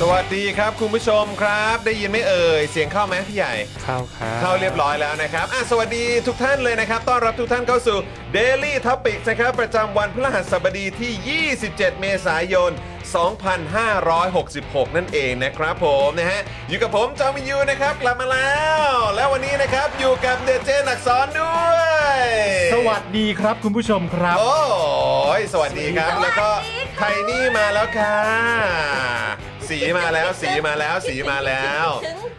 สวัสดีครับคุณผู้ชมครับ ได้ยินไหม่เอ่ย เสียงเข้าไหมพี่ใหญ่ เข้าครับ เข้าเรียบร้อยแล้วนะครับอ่ะสวัสดีทุกท่านเลยนะครับ ต้อนรับทุกท่านเข้าสู่ Daily Topics นะครับ ประจำวันพฤหัสบดีที่ 27 เมษายน 2566 นั่นเองนะครับผมนะฮะ อยู่กับผมจอมวินยูนะครับ กลับมาแล้ว แล้ววันนี้นะครับอยู่กับเดเจนักสอนด้วย สวัสดีครับคุณผู้ชมครับ โอ้ยสวัสดีครับ แล้วก็ไทนี่มาแล้วค่ะ สีมาแล้ว สีมาแล้ว สีมาแล้ว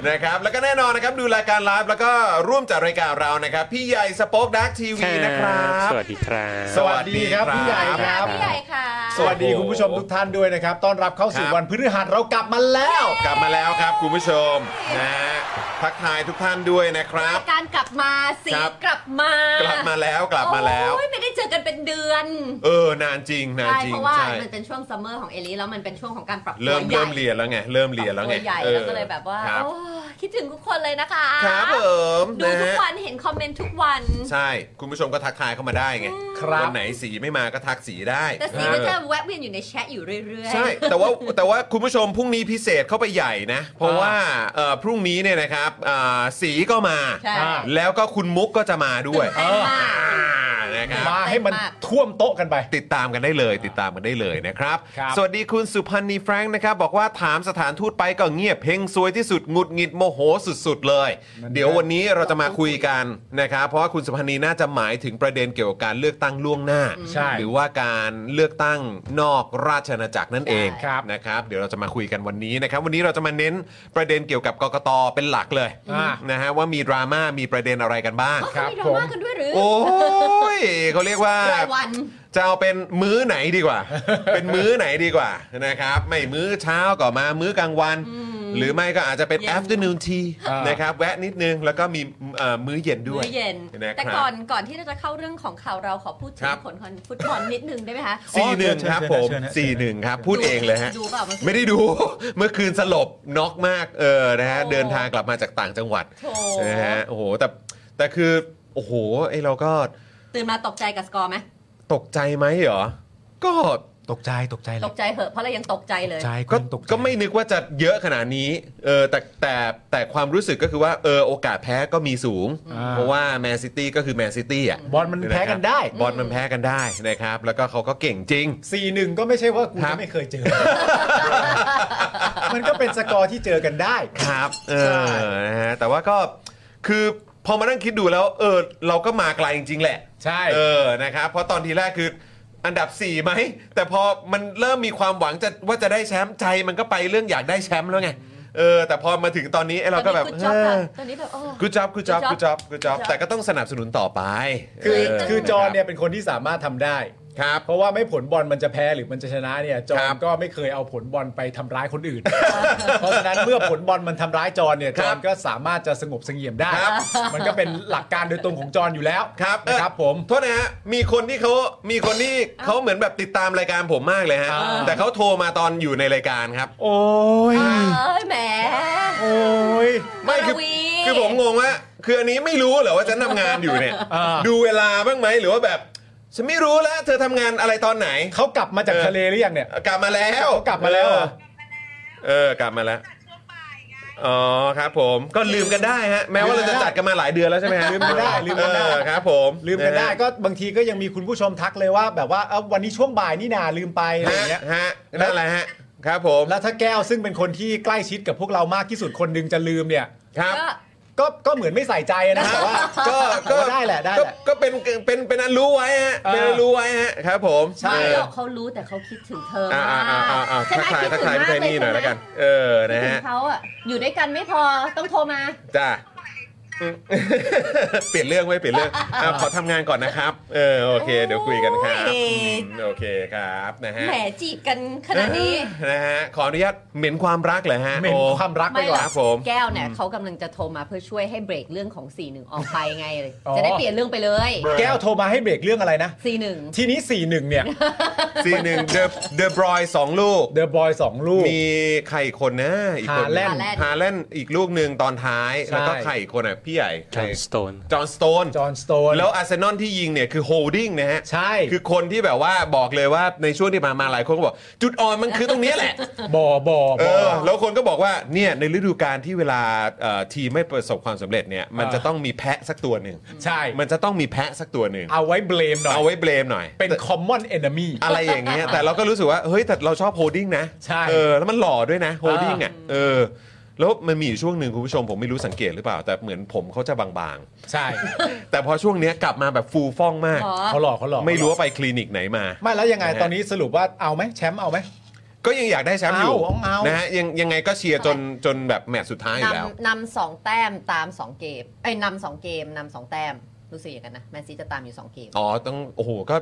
นะครับ แล้วก็แน่นอนนะครับ ดูรายการไลฟ์แล้วก็ร่วมจัดรายการเรานะครับ พี่ใหญ่สป็อคดักทีวีนะครับ สวัสดีครับ สวัสดีครับพี่ใหญ่ครับ พี่ใหญ่ค่ะ สวัสดีคุณผู้ชมทุกท่านด้วยนะครับ ต้อนรับเข้าสู่ ครับ วันพฤหัสเรากลับมาแล้ว กลับมาแล้วครับคุณผู้ชมนะฮะทักทายทุกท่านด้วยนะครับ การกลับมาสี ครับ กลับมาก ก ลับมาแล้วกลับมาแล้ว ไม่ได้เจอกันเป็นเดือน เออนานจริงนานจริงเพราะว่า ใช่ มันเป็นช่วงซัมเมอร์ของเอลิแล้วมันเป็นช่วงของการปรับตัว เริ่ม ใหญ่ เริ่มเรียนแล้วไงเริ่มเรียนแล้วไง ปรับตัวใหญ่ ออ แล้วก็เลยแบบว่า ครับ โอ้คิดถึงทุกคนเลยนะคะ ครับผม ดูทุก ะฮะ วันเห็นคอมเมนต์ทุกวัน ใช่ คุณผู้ชมก็ทักทายเข้ามาได้ไง ครับ วันไหนสีไม่มาก็ทักสีได้ แต่สี เออ ก็จะแวะเวียนอยู่ในแชทอยู่เรื่อยๆ ใช่ แต่ว่าแต่ว่าคุณผู้ชมพรุ่งนี้พิเศษเข้าไปใหญ่นะ เพราะว่าเอ่อพรุ่งนี้เนี่ยนะครับอ่าสีก็มา ใช่ อ่า แล้วก็คุณมุกก็จะมาด้วย เต้นมาก อ่านะครับ มาให้มันท่วมโต๊ะกันไป ติดตามกันได้เลยติดตามกันได้เลยนะครับ ครับ สวัสดีคุณสุพันธ์นีแฟรงค์นะครับ บอกว่าถามสถานทูตไปก็เงียบ เพลงซวยที่สุดหงุดหงิดโมโหสุดๆเลย เดี๋ยววันนี้เราจะมาคุยกันนะครับ เพราะว่าคุณสุพันธ์นีน่าจะหมายถึงประเด็นเกี่ยวกับการเลือกตั้งล่วงหน้า ใช่ หรือว่าการเลือกตั้งนอกราชอาณาจักรนั่นเอง ครับ นะครับ เดี๋ยวเราจะมาคุยกันวันนี้นะครับ วันนี้เราจะมาเน้นประเด็นเกี่ยวกับกกตเป็นหลักเลย อ่า นะฮะว่ามีดราม่ามีประเด็นอะไรกันบ้าง อ๋อ ครั เขา บผมมีดราม่ากันด้วยหรือ โอ้ยเขาเรียกว่า รายวัน จะเอาเป็นมื้อไหนดีกว่า เป็นมื้อไหนดีกว่านะครับ ไม่มื้อเช้าก็มามื้อกลางวัน หรือไม่ก็อาจจะเป็น afternoon tea อ่าน นะครับ แวะนิดนึง แล้วก็มีเอ่อมื้อเย็นด้ มื้ วย อเย็น นะครับ แต่ก่อนก่อนที่เราจะเข้าเรื่องของข่าวเราขอพูดถึ ครั ง บ ผลของฟุตบอลนิดนึงได้ไหมคะ สี่หนึ่งครับผม เชิญนะ สี่หนึ่งครับ พูดเองเลยฮะ ดูเปล่าเมื่อกี้ ไม่ได้ดู เมื่อคืนสลบน็อกมากเออนะฮะ โอ้ เดินทางกลับมาจากต่างจังหวัด โถ นะฮะโอ้โหแต่แต่คือ โอ้โหไอเราก็ ตื่นมาตกใจกับสกอร์ไหม ตกใจไหมเหรอ ก็ ตกใจตกใจเล ต ย กใจเหอะเพราะเรายังตกใจเลย ใจ ก็ คุณตกใจ ก็ไม่นึกว่าจะเยอะขนาดนี้เออแต่แต่แต่ความรู้สึกก็คือว่าเออโอกาสแพ้ก็มีสูง อ่า เพราะว่าแมนซิตี้ก็คือแมนซิตี้อ่ะ บอลมันแพ้กันได้ ะครับบอลมันแพ้กันได้นะครับ แล้วก็เขาก็เก่งจริง สี่หนึ่งก็ไม่ใช่ว่ากู ครั จะ บ ไม่เคยเจอ มันก็เป็นสกอร์ที่เจอกันได้ ครับเอ ใช่ อนะฮะแต่ว่าก็คือพอมานั่งคิดดูแล้ว เออ เราก็มาไกลจริง ๆ แหละ ใช่ เออนะครับ เพราะตอนทีแรกคืออันดับ4ไหม แต่พอมันเริ่มมีความหวังจะว่าจะได้แชมป์ใจมันก็ไปเรื่องอยากได้แชมป์แล้วไงเออ แต่พอมาถึงตอนนี้ไอ้เราก็แบบ ตอน เออนี้ good job ค่ะตอนนี้แบบโอ้ กูจับกูจับกูจับกูจับ good job แต่ก็ต้องสนับสนุนต่อไป คือ เ คือจอเนี่ยเป็นคนที่สามารถทำได้ ครับ เพราะว่าไม่ผลบอลมันจะแพ้หรือมันจะชนะเนี่ยจอ ครั น บ ก็ไม่เคยเอาผลบอลไปทำร้ายคนอื่น เพราะฉะนั้นเมื่อผลบอลมันทำร้ายจอนเนี่ย ค จ รั อบ นก็สามารถจะสงบเสงี่ยมได้ ครับ มันก็เป็นหลักการโดยตรงของจอนอยู่แล้ว ครับเอ่อ นะครับผม โทษนะฮะมีคนที่เขามีคนที่เขาเหมือนแบบติดตามรายการผมมากเลยฮะ อ่า แต่เขาโทรมาตอนอยู่ในรายการครับ โอ้ย เอ้ยแหม โอ้ย ไม่คือ อรวี คือผมงงว่า คืออันนี้ไม่รู้เหรอว่าฉันทำงานอยู่เนี่ย อ่า ดูเวลาบ้างไหมหรือว่าแบบ ฉันไม่รู้แล้ว เธอทำงานอะไรตอนไหน เขากลับมาจาก เออ ทะเลหรือยังเนี่ย กลับมาแล้ว เขากลับมาแล้วเหรอ เออ กลับมาแล้ว อ๋อครับ ผมก็ลืมกันได้ฮะ แม้ว่าเราจะจัดกันมาหลายเดือนแล้วใช่ไหมฮะ ลืมกันได้ลืมกันได้ เออครับ ผม ลืมกันได้ ะฮะ ก็บางทีก็ยังมีคุณผู้ชมทักเลยว่า แบบว่าเอ้าวันนี้ช่วงบ่ายนี่นาลืมไปอะไรอย่างเงี้ย ฮะนั่นแหละฮะ ครับผม แล้วถ้าแก้วซึ่งเป็นคนที่ใกล้ชิดกับพวกเรามากที่สุดคนหนึงจะลืมเนี่ย ครับ ก็ ก็ก็เหมือนไม่ใส่ใจนะแต่ว่า ก็ แต่ว่าได้แหละได้ ก็ แหละ ก็เป็นเป็นเป็นอันรู้ไว้ฮะ เออ เป็นอันรู้ไว้ฮะครับผม ใช่ เออ หรอกเขารู้แต่เขาคิดถึงเธอ อ่าอ่าอ่าอ่าอ่า ใช่ ทั ไห กทายมคิด ทัก ถึง ทาย มา พี่ ก ไท เลย ย นี่หน่อย ใช่ แล้ว ไหม กัน เออ คินะดถึ ฮะ งเขาอ่ะอยู่ด้วยกันไม่พอต้องโทรมา จ้า เปลี่ยนเรื่องไว้ยเปลี่ยนเรื่องอ่ะขอทำงานก่อนนะครับ เออโอเค เดี๋ยวคุยกันครับ โอ้ย อืมโอเคครับนะฮะ แหมจีบกันขนาดนี้ นะฮะขออนุญาตเหม็นความรักเหรอฮะ เหม็น โอ้ ความรักไป ไม่ ก่อหร นครัอกบผม แก้วเนี่ยเขากำลังจะโทรมาเพื่อช่วยให้เบรกเรื่องของ 41 ออกไปไงเลย อ๋อ จะได้เปลี่ยนเรื่องไปเลย แก้วโทรมาให้เบรกเรื่องอะไรนะ 41 ทีนี้ 4 1 เนี่ย สี่หนึ่งเดอะเดอะบรอยสองลูก The Boy 2 ลูก มีใครอีกคนนะอีกคน ฮาแลนด์ ฮาแลนด์อีกลูกหนึ่งตอนท้าย ใช่ แล้วก็ใครอีกคนอ่ะ พี่ใหญ่ จอห์นสโตน จอห์นสโตน จอห์นสโตน แล้วอาร์เซนอลที่ยิงเนี่ยคือโฮลดิ้งนะฮะ ใช่ คือคนที่แบบว่าบอกเลยว่าในช่วงที่มามาหลายคนก็บอก จุดอ่อนมันคือตรงเนี้ยแหละ บ่อ บ่อ เอ บ่ อแล้วคนก็บอกว่าเนี่ยในฤดูกาลที่เวลาเอ่อทีมไม่ประสบความสำเร็จเนี่ยมัน อ่า จะต้องมีแพะสักตัวหนึ่ง ใช่ มันจะต้องมีแพะสักตัวหนึ่ง เอาไว้เบลมหน่อย เอาไว้เบลมหน่อย เป็น common enemy อะไรอย่างเงี้ยแต่เราก็รู้สึกว่า เฮ้ย แต่เราชอบโฮดดิ้งนะ ใช่ เออแล้วมันหล่อด้วยนะโฮดดิ้งอ่ะเออ แล้วมันมีอยู่ช่วงหนึ่งคุณผู้ชมผมไม่รู้สังเกตหรือเปล่า แต่เหมือนผมเขาจะบาง ใช่ ๆ แต่พอช่วงเนี้ยกลับมาแบบฟูฟ่องมาก หรอ เขาหลอกเขาหลอก ไม่รู้ว่าไปคลินิกไหนมา ไม่แล้วยังไง นะฮะ ตอนนี้สรุปว่าเอาไหมแชมป์เอาไหม ก็ยังอยากได้แชมป์อยู่ เอาเอาน นะฮะยังยังไงก็เชียร์จนจนแบบแมตช์สุดท้ายอยู่แล้ว นำนำสองแต้มตามสองเกมไอ้ยนำสองเกมนำสองแต้มรู้สึกอย่างกันนะแมนซีจะตามอยู่สองเกม อ๋อต้องโอ้โหก็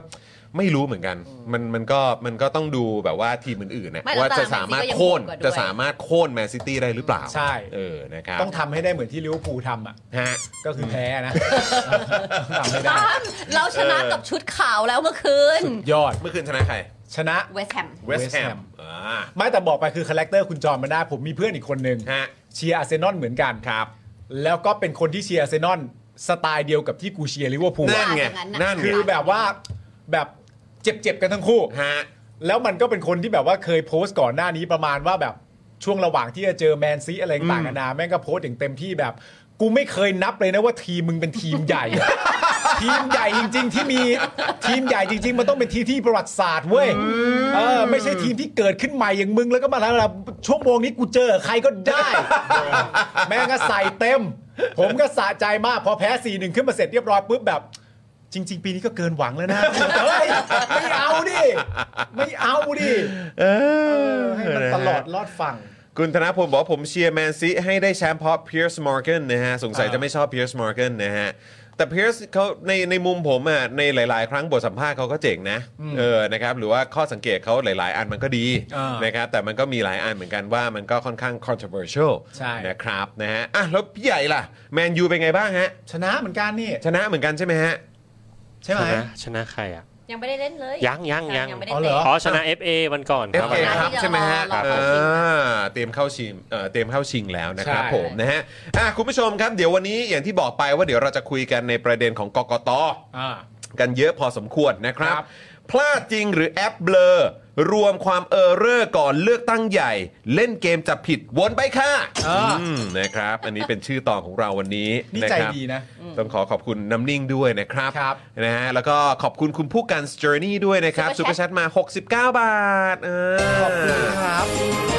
ไม่รู้เหมือนกัน มันมันก็มันก็ต้องดูแบบว่าทีมอื่นๆเนี่ย ไม่แล้ว ว่าจะ ตาราง สามารถ แมนซิตี้ก็ยัง โค่น โหดกว่าด้วย จะสามารถโค่นแมนซิตี้ได้หรือเปล่า ใช่ เออนะครับ ต้องทำให้ได้เหมือนที่ลิเวอร์พูลทำอ่ะ ฮะ ก็คือแพ้นะทำไม่ได้ ตามเราชนะ เออ กับชุดขาวแล้วเมื่อคืน ยอด เมื่อคืนชนะใคร ชนะ เวสต์แฮม เวส West ต์แฮม Ham ไม่แต่บอกไปคือคาแรคเตอร์คุณจอห์นมันได้ผมมีเพื่อนอีกคนนึง ฮะ เชียร์อาร์เซนอลเหมือนกัน ครับ แล้วก็เป็นคนที่เชียร์อาร์เซนอลสไตล์เดียวกับที่กูเชียร์ลิเวอร์พูล นั่นไง ว่าอย่างนั้นน่ะ นั่นไง คือแบบว่าแบบเจ็บๆกันทั้งคู่ ฮะ แล้วมันก็เป็นคนที่แบบว่าเคยโพสต์ก่อนหน้านี้ประมาณว่าแบบช่วงระหว่างที่จะเจอแมนซีอะไรต่างๆนานาแม่งก็โพสต์อย่างเต็มที่แบบ กูไม่เคยนับเลยนะว่าทีมมึงเป็นทีมใหญ่ ทีมใหญ่จริง ๆ ที่มีทีมใหญ่จริง ๆ มันต้องเป็นทีมที่ประวัติศาสตร์เว้ยเออไม่ใช่ทีมที่เกิดขึ้นใหม่อย่างมึงแล้วก็มาแล้วแบบชั่วโมงนี้กูเจอใครก็ได้ แม่งก็ใส่เต็ม ผมก็สะใจมากพอแพ้สี่หนึ่งขึ้นมาเสร็จเรียบร้อยปุ๊บแบบ จริง ๆ ปีนี้ก็เกินหวังแล้วนะ เฮ้ยไม่เอาดิ ไม่เอาดิ เออ ให้มันตลอดรอดฝั่ง คุณธนพลบอกว่าผมเชียร์แมนซีให้ได้แชมป์เพราะเพียร์สมอร์เกนนะฮะ สงสัย อ่า จะไม่ชอบเพียร์สมอร์เกนนะฮะ แต่เพียร์สเขาในในมุมผมอ่ะในหลาย ๆ ครั้งบทสัมภาษณ์เขาก็เจ๋งนะ เออนะครับ หรือว่าข้อสังเกตเขาหลาย ๆ อันมันก็ดี อ่าน นะครับ แต่มันก็มีหลายอันเหมือนกันว่ามันก็ค่อนข้าง controversial ใช่ นะครับนะฮะอ่ะแล้วพี่ใหญ่ล่ะแมนยูเป็นไงบ้างฮะ ชนะเหมือนกันนี่ ชนะเหมือนกันใช่ไหมฮะ ใช่ไหม ชนะชนะใครอ่ะ ยังไม่ได้เล่นเลย ยังยังยัง ยังไม่ได้ อ๋อเหร เตะ อ๋อชนะ FA วันก่อน เอ ค ฟ รับ เอครับใช่ไหมฮะ ครับผม เออเตรียมเข้าชิงเอ่อเตรียมเข้าชิงแล้วนะครับ ใช่ ผมนะฮะอ่ะคุณผู้ชมครับเดี๋ยววันนี้อย่างที่บอกไปว่าเดี๋ยวเราจะคุยกันในประเด็นของกกต อ่า กันเยอะพอสมควรนะครับ ครับ พลาดจริงหรือแอปเบลอ รวมความเออเรอร์ก่อนเลือกตั้งใหญ่ เล่นเกมจับผิดวนไปค่ะ อ่า มนะครับ อันนี้เป็นชื่อตอนของเราวันนี้ นี่ ะ ใจ ครับ ดีนะ ต้องขอขอบคุณน้ำนิ่งด้วยนะครับ ครับ นะฮะแล้วก็ขอบคุณคุณผู้การ Journey ด้วยนะครับ Super ซูเปอร์แชทมา 69 บาทเ ขอบคุณครับ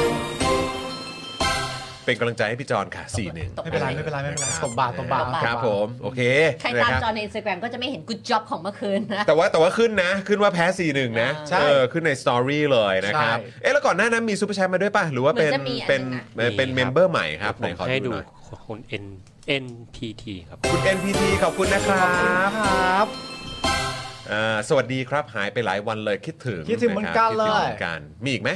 เป็นกำลังใจให้พี่จอนค่ะ 4 1 ไม่เป็นไรไม่เป็นไรไม่เป็นไรตบบาตบบา ครับผม โอเค ใคร นะ ตาม บ จอในอินสตาแกรมก็จะไม่เห็นกูจ็อบของเมื่อคืนนะ แต่ว่าแต่ว่าขึ้นนะ ขึ้นว่าแพ้ 4 1 นะ ใช่ เออขึ้นในสตอรี่เลยนะครับ ใช่ เอ๊ะ แล้วก่อนหน้านั้นมีซูเปอร์แชทมาด้วยป่ะ หรือว่าเป็น เหมือนจะมีอัน เป็น หนึ่ง เป็นเป็น มีคเมมรับเบอร์ใหม่ครับ ผม ไนขอ ให้ ดู ดู หน่อย คน N NPT ครับ คุณ NPT ขอบคุณนะครับ ครับ อ่าสวัสดีครับหายไปหลายวันเลยคิดถึง คิดถึงเหมือนกัะครันบ เลย คิดถึงหมือนกันมีอีกไหม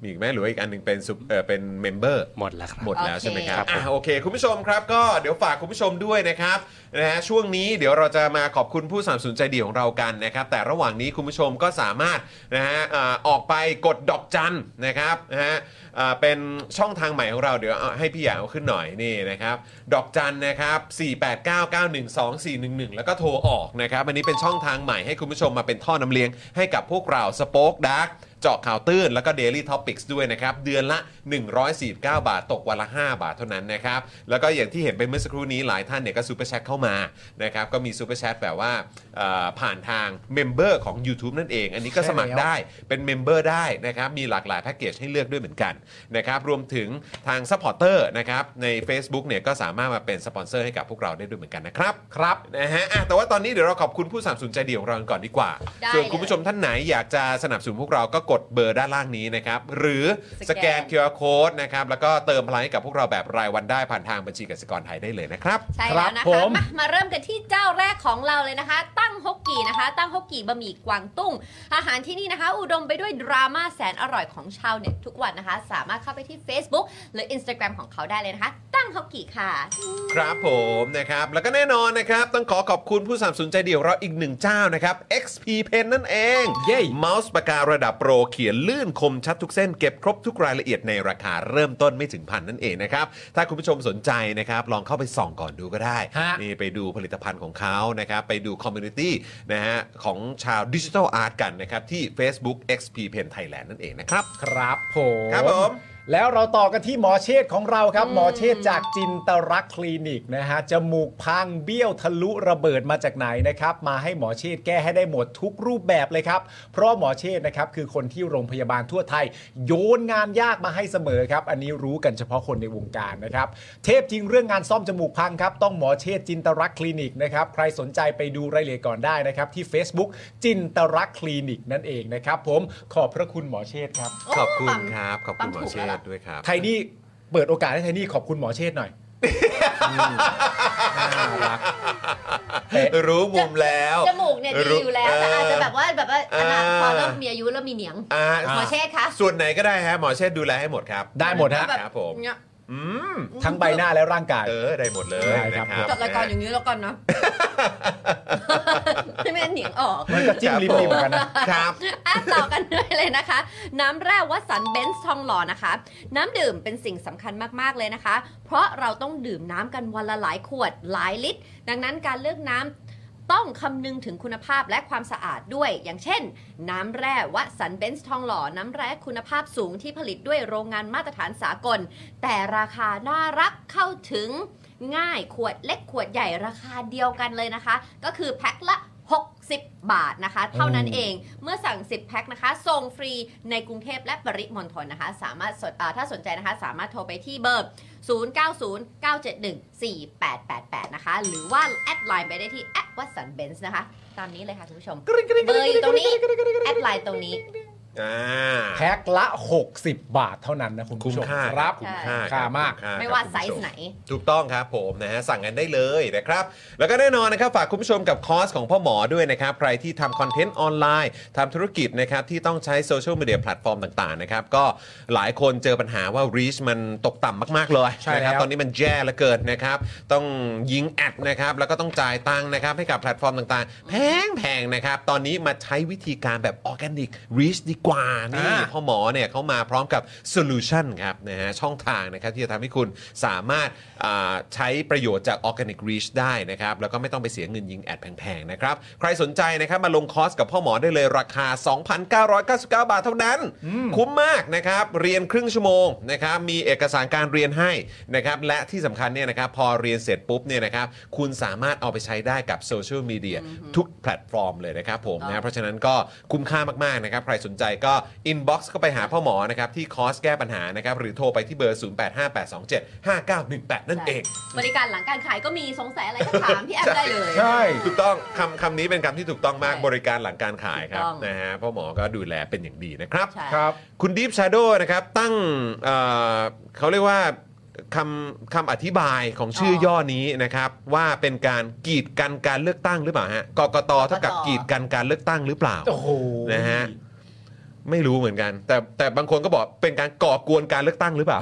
มีอีกไหมหรือว่าอีกอันหนึงเป็นซุปเออเป็นเมมเบอร์ หมดแล้วครับ หมดแล้ว โอเค ใช่ไหมครับ ครับผม อ่ะโอเค คุณผู้ชมครับก็เดี๋ยวฝากคุณผู้ชมด้วยนะครับนะฮะช่วงนี้เดี๋ยวเราจะมาขอบคุณผู้สนับสนุนใจดีของเรากันนะครับแต่ระหว่างนี้คุณผู้ชมก็สามารถนะฮะเอ่อออกไปกดดอกจันนะครับนะฮะเอ่อเป็นช่องทางใหม่ของเราเดี๋ยวเอาให้พี่หยางเอาขึ้นหน่อยนี่นะครับดอกจันนะครับ 489912411 แล้วก็โทรออกนะครับอันนี้เป็นช่องทางใหม่ให้คุณผู้ชมมาเป็นท่อน้ำเลี้ยงให้กับพวกเราสป็อคดัก เจาะข่าวตื้นแล้วก็ Daily Topics ด้วยนะครับ เดือนละ 149 บาท ตกวันละ 5 บาทเท่านั้นนะครับ แล้วก็อย่างที่เห็นไปเมื่อสักครู่นี้หลายท่านเนี่ยก็ซูเปอร์แชทเข้ามานะครับ ก็มีซูเปอร์แชทแบบว่าเอ่อผ่านทางเมมเบอร์ของ YouTube นั่นเอง อันนี้ก็สมัครได้เป็นเมมเบอร์ได้นะครับ มีหลากหลายแพ็กเกจให้เลือกด้วยเหมือนกันนะครับ รวมถึงทางซัพพอร์เตอร์นะครับใน Facebook เนี่ยก็สามารถมาเป็นสปอนเซอร์ให้กับพวกเราได้ด้วยเหมือนกันนะครับครับนะฮะอ่ะแต่ว่าตอนนี้เดี๋ยวเราขอบคุณผู้สนับสนุนใจดีของเรากันก่อนดีกว่า ได้ ส่วน เลย คุณผู้ชม ผู้ชมท่านไหนอยากจะสนับสนุนพวกเราก็กดเบอร์ด้านล่างนี้นะครับ หรือส ส แก แก น น QR Code นะครับ แล้วก็เติมพลังให้กับพวกเราแบบรายวันได้ผ่านทางบัญชีกสิกรไทยได้เลยนะครับ ใช่ ครั แล้ว บ นะ ผ คะ ม มามาเริ่มกันที่เจ้าแรกของเราเลยนะคะ ตั้งฮกกี่นะคะ ตั้งฮกกี่บะหมี่กวางตุ้ง อาหารที่นี่นะคะ อุดมไปด้วยดราม่าแสนอร่อยของชาวเน็ตทุกวันนะคะ สามารถเข้าไปที่ Facebook หรือ Instagram ของเขาได้เลยนะคะ ตั้งฮกกี่ค่ะ ครับผมนะครับ แล้วก็แน่นอนนะครับ ต้องขอขอบคุณผู้สนับสนุนใจเดียวเราอีกหนึ่งเจ้านะครับ XP Pen นั่นเอง เย้ เมาส์ปากการะดับโปรเขียนลื่นคมชัดทุกเส้นเก็บครบทุกรายละเอียดในราคาเริ่มต้นไม่ถึงพันนั่นเองนะครับ ถ้าคุณผู้ชมสนใจนะครับ ลองเข้าไปส่องก่อนดูก็ได้ ฮะ นี่ไปดูผลิตภัณฑ์ของเขานะครับ ไปดูคอมมูนิตี้นะฮะของชาวดิจิทัลอาร์ตกันนะครับ ที่ Facebook XP Pen Thailand นั่นเองนะครับ ครับผม ครับผม แล้วเราต่อกันที่หมอเชษฐ์ของเราครับ หมอเชษฐ์จากจินตรักษณ์คลินิกนะฮะจมูกพังเบี้ยวทะลุระเบิดมาจากไหนนะครับ มาให้หมอเชษฐ์แก้ให้ได้หมดทุกรูปแบบเลยครับ เพราะหมอเชษฐ์นะครับคือคนที่โรงพยาบาลทั่วไทย โยนงานยากมาให้เสมอครับ อันนี้รู้กันเฉพาะคนในวงการนะครับ เทพจริงเรื่องงานซ่อมจมูกพังครับ ต้องหมอเชษฐ์จินตรักษณ์คลินิกนะครับใครสนใจไปดูรายละเอียดก่อนได้นะครับที่ Facebook จินตรักษณ์คลินิกนั่นเองนะครับผมขอบพระคุณหมอเชษฐ์ครับ โ ขอบคุณ ปั๊ม ครับ ขอบคุณหมอเช ปั๊มถูกษแล้วล่ะ ฐ์ด้วยครับ ไทนี่เปิดโอกาสให้ไทนี่ขอบคุณหมอเชษฐ์ หน่อย เป๊ะ รู้มุมแล้ว จมูกเนี่ยดี รู้ อยู่แล้วแต่อาจจะแบบว่าแบบว่าอนาคตพอเริ่ม เ มีอายุเริ่มมีเหนียง อ่า หมอเชษฐ์คะ ส่วนไหนก็ได้ฮะ หมอเชษฐ์ดูแลให้หมดครับ ได้หมดฮะ ครับผม เนี้ย อืม ทั้งใบหน้าและร่างกาย เออ ได้หมดเลย ได้ นะ ครับ ครับ จัดรายการอย่างนี้แล้วกันนะ ไม่งั้นเหนียงออก มันก็จิ้คมรับ ริ ผม มๆกันนะ ครับ อ่ะต่อกันด้วยเลยนะคะ น้ำแร่วัดสันเบนซ์ทองหล่อนะคะ น้ำดื่มเป็นสิ่งสำคัญมาก ๆ เลยนะคะ เพราะเราต้องดื่มน้ำกันวันละหลายขวดหลายลิตร ดังนั้นการเลือกน้ำต้องคำนึงถึงคุณภาพและความสะอาดด้วย อย่างเช่น น้ำแร่วัดสันเบนซ์ทองหล่อ น้ำแร่คุณภาพสูงที่ผลิตด้วยโรงงานมาตรฐานสากล แต่ราคาน่ารักเข้าถึงง่ายขวดเล็กขวดใหญ่ราคาเดียวกันเลยนะคะ ก็คือแพ็คละ 60 บาทนะคะ เท่านั้นเอง เมื่อสั่ง 10 แพ็คนะคะ ส่งฟรีในกรุงเทพและปริมณฑลนะคะ สามารถสนอ่าถ้าสนใจนะคะ สามารถโทรไปที่เบอร์ 0909714888 นะคะ หรือว่าแอดไลน์ไปได้ที่แอดวัตสันเบนส์นะคะ ตามนี้เลยค่ะคุณผู้ชม เบอร์อยู่ตรงนี้ แอดไลน์ตรงนี้ อ่า แพ็คละ 60 บาทเท่านั้นนะคุณ คุ้ ผู้ ม ชม ค่า ครับ คุ้มค่า ค่ามาก คุ้ค่ ไม่ว่า ครับ ไซ คุณผู้ช ส์ ม ไหน ถูกต้องครับผมนะฮะสั่งกันได้เลยนะครับ แล้วก็แน่นอนนะครับ ฝากคุณผู้ชมกับคอร์สของพ่อหมอด้วยนะครับ ใครที่ทำคอนเทนต์ออนไลน์ทำธุรกิจนะครับ ที่ต้องใช้โซเชียลมีเดียแพลตฟอร์มต่างๆนะครับ ก็หลายคนเจอปัญหาว่า reach มันตกต่ำมาก ๆ เลย ใช่ นะครับ แล้ว ตอนนี้มันแย่เหลือเกินนะครับ ต้องยิงแอดนะครับ แล้วก็ต้องจ่ายตังค์นะครับให้กับแพลตฟอร์มต่างๆ แพงๆนะครับตอนนี้มาใช้วิธีการแบบออร์แกนิก reach ดีกว่านี่ พ่อหมอเนี่ยเขามาพร้อมกับโซลูชันครับนะฮะช่องทางนะครับที่จะทำให้คุณสามารถอ่าใช้ประโยชน์จาก Organic Reach ได้นะครับ แล้วก็ไม่ต้องไปเสียเงินยิงแอดแพง ๆ นะครับ ใครสนใจนะครับมาลงคอร์สกับพ่อหมอได้เลยราคา 2,999 บาทเท่านั้น คุ้มมากนะครับ เรียนครึ่งชั่วโมงนะครับมีเอกสารการเรียนให้นะครับและที่สำคัญเนี่ยนะครับพอเรียนเสร็จปุ๊บเนี่ยนะครับคุณสามารถเอาไปใช้ได้กับโซเชียลมีเดียทุกแพลตฟอร์มเลยนะครับผมนะ เพราะฉะนั้นก็คุ้มค่ามากๆนะครับ ใครสนใจก็ inbox เข้าไปหาพ่อหมอนะครับ ที่คอร์สแก้ปัญหานะครับ หรือโทรไปที่เบอร์ 0858275918 นั่นเอง บริการหลังการขายก็มีสงสัยอะไรก็ถามพี่แอดได้เลย ใช่ ถูกต้องคำคำนี้เป็นคำที่ถูกต้องมาก ใช่ บริการหลังการขายครับ ถูกต้อง นะฮะพ่อหมอก็ดูแลเป็นอย่างดีนะครับ ใช่ ครับ คุณดีฟชาโดนะครับ ตั้งเอ่อเขาเรียกว่า คำคำอธิบายของชื่อย่อนี้นะครับ ว่าเป็นการกีดกันการเลือกตั้งหรือเปล่าฮะกกตเท่ากับกีดกันการเลือกตั้งหรือเปล่า โอ้โห นะฮะ ไม่รู้เหมือนกัน แต่แต่บางคนก็บอกเป็นการก่อกวนการเลือกตั้งหรือเปล่า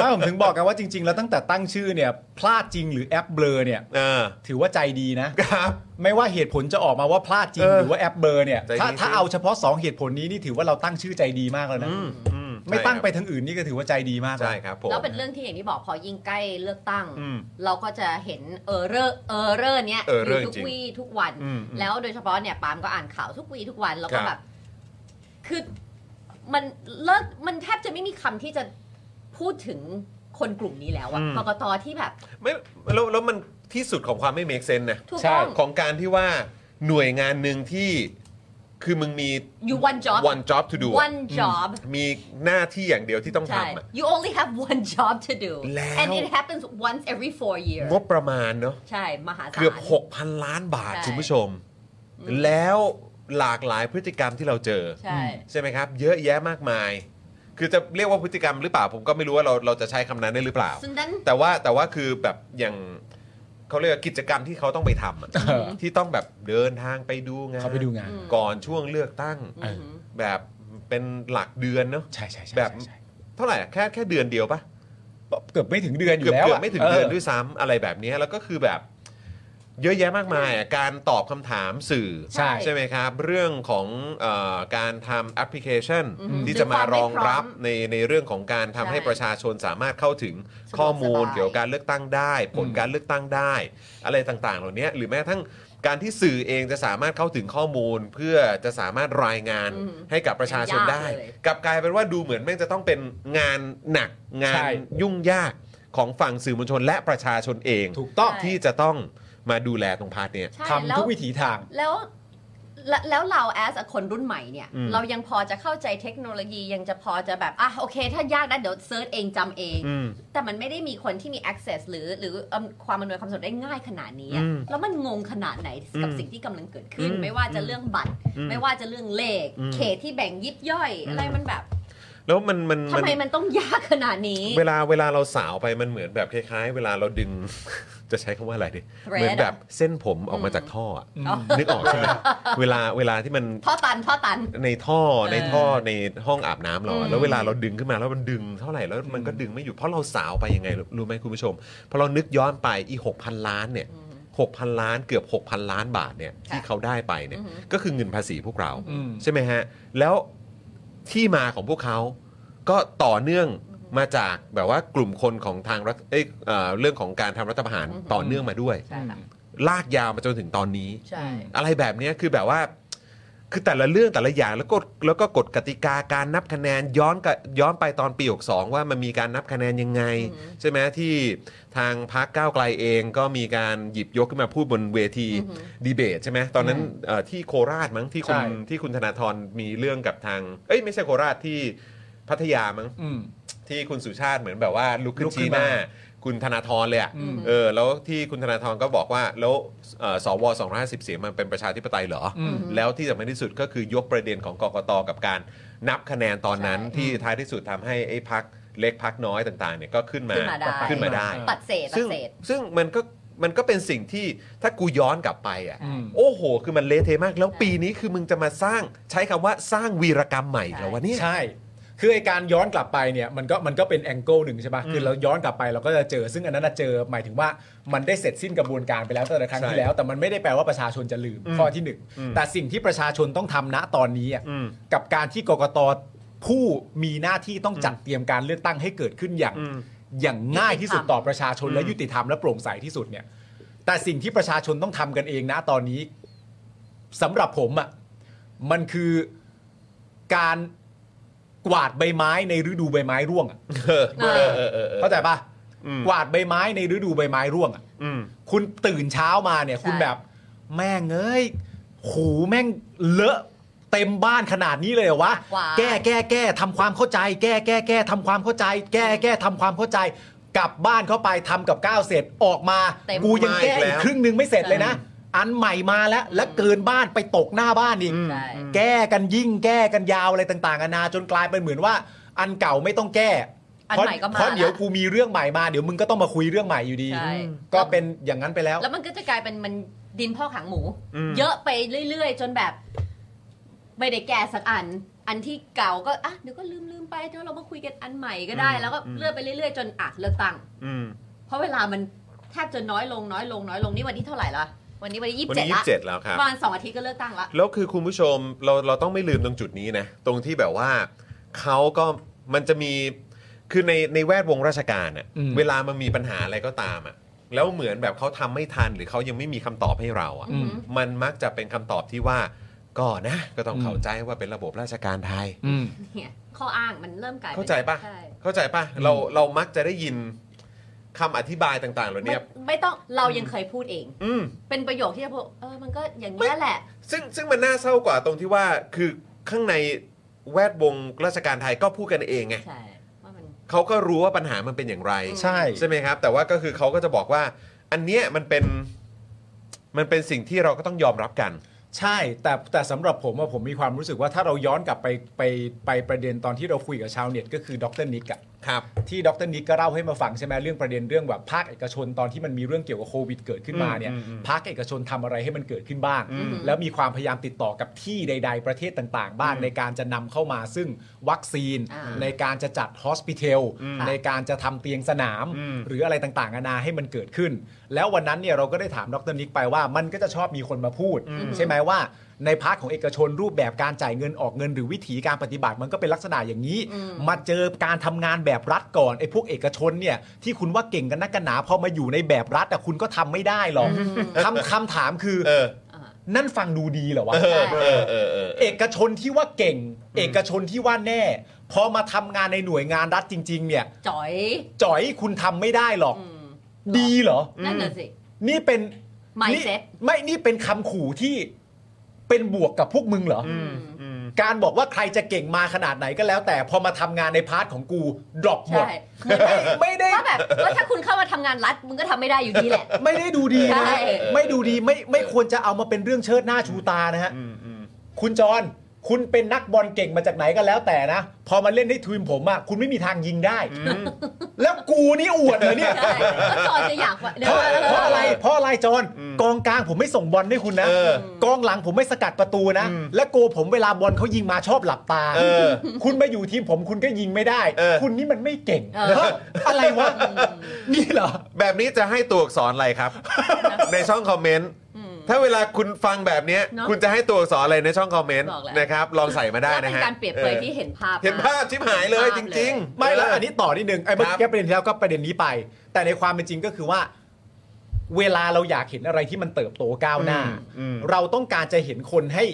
ถ้าผมถึงบอกกันว่าจริง ๆ แล้วตั้งแต่ตั้งชื่อเนี่ยพลาดจริงหรือแอปเบลอเนี่ย เออ ถือว่าใจดีนะ ครับ ไม่ว่าเหตุผลจะออกมาว่าพลาดจริง เออ หรือว่าแอปเบลอร์เนี่ย ใจดี ถ้า จริง ถ้าเอาเฉพาะสองเหตุผลนี้นี่ถือว่าเราตั้งชื่อใจดีมากแล้วนะ อืมอืม ไม่ตั้งไปทางอื่นนี่ก็ถือว่าใจดีมากแล้ว ใช่ครับผม แล้วเป็นเรื่องที่อย่างที่บอกพอยิ่งใกล้เลือกตั้ง อืม เราก็จะเห็นเออเรอเออเรอเนี้ย error ทุก จริง วี่ทุกวัน อืมอืม แล้วโดยเฉพาะเนี่ยปาล์มก็อ่านข่าวทุกวี่ทุกวันแล้วคก็รับ แบบ คือมันเลิกมันแทบจะไม่มีคำที่จะพูดถึงคนกลุ่มนี้แล้วอะกกตที่แบบ ไม่แล้วแล้วมันที่สุดของความไม่เม e เซนนะ ถูก ใช่ ต้อง ของการที่ว่าหน่วยงานหนึ่งที่คือมึงมี you one job one job to do อะ one job มีหน้าที่อย่างเดียวที่ต้อง ใช่ ทำอะ you only have one job to do แล้ว and it happens once every four years งบประมาณเนาะ ใช่ มหาศาล เกือบ 6,000 ล้านบาท ใช่ คุณผู้ชม แล้วหลากหลายพฤติกรรมที่เราเจอ ใช่ ใช่ไหมครับ เยอะแยะมากมาย คือจะเรียกว่าพฤติกรรมหรือเปล่า ผมก็ไม่รู้ว่าเราเราจะใช้คำนั้นได้หรือเปล่า ซึ่งนั้น แต่ว่าแต่ว่าคือแบบอย่างเขาเรียกว่ากิจกรรมที่เขาต้องไปทำอะ เออ ที่ต้องแบบเดินทางไปดูงาน เขาไปดูงาน ก่อนช่วงเลือกตั้ง เออ แบบเป็นหลักเดือนเนาะ ใช่ใช่ใช่ แบบ ใช่ใช่ เท่าไหร่อะแค่แค่เดือนเดียวปะ เกือบไม่ถึงเดือนอยู่ เกือบ แล้วะ เกือบไม่ถึงเดือนด้วย ยซ้ำอะไรแบบเนี้ยแล้วก็คือแบบ เยอะแยะมากมายอะการตอบคำถามสื่อ ใช่ ใช่ไหมครับ เรื่องของเออการทำแอปพลิเคชัน อือหือ ที่จะมารองรับในในเรื่องของการทำให้ ใช่ ประชาชนสามารถเข้าถึงข้อมูล สะดวกสบาย เกี่ยวกับการเลือกตั้งได้ ผล อืม การเลือกตั้งได้ อะไรต่างๆ เหล่านี้หรือแม้กระทั้งการที่สื่อเองจะสามารถเข้าถึงข้อมูล เพื่อจะสามารถรายงาน อืม ให้กับประชาชนได้ ยากเลย กลับกลายเป็นว่าดูเหมือนแม่งจะต้องเป็นงานหนักงาน ใช่ ยุ่งยากของฝั่งสื่อมวลชน และประชาชนเอง ถูกต้อง ที่จะต้องมาดูแลตรงพาร์ทเนี้ย ใช่ ทำ แล้ว ทุกวิถีทาง แล้วแล้วแล้วเรา as a คนรุ่นใหม่เนี่ย อืม เรายังพอจะเข้าใจเทคโนโลยียังจะพอจะแบบ อ่ะ โอเค ถ้ายากนะเดี๋ยวเซิร์ชเองจำเอง อืม แต่มันไม่ได้มีคนที่มี access หรือหรือเอิ่มความอำนวยความสะดวกได้ง่ายขนาดนี้อะ อืม แล้วมันงงขนาดไหนกับ อืม สิ่งที่กำลังเกิดขึ้น อืม ไม่ว่าจะเรื่องบัตร อืม ไม่ว่าจะเรื่องเลข อืม เขตที่แบ่งยิบย่อย อืม อะไรมันแบบ แล้วมันมัน ทำไมมันต้องยากขนาดนี้ เวลาเวลาเราสาวไปมันเหมือนแบบคล้ายๆ เวลาเราดึง จะใช้คำว่าอะไรดีเห Thread มือนแบบเส้นผมออกมาจากท่ออะนึกออกใช่ไหมเวลาเวลาที่มัน ท่อตันท่อตัน ในท่อ เออ ในท่อในห้องอาบน้ำเรา อื อะ ม แล้วเวลาเราดึงขึ้นมาแล้วมันดึงเท่าไหร่แล้วมันก็ดึงไม่อยู่เพราะเราสาวไปยังไงรู้รู้ไหมคุณผู้ชมพอเรานึกย้อนไปอีหกพันล้านเนี่ยหกพันล้านเกือบหกพันล้านบาทเนี่ยที่เขาได้ไปเนี่ยก็คือเงินภาษีพวกเรา อืม ใช่ไหมฮะ แล้วที่มาของพวกเขาก็ต่อเนื่องมาจากแบบว่ากลุ่มคนของทางรัฐเอ้ยเอ่อเรื่องของการทำรัฐประหาร อือฮึ ต่อเนื่องมาด้วย ใช่ค่ะ ลากยาวมาจนถึงตอนนี้ ใช่ อะไรแบบเนี้ยคือแบบว่า คือแต่ละเรื่องแต่ละอย่างแล้วก็แล้วก็กฎกติกาการนับคะแนนย้อนกับย้อนไปตอนปี62ว่ามันมีการนับคะแนนยังไง อือหือ ใช่ไหมที่ทางพักก้าวไกลเองก็มีการหยิบยกขึ้นมาพูดบนเวที อือหือ ดีเบตใช่ไหมตอนนั้นเอ่อที่โคราชมั้งที่คุณ ใช่ ที่คุณธนาธรมีเรื่องกับทาง เอ้ยไม่ใช่โคราชที่พัทยามั้ง อืม ที่คุณสุชาติเหมือนแบบว่าลุกขึ้ ลุ น กขึ้ ชี้ น ห มา น้าคุณธนาธรเลยอะ อืม เออแล้วที่คุณธนาธรก็บอกว่าแล้วเอ่อสว250เสียงมันเป็นประชาธิปไตยเหรออแล้วที่สำคัญที่สุดก็คือยกประเด็นของกกตกับการนับคะแนนตอนนั้น ใช่ ที่ท้ายที่สุดทำให้ไอ้พักเล็กพักน้อยต่างๆเนี่ยก็ขึ้นมา ขึ้นมาได้ ขึ้นมาได้ ตัดเศษตั ซึ่ ด ง เศษ ซึ่งมันก็มันก็เป็นสิ่งที่ถ้ากูย้อนกลับไปอ่ะ อืม โอ้โห คือมันเละเทะมาก แล้วปีนี้คือมึงจะมาสร้างใช้คำว่าสร้างวีรกรรมใหม่อีกแล้ววะเนี่ย ใช่ คือไอการย้อนกลับไปเนี่ยมันก็มันก็เป็นแองเกิลหนึ่งใช่ปะคือเราย้อนกลับไปเราก็จะเจอ ซึ่งอันนั้นนะเจอหมายถึงว่ามันได้เสร็จสิ้นกระบวนการไปแล้วตั้งแต่ครั้งที่แล้ว แต่มันไม่ได้แปลว่าประชาชนจะลืมข้อที่หนึ่งแต่สิ่งที่ประชาชนต้องทำณตอนนี้อะ อืม กับการที่กกตผู้มีหน้าที่ต้องจัดเตรียมการเลือกตั้งให้เกิดขึ้นอย่าง อืม อย่างง่ายที่สุด ยุติธรรม ต่อประชาชนและยุติธรรมและโปร่งใสที่สุดเนี่ย แต่สิ่งที่ประชาชนต้องทำกันเองนะตอนนี้สำหรับผมอะ่ะมันคือการกวาดใบไม้ในฤดูใบไม้ร่วงอะ เออเออเออเออเออ เข้าใจปะ อืม กวาดใบไม้ในฤดูใบไม้ร่วงอะ อืม คุณตื่นเช้ามาเนี่ย คุณ ใช่ แบบ แม่งเอ้ยหูแม่งเลอะเต็มบ้านขนาดนี้เลยเหรอวะ กวาด แก้แก้แก้ทำความเข้าใจ แก้แก้แก้ทำความเข้าใจ แก้แก้ทำความเข้าใจ กลับบ้านเข้าไปทำกับก้าวเสร็จออกมา เต็ม กูยังแก้ มาอีกแล้ อีก ว ครึ่งหนึงไม่เสร็จเลยนะ อันใหม่มาแล้ว และเกินบ้านไปตกหน้าบ้านอีก ใช่ แก้กันยิ่งแก้กันยาวอะไรต่างๆนานาจนกลายเป็นเหมือนว่า อันเก่าไม่ต้องแก้ อัน เพราะ ใหม่ก็มา เพราะเดี๋ยว ละ กูมีเรื่องใหม่มาเดี๋ยวมึงก็ต้องมาคุยเรื่องใหม่อยู่ดี ใช่ ก็เป็นอย่างนั้นไปแล้ว แล้วมันก็จะกลายเป็นมันดินพอกหางหมู อืม เยอะไปเรื่อย ๆ จนแบบ ไม่ได้แก่สักอัน อันที่เก่าก็อ่ะเดี๋ยวก็ลืมลืมๆไปเดี๋ยวเรามาคุยกันอันใหม่ก็ได้ แล้วก็เลื่อนไปเรื่อยๆ จนอ่ะเลือกตั้ง อืม เพราะเวลามันแทบจะน้อยลงน้อยลงน้อยลงนี่วันที่เท่าไหร่ละวันนี้วันที่ยี่สิ วันบเจ็ด นี้ยี่ ละ สิบเจ็ดแล้วครับ ประมาณสองอาทิตย์ก็เลือกตั้งละ แล้วคือคุณผู้ชมเราเราต้องไม่ลืมตรงจุดนี้นะ ตรงที่แบบว่าเขาก็มันจะมีคือในในแวดวงราชการอะ อืม เวลามันมีปัญหาอะไรก็ตามอะแล้วเหมือนแบบเขาทำไม่ทันหรือเขายังไม่มีคำตอบให้เราอะ อือหือ มันมักจะเป็นคำตอบที่ว่าก็นะ ก็ต้องเข้าใจว่าเป็นระบบราชการไทย อืม เนี่ยข้ออ้างมันเริ่มกลายป็น เข้าใจปะ ใช่ เข้าใจปะเราเรามักจะได้ยินคำอธิบายต่าง ๆ เหล่า ไม่ นี้ ไม่ต้องเรายังเคยพูดเอง อืม เป็นประโยคที่จะพูดเออมันก็อย่างนี้ยแหละ ซึ่งซึ่งมันน่าเศร้ากว่าตรงที่ว่าคือข้างในแวดวงราชการไทยก็พูดกันเองไง ใช่ว่ามัน เขาก็รู้ว่าปัญหามันเป็นอย่างไร ใช่ ใช่ไหมครับ แต่ว่าก็คือเขาก็จะบอกว่า อันเนี้ยมันเป็นมันเป็นสิ่งที่เราก็ต้องยอมรับกัน ใช่แต่แต่สำหรับผมอะผมมีความรู้สึกว่าถ้าเราย้อนกลับไปไปไปประเด็นตอนที่เราคุยกับชาวเน็ตก็คือดรนิกอะ ครับ ที่ดรนิกก็เล่าให้มาฟังใช่ไหมเรื่องประเด็นเรื่องแบบภาคเอกชนตอนที่มันมีเรื่องเกี่ยวกับโควิดเกิดขึ้นมาเนี่ย อืมอืม ภาคเอกชนทำอะไรให้มันเกิดขึ้นบ้าง อืม แล้วมีความพยายามติดต่อกับที่ใด ๆ ประเทศต่างๆ บ้าง อืม ในการจะนำเข้ามาซึ่งวัคซีน อ่า ในการจะจัดฮอสพิเทล อืม ในการจะทำเตียงสนาม อืม หรืออะไรต่างๆนานาให้มันเกิดขึ้น แล้ววันนั้นเนี่ยเราก็ได้ถามดรนิกไปว่ามันก็จะชอบมีคนมาพูด อืม ใช่ไหมว่าในพาร์ทของเอกชนรูปแบบการจ่ายเงินออกเงิน หรือวิธีการปฏิบัติมันก็เป็นลักษณะอย่างนี้ อืม มาเจอการทำงานแบบรัฐก่อนไอ้พวกเอกชนเนี่ยที่คุณว่าเก่งกันนักกันหนาพอมาอยู่ในแบบรัฐแต่คุณก็ทำไม่ได้หรอกคำคำถามคือ เออ อ่า นั่นฟังดูดีเหรอวะ เออ ใช่ เออเออเออ เอกชนที่ว่าเก่ง เอกชนที่ว่าแน่ พอมาทำงานในหน่วยงานรัฐจริง ๆ เนี่ย จ๋อย จ๋อยคุณทำไม่ได้หรอก อืม ดีเหรอ นั่นน่ะสิ นี่เป็น mindset นี่ไม่นี่เป็นคำขู่ที่เป็นบวกกับพวกมึงเหรออการบอกว่าใครจะเก่งมาขนาดไหนก็แล้วแต่พอมาทำงานในพาร์ทของกูดรอปหมด ใช่ ไม่ไม่ได้ ว่าแบบว่าถ้าคุณเข้ามาทำงานรัฐมึงก็ทำไม่ได้อยู่ดีแหละ ไม่ได้ดูดีนะ ใช่ ไม่ดูดีไม่ไม่ควรจะเอามาเป็นเรื่องเชิดหน้าชูตานะฮะคุณจรคุณเป็นนักบอลเก่งมาจากไหนก็แล้วแต่นะ พอมาเล่นให้ทีมผมอะคุณไม่มีทางยิงได้ แล้วกูนี่อวดเหรอเนี่ย ใช่ก็จอยจะอยากว่าเดี๋ย เพราะเพวราะอะไรเพราะอะไรจอนกองกลางผมไม่ส่งบอลให้คุณนะ เออก องหลังผมไม่สกัดประตูนะ และโกผมเวลาบอลเขายิงมาชอบหลับตา เออ คุณมาอยู่ทีมผมคุณก็ยิงไม่ได้ เออ คุณนี่มันไม่เก่ง เออ ฮะอะไรวะนี่เหรอ แบบนี้จะให้ตัวอักษรอะไรครับ ในช่องคอมเมนต์ถ้าเวลาคุณฟังแบบเนี้ย เนอะ คุณจะให้ตัวอักษรอะไรในช่องคอมเมนต์ บอกแล้ว นะครับ ลองใส่มาได้ แล้วเป็ นะ น ฮะ การเปรียบเปรยที่เห็นภาพ เห็นภาพชิบหายเลยจริง ๆ ไม่แล้วอันนี้ต่อนิดนึงไอ้เมื่อ ครับ กี้ประเด็นที่แล้วก็ประเด็นนี้ไป แต่ในความเป็นจริงก็คือว่า เวลาเราอยากเห็นอะไรที่มันเติบโตก้าวหน้า อืมอืม เราต้องการจะเห็นคนให้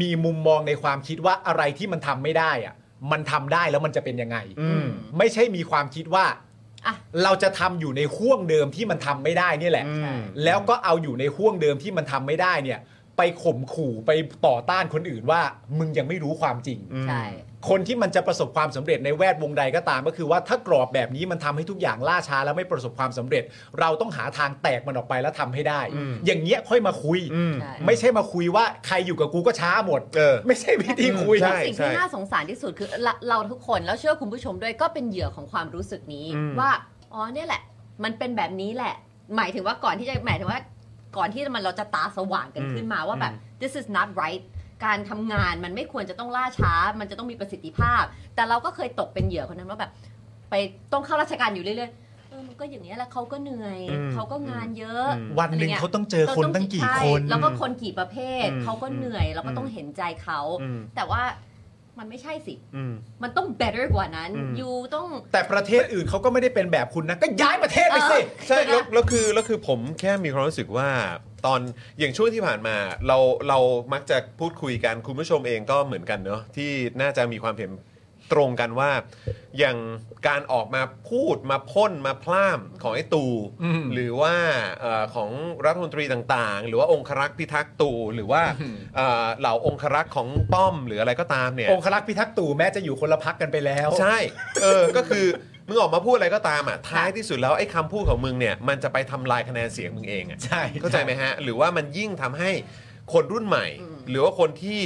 มีมุมมองในความคิดว่าอะไรที่มันทำไม่ได้อะมันทำได้แล้วมันจะเป็นยังไง อืม ไม่ใช่มีความคิดว่า ๆอ่ะ เราจะทำอยู่ในห่วงเดิมที่มันทำไม่ได้เนี่ยแหละ อืม แล้วก็เอาอยู่ในห่วงเดิมที่มันทำไม่ได้เนี่ย ไปข่มขู่ไปต่อต้านคนอื่นว่า มึงยังไม่รู้ความจริง ใช่ คนที่มันจะประสบความสำเร็จในแวดวงใดก็ตามก็คือว่าถ้ากรอบแบบนี้มันทำให้ทุกอย่างล่าช้าแล้วไม่ประสบความสำเร็จ เราต้องหาทางแตกมันออกไปแล้วทำให้ได้ อย่างเงี้ยค่อยมาคุย อืม ใช่ ไม่ใช่มาคุยว่าใครอยู่กับกูก็ช้าหมด เออ ไม่ใช่วิธีคุย ใช่ สิ่งที่น่าสงสารที่สุดคือเราเราทุกคนแล้วเชื่อคุณผู้ชมด้วยก็เป็นเหยื่อของความรู้สึกนี้ อืม ว่าอ๋อเนี่ยแหละ มันเป็นแบบนี้แหละ หมายถึงว่าก่อนที่จะหมายถึงว่า ก่อนที่มันเราจะตาสว่างกันขึ้นมาว่าแบบ this is not right การทำงานมันไม่ควรจะต้องล่าช้า มันจะต้องมีประสิทธิภาพ แต่เราก็เคยตกเป็นเหยื่อคนนั้นว่าแบบ ไปต้องเข้าราชการอยู่เรื่อยๆเออมันก็อย่างนี้ยแหละเขาก็เหนื่อย อืม เขาก็งานเยอะ วันหนึ่งเขาต้องเจอคนตั้งกี่ ใช่ คน แล้วก็คนกี่ประเภท อืม เขาก็เหนื่อยเราก็ต้องเห็นใจเขา แต่ว่ามันไม่ใช่สิ อืม มันต้อง better กว่านั้น อืม อยู่ต้อง แต่ประเทศอื่นเขาก็ไม่ได้เป็นแบบคุณนะก็ย้ายประเทศไปสิ เอ ใช่แล้ว นะ แล้วคือแล้วคือผมแค่มีความรู้สึกว่าตอนอย่างช่วงที่ผ่านมาเราเรามักจะพูดคุยกันคุณผู้ชมเองก็เหมือนกันเนอะที่น่าจะมีความเห็นตรงกันว่า อย่างการออกมาพูดมาพ่นมาพล่ามของไอ้ตู่ อืม หรือว่าเออของรัฐมนตรีต่างๆ หรือว่าองครักษ์พิทักษ์ตู่หรือว่า อืม เอ่อเหล่าองครักษ์ของป้อมหรืออะไรก็ตามเนี่ย องครักษ์พิทักษ์ตู่แม้จะอยู่คนละพักกันไปแล้ว ใช่ เออ ก็คือ มึงออกมาพูดอะไรก็ตามอ่ะ ท้ายที่สุดแล้วไอ้คำพูดของมึงเนี่ย มันจะไปทำลายคะแนนเสียงมึงเองอ่ะ ใช่ เข้าใจไหมฮะ หรือว่ามันยิ่งทำให้คนรุ่นใหม่ หรือว่าคนที่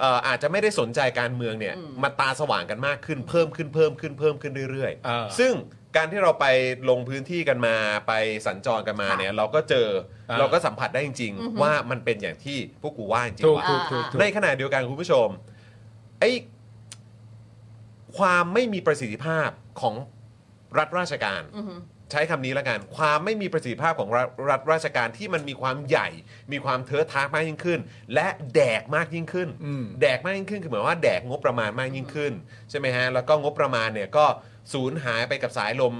เอ่ออาจจะไม่ได้สนใจการเมืองเนี่ย อืม มาตาสว่างกันมากขึ้นเพิ่มขึ้นเพิ่มขึ้นเพิ่มขึ้นเรื่อย เออ ซึ่งการที่เราไปลงพื้นที่กันมาไปสัญจรกันมาเนี่ยเราก็เจอ อ่า เราก็สัมผัสได้จริง อือฮึ ๆ ว่ามันเป็นอย่างที่พวกกูว่าจริง ถูก ว่ะ ถูกถูกถูก ในขณะเดียวกันคุณผู้ชมไอ้ความไม่มีประสิทธิภาพของรัฐราชการ อือหือ ใช้คำนี้ละกัน ความไม่มีประสิทธิภาพของรัฐรัฐราชการที่มันมีความใหญ่ มีความเทอะทากมากยิ่งขึ้น และแดกมากยิ่งขึ้น อืม แดกมากยิ่งขึ้นคือหมายว่าแดกงบประมาณมากยิ่งขึ้นใช่ไหมฮะแล้วก็งบประมาณเนี่ยก็สูญหายไปกับสายลม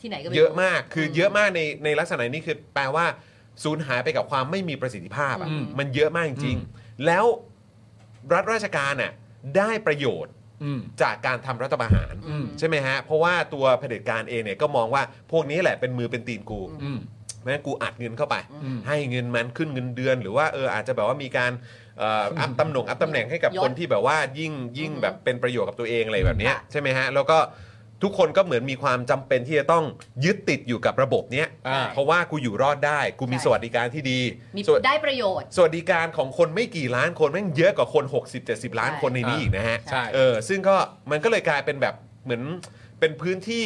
ที่ไหนก็ไรู้ เยอะมากคือเยอะมากในในลักษณะนี้คือแปลว่าสูญหายไปกับความไม่มีประสิทธิภาพอะ อืม มันเยอะมากจริงๆแล้วรัฐราชการน่ะได้ประโยชน์ อืม จากการทำรัฐประหาร อืม ใช่ไหมฮะเพราะว่าตัวเผด็จการเองเนี่ยก็มองว่าพวกนี้แหละเป็นมือเป็นตีนกู อืม เพราะฉะนั้นกูอัดเงินเข้าไป อืม ให้เงินมันขึ้นเงินเดือน หรือว่าเอออาจจะแบบว่ามีการเอ่อ อัพตำแหน่งอัพตำแหน่งให้กับคนที่แบบว่ายิ่งยิ่งแบบเป็นประโยชน์กับตัวเองอะไรแบบเนี้ยใช่ไหมฮะแล้วก็ทุกคนก็เหมือนมีความจำเป็นที่จะต้องยึดติดอยู่กับระบบเนี้ย อ่า เพราะว่ากูอยู่รอดได้กูมีสวัสดิการที่ดี มี สวัส ได้ประโยชน์ สวัสดิการของคนไม่กี่ล้านคนแม่งเยอะกว่าคน 60-70 ล้านคนในนี้อีกนะฮะ ใช่ เออซึ่งก็มันก็เลยกลายเป็นแบบเหมือนเป็นพื้นที่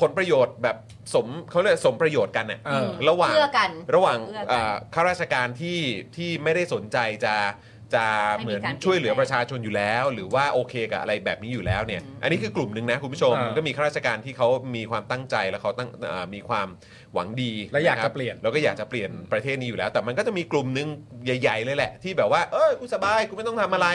ผลประโยชน์แบบสมเขาเรียกสมประโยชน์กันน่ะ เออ ระหว่าง เอื้อกัน ระหว่าง เอื้อกัน เอ่อข้าราชการที่ที่ไม่ได้สนใจจะจะ ให้มี เหมือน การเปลี่ยน ช่วยเหลือประชาชนอยู่แล้ว หรือว่าโอเคกับอะไรแบบนี้อยู่แล้วเนี่ย อืม อันนี้คือกลุ่มหนึ่งนะคุณผู้ชม เออ ก็มีข้าราชการที่เขามีความตั้งใจแล้วเขาตั้งเอ่อมีความหวังดี และอยาก นค จะ รับ เปลี่ยน แล้วก็อยากจะเปลี่ยนประเทศนี้อยู่แล้ว แต่มันก็จะมีกลุ่มหนึ่งใหญ่ ๆ เลยแหละ ที่แบบว่า เอ้ยกูสบายกูไม่ต้องทำอะไร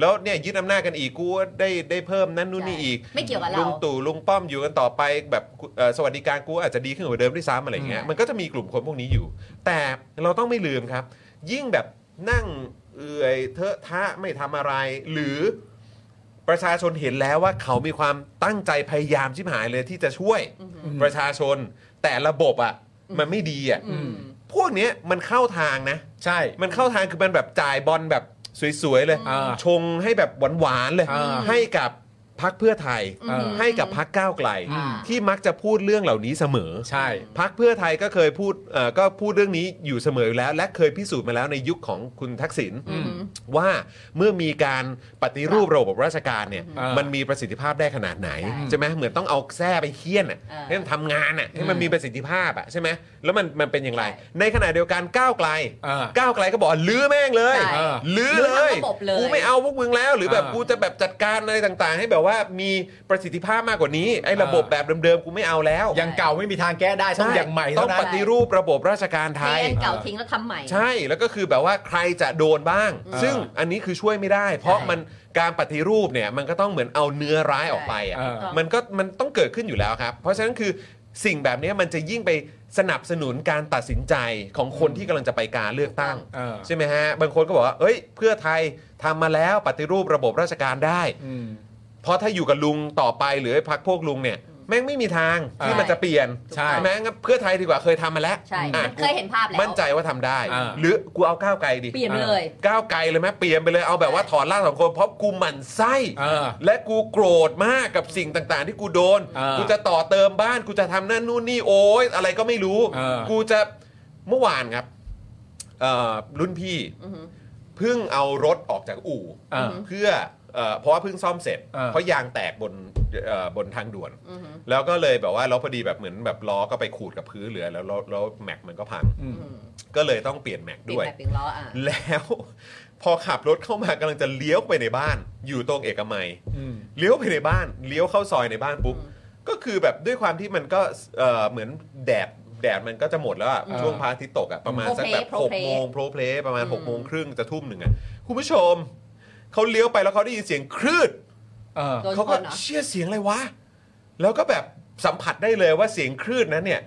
แล้วเนี่ยยึดอำนาจกันอีกกูได้ได้เพิ่มนั่นนู่นนี่อีก ใช่ไม่เกี่ยวกับ ลุ เรา งตู่ลุงป้อมอยู่กันต่อไปแบบกูเอ่อสวัสดิการกูอาจจะดีขึ้นกว่าเดิมด้วยซ้ำอะไรอย่างเงี้ย อืม มันก็จะมีกลุ่มคนพวกนี้อยู่ แต่เราต้องไม่ลืมครับ ยิ่งแบบนั่งเอื่อยเทอะทะไม่ทำอะไร หรือประชาชนเห็นแล้วว่าเขามีความตั้งใจพยายามชิบหายเลยที่จะช่วย อือหือ ประชาชนแต่ระบบอ่ะมันไม่ดีอ่ะ อืม พวกเนี้ยมันเข้าทางนะ ใช่ มันเข้าทางคือมันแบบจ่ายบอลแบบสวยๆเลย อ่า ชงให้แบบหวานๆเลย อ่า ให้กับพักเพื่อไทย อืม ให้กับพักก้าวไกล อ่า ที่มักจะพูดเรื่องเหล่านี้เสมอ ใช่ พักเพื่อไทยก็เคยพูดเอ่อก็พูดเรื่องนี้อยู่เสมออยู่แล้ว และเคยพิสูจน์มาแล้วในยุคของคุณทักษิณ อืม ว่าเมื่อมีการปฏิรูประบบราชการเนี่ย อ่ามั มันมีประสิทธิภาพได้ขนาดไหน ใช่ ใช่ไหมเหมือนต้องเอาแส้ไปเคี่ยนอะ อ่า ให้มันทำงานอะให้มัน อืม มีประสิทธิภาพอะใช่ไหมแล้วมันมันเป็นอย่างไร ใช่ ในขณะเดียวกันก้าวไกล อ่า ก้าวไกลก็บอกว่าลื้อแม่งเลย ใช่ ลื้อ ลื้ เล อทั้ง ย ระบบเลย กูไม่เอาพวกมึงแล้วหรือแบบ อ่ากู กูจะแบบจัดการอะไรต่างๆ ให้แบบว่ามีประสิทธิภาพมากกว่านี้ไอ้ระบบ อ่า แบบเดิมๆกูไม่เอาแล้ว ยังเก่าไม่มีทางแก้ได้ต้อง ใช่ อย่างใหม่ ต้ เท่า อง นั้ ป น ฏิรูประบบราชการไท เรี ย ยนเก่าทิ้งแล้วทำใหม่ ใช่แล้วก็คือแบบว่าใครจะโดนบ้าง เออ ซึ่งอันนี้คือช่วยไม่ได้ เพราะ ใช่ มันการปฏิรูปเนี่ยมันก็ต้องเหมือนเอาเนื้อร้ายออกไปอ่ะ ใช่เออ มันก็มันต้องเกิดขึ้นอยู่แล้วครับ เพราะฉะนั้นคือสิ่งแบบนี้มันจะยิ่งไปสนับสนุนการตัดสินใจของคนที่กำลังจะไปการเลือกตั้ง เออ ใช่ไหมฮะบางคนก็บอกว่าเอ้ย เพื่อไทยทำมาแล้วปฏิรูประบบราชการได้ อืม เพราะถ้าอยู่กับลุงต่อไปหรือไอ้พักพวกลุงเนี่ยแม่งไม่มีทางที่ ใช่ มันจะเปลี่ยน ใช่ ไหมงั้นเพื่อไทยดีกว่าเคยทำมาแล้ว ใช่ อ่ะ มันเคยเห็นภาพแล้ว มั่นใจว่าทำได้ อ่า หรือกูเอาก้าวไกลดี เปลี่ยนไปเลย ก้าวไกลเลยไหมเปลี่ยนไปเลยเอาแบบว่าถอนล่างสองคนเพราะกูหมั่นไส้ เออ และกูโกรธมากกับสิ่งต่างๆ ที่กูโดน อ่ากู กูจะต่อเติมบ้าน กูจะทำนั่นนู่นนี่โอ้ยอะไรก็ไม่รู้ อ่ากู กูจะเมื่อวานครับเอ่อรุ่นพี่ อือหือ เพิ่งเอารถออกจากอู่ เออ เพื่อเอ่อเพราะว่าเพิ่งซ่อมเสร็จ เออ เพราะยางแตกบนเอ่อบนทางด่วน อือหือ แล้วก็เลยแบบว่าแล้วพอดีแบบเหมือนแบบล้อก็ไปขูดกับพื้นเหลือแล้วแล้วแล้วแม็กมันก็พัง อืม อืม ก็เลยต้องเปลี่ยนแม็ก เปลี่ยน ด้วย แบบเปลี่ยนล้ออ่ะ แล้ว พอขับรถเข้ามากำลังจะเลี้ยวไปในบ้าน อยู่ตรงเอกมัย อืม เลี้ยวไปในบ้านเลี้ยวเข้าซอยในบ้านปุ๊บ อืม ก็คือแบบด้วยความที่มันก็เอ่อเหมือนแดดแดดมันก็จะหมดแล้วอะ อืม ช่วงพระอาทิตย์ตกอะประมาณสักแบบ โพล หก เพลย์ โมงโปรเพลย์ประมาณ อืม หกโมงครึ่งจะทุ่มหนึ่งอะคุณผู้ชมเขาเลี้ยวไปแล้วเขาได้ยินเสียงคลืด เออ โดน เขา ค ก็ นเหรอ เชี่ยเสียงอะไรวะแล้วก็แบบสัมผัสได้เลยว่าเสียงคลืดนั้นเนี่ย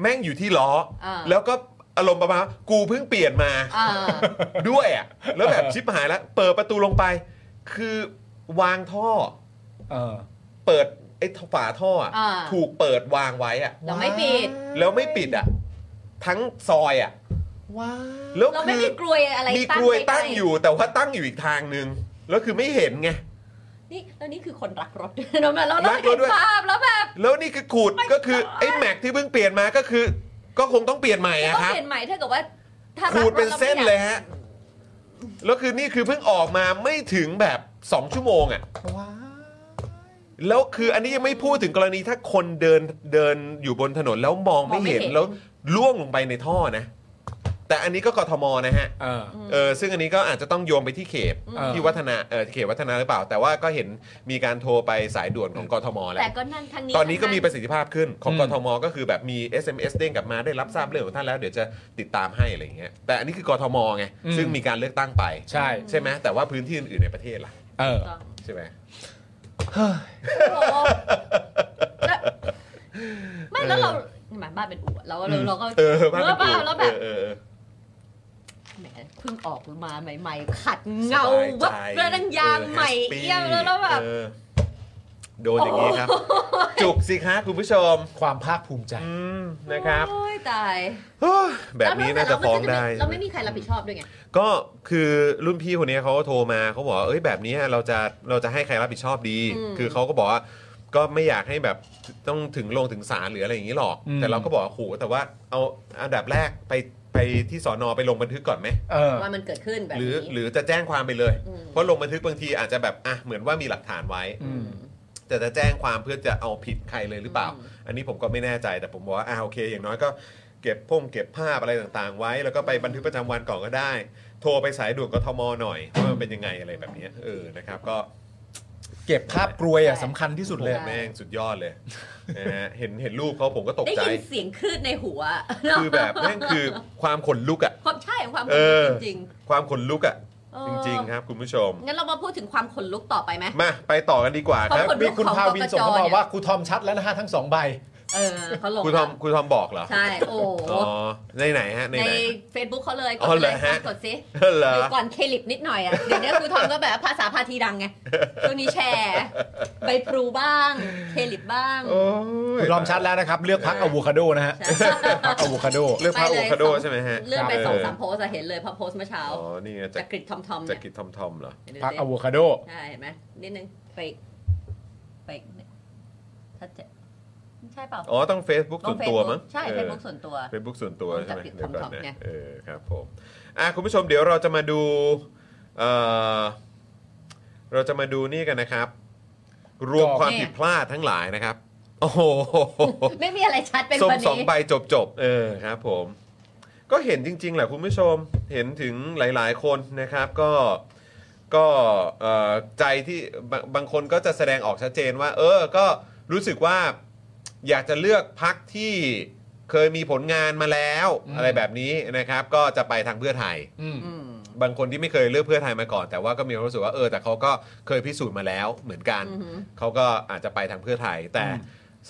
แม่งอยู่ที่ล้ออา แล้วก็อารมณ์ประมาณว่ากูเพิ่งเปลี่ยนมา อ่า ด้วยอ่ะแล้วแบบชิบหายแล้วเปิดประตูลงไป คือวางท่อ เออ เปิดไอ้ฝาท่ออะ อ่า ถูกเปิดวางไว้อะ เราไม่ปิด แล้วไม่ปิดอะทั้งซอยอะ ว้า แล้ว เราไม่ คือ มีกลวยอะไร มี ตั้ ก ง ลวย ไว้ ตั้งอยู่แต่ว่าตั้งอยู่อีกทางนึงแล้วคือไม่เห็นไง นี่แล้วนี่คือคนรักรถ ด้วยเนอะแบบเราต้อ รั ง กร เห็ ถ น ด้วย ภาพแล้วแบบ แล้วนี่คือขูดก็คือไอ้แม็กที่เพิ่งเปลี่ยนมาก็คือ ก็คงต้องเปลี่ยนใหม่ นี่ อะ ต้อง ครับ เปลี่ยนใหม่ถ้าเกิดว่าถ้า ขูดเป็นเส้นเลยฮะ แล้วคือนี่คือเพิ่งออกมาไม่ถึงแบบ 2 ชั่วโมงอะ่ะแล้วคืออันนี้ยังไม่พูดถึงกรณีถ้าคนเดินเดินอยู่บนถนนแล้วมองไม่เห็น มองไม่เห็น แล้วล่วงลงไปในท่อนะ แต่อันนี้ก็กทมนะฮะ เออ เออซึ่งอันนี้ก็อาจจะต้องโยงไปที่เขต เออ ที่วัฒนาเออเขตวัฒนาหรือเปล่า แต่ว่าก็เห็นมีการโทรไปสายด่วนของกทมแล้ว แต่ก็นั่นทางนี้ ตอนนี้ก็มีประ ทาง สิทธิภาพขึ้นของ อืม กทมก็คือแบบมี SMS เด้งกลับมาได้รับทราบเรื่องของท่านแล้วเดี๋ยวจะติดตามให้อะไรอย่างเงี้ยแต่อันนี้คือกทมไงซึ่งมีการเลือกตั้งไป ใช่ ใช่ไหมแต่ว่าพื้นที่อื่นๆในประเทศล่ะ เออ นั้น ใช่ไหม โอ้โหแล้วไม่แล้วเราหมายบ้านเป็นอู่อะเราเราเราก็ เออบ้น เออเปล่าแล้วแบบ เออเออ แหมเพิ่งออกมาใหม่ ๆ ขัดเงา สบายใจ วับเรื่องยางใหม่ ออ happy เอี่ยมแล้วแล้วแบบ เออโดนอย่างนี้ครับ จุกสิคะคุณผู้ชม ความภาคภูมิใจ อืมนะครับ โอ้ยตาย แบบนี้น่าจะฟ้องได้ เราไม่มีใครรับผิดชอบด้วยไง ก็คือรุ่นพี่คนนี้เขาโทรมาเขาบอกว่าเอ้ยแบบนี้เราจะเราจะให้ใครรับผิดชอบดี อืม คือเขาก็บอกว่าก็ไม่อยากให้แบบต้องถึงลงถึงศาลหรืออะไรอย่างนี้หรอก อืม แต่เราก็บอกว่าโหแต่ว่าเอาอันดับแรกไปไปที่สอนอไปลงบันทึกก่อนไหม เออ ว่ามันเกิดขึ้นแบบ หรือ นี้ หรือจะแจ้งความไปเลย อืม เพราะลงบันทึกบางทีอาจจะแบบอ่ะเหมือนว่ามีหลักฐานไว้ อืม แต่จะแจ้งความเพื่อจะเอาผิดใครเลยหรือเปล่า อันนี้ผมก็ไม่แน่ใจแต่ผมบอกว่าอ่าโอเค อย่างน้อยก็เก็บพงเก็บภาพอะไรต่างๆ ไว้ แล้วก็ไปบันทึกประจำวันก่อนก็ได้ โทรไปสายด่วนกทมหน่อยว่ามันเป็นยังไงอะไรแบบเนี้ยเออนะครับก็ เก็บภาพกรวยอ่ะสำคัญที่สุด โห เลย แม่งสุดยอดเลยนะฮะ เห็นเห็นรูปเขาผมก็ตก ได้ ใจ ยินเสียงคลื่นในหัว คือแบบแม่งคือความขนลุกอ่ะ ความใช่ของความข เอน ลุ อ กจริง ความขนลุกอ่ะ ๆเออ จริง ๆ ครับคุณผู้ชม งั้นเรามาพูดถึงความขนลุกต่อไปไหม มาไปต่อกันดีกว่าครับ ขนลุ มี ก คุณพาวินส่งเข้ามาว่าครูทอมชัดแล้วนะฮะทั้งสองใบ เออเขาลง คุณทอมคุณทอมบอกเหรอ ใช่ โอ้โห อ๋อในไหนฮะใน ใน ไหน Facebook เขาเลยก อ๋อ ด เหร เล อย ฮะ กดซิ เหร อ อยู่ ก่อนเคลิปนิดหน่อยอ่ะ เดี๋ยวนี้ครูทอมก็แบบภาษาพาทีดังไงช่วงนี้แชร์ ใบพลูบ้าง เคลิปบ้าง โอ้ย คุณทอมชัดแล้วนะครับ เลือกพักอะโวคาโดนะฮะพักอะโวคาโด เลือกพระ ไป โอ เลย คาโด สอง ใช่ไหมฮะ เลื่อนไป ครับ สองสามโพสอะเห็นเลยเพอโพสเมื่อเช้า อ๋อ นี่ไงจา จาก ก กริดทอมทอม จาก เนี่ย กิจทอมทอมเหรอ เดี๋ยวดู พัก สิ อะโวคาโด ใช่เห็นไหมนิดนึงไปอีกไปอีกนิดถ้าเจะใช่เปล่า อ๋อ ต้อง Facebook ส่วนตัวมั้ง ใช่เฟซบุ๊กส่วนตัว เฟซบุ๊กส่วนตัวใช่ไหม จากกิจ เดี๋ยวก่อน ทอมทอมนะเนี่ย เออครับผมอ่ะคุณผู้ชมเดี๋ยวเราจะมาดูเอ่อเราจะมาดูนี่กันนะครับ รวมความผิดพลาดทั้งหลายนะครับ โอ้โห ไม่มีอะไรชัดเป็น ส้ม วัน สอง นี้ ใบจบจบๆเออครับผม ก็เห็นจริง ๆ แหละคุณผู้ชมเห็นถึงหลาย ๆ คนนะครับก็ก็เอ่อใจที่บางบางคนก็จะแสดงออกชัดเจนว่า เออก็รู้สึกว่าอยากจะเลือกพักที่เคยมีผลงานมาแล้ว อืม อะไรแบบนี้นะครับ ก็จะไปทางเพื่อไทย อืม อืม บางคนที่ไม่เคยเลือกเพื่อไทยมาก่อน แต่ว่าก็มีความรู้สึกว่าเออแต่เขาก็เคยพิสูจน์มาแล้วเหมือนกัน อือหือ เขาก็อาจจะไปทางเพื่อไทย แต่ อืม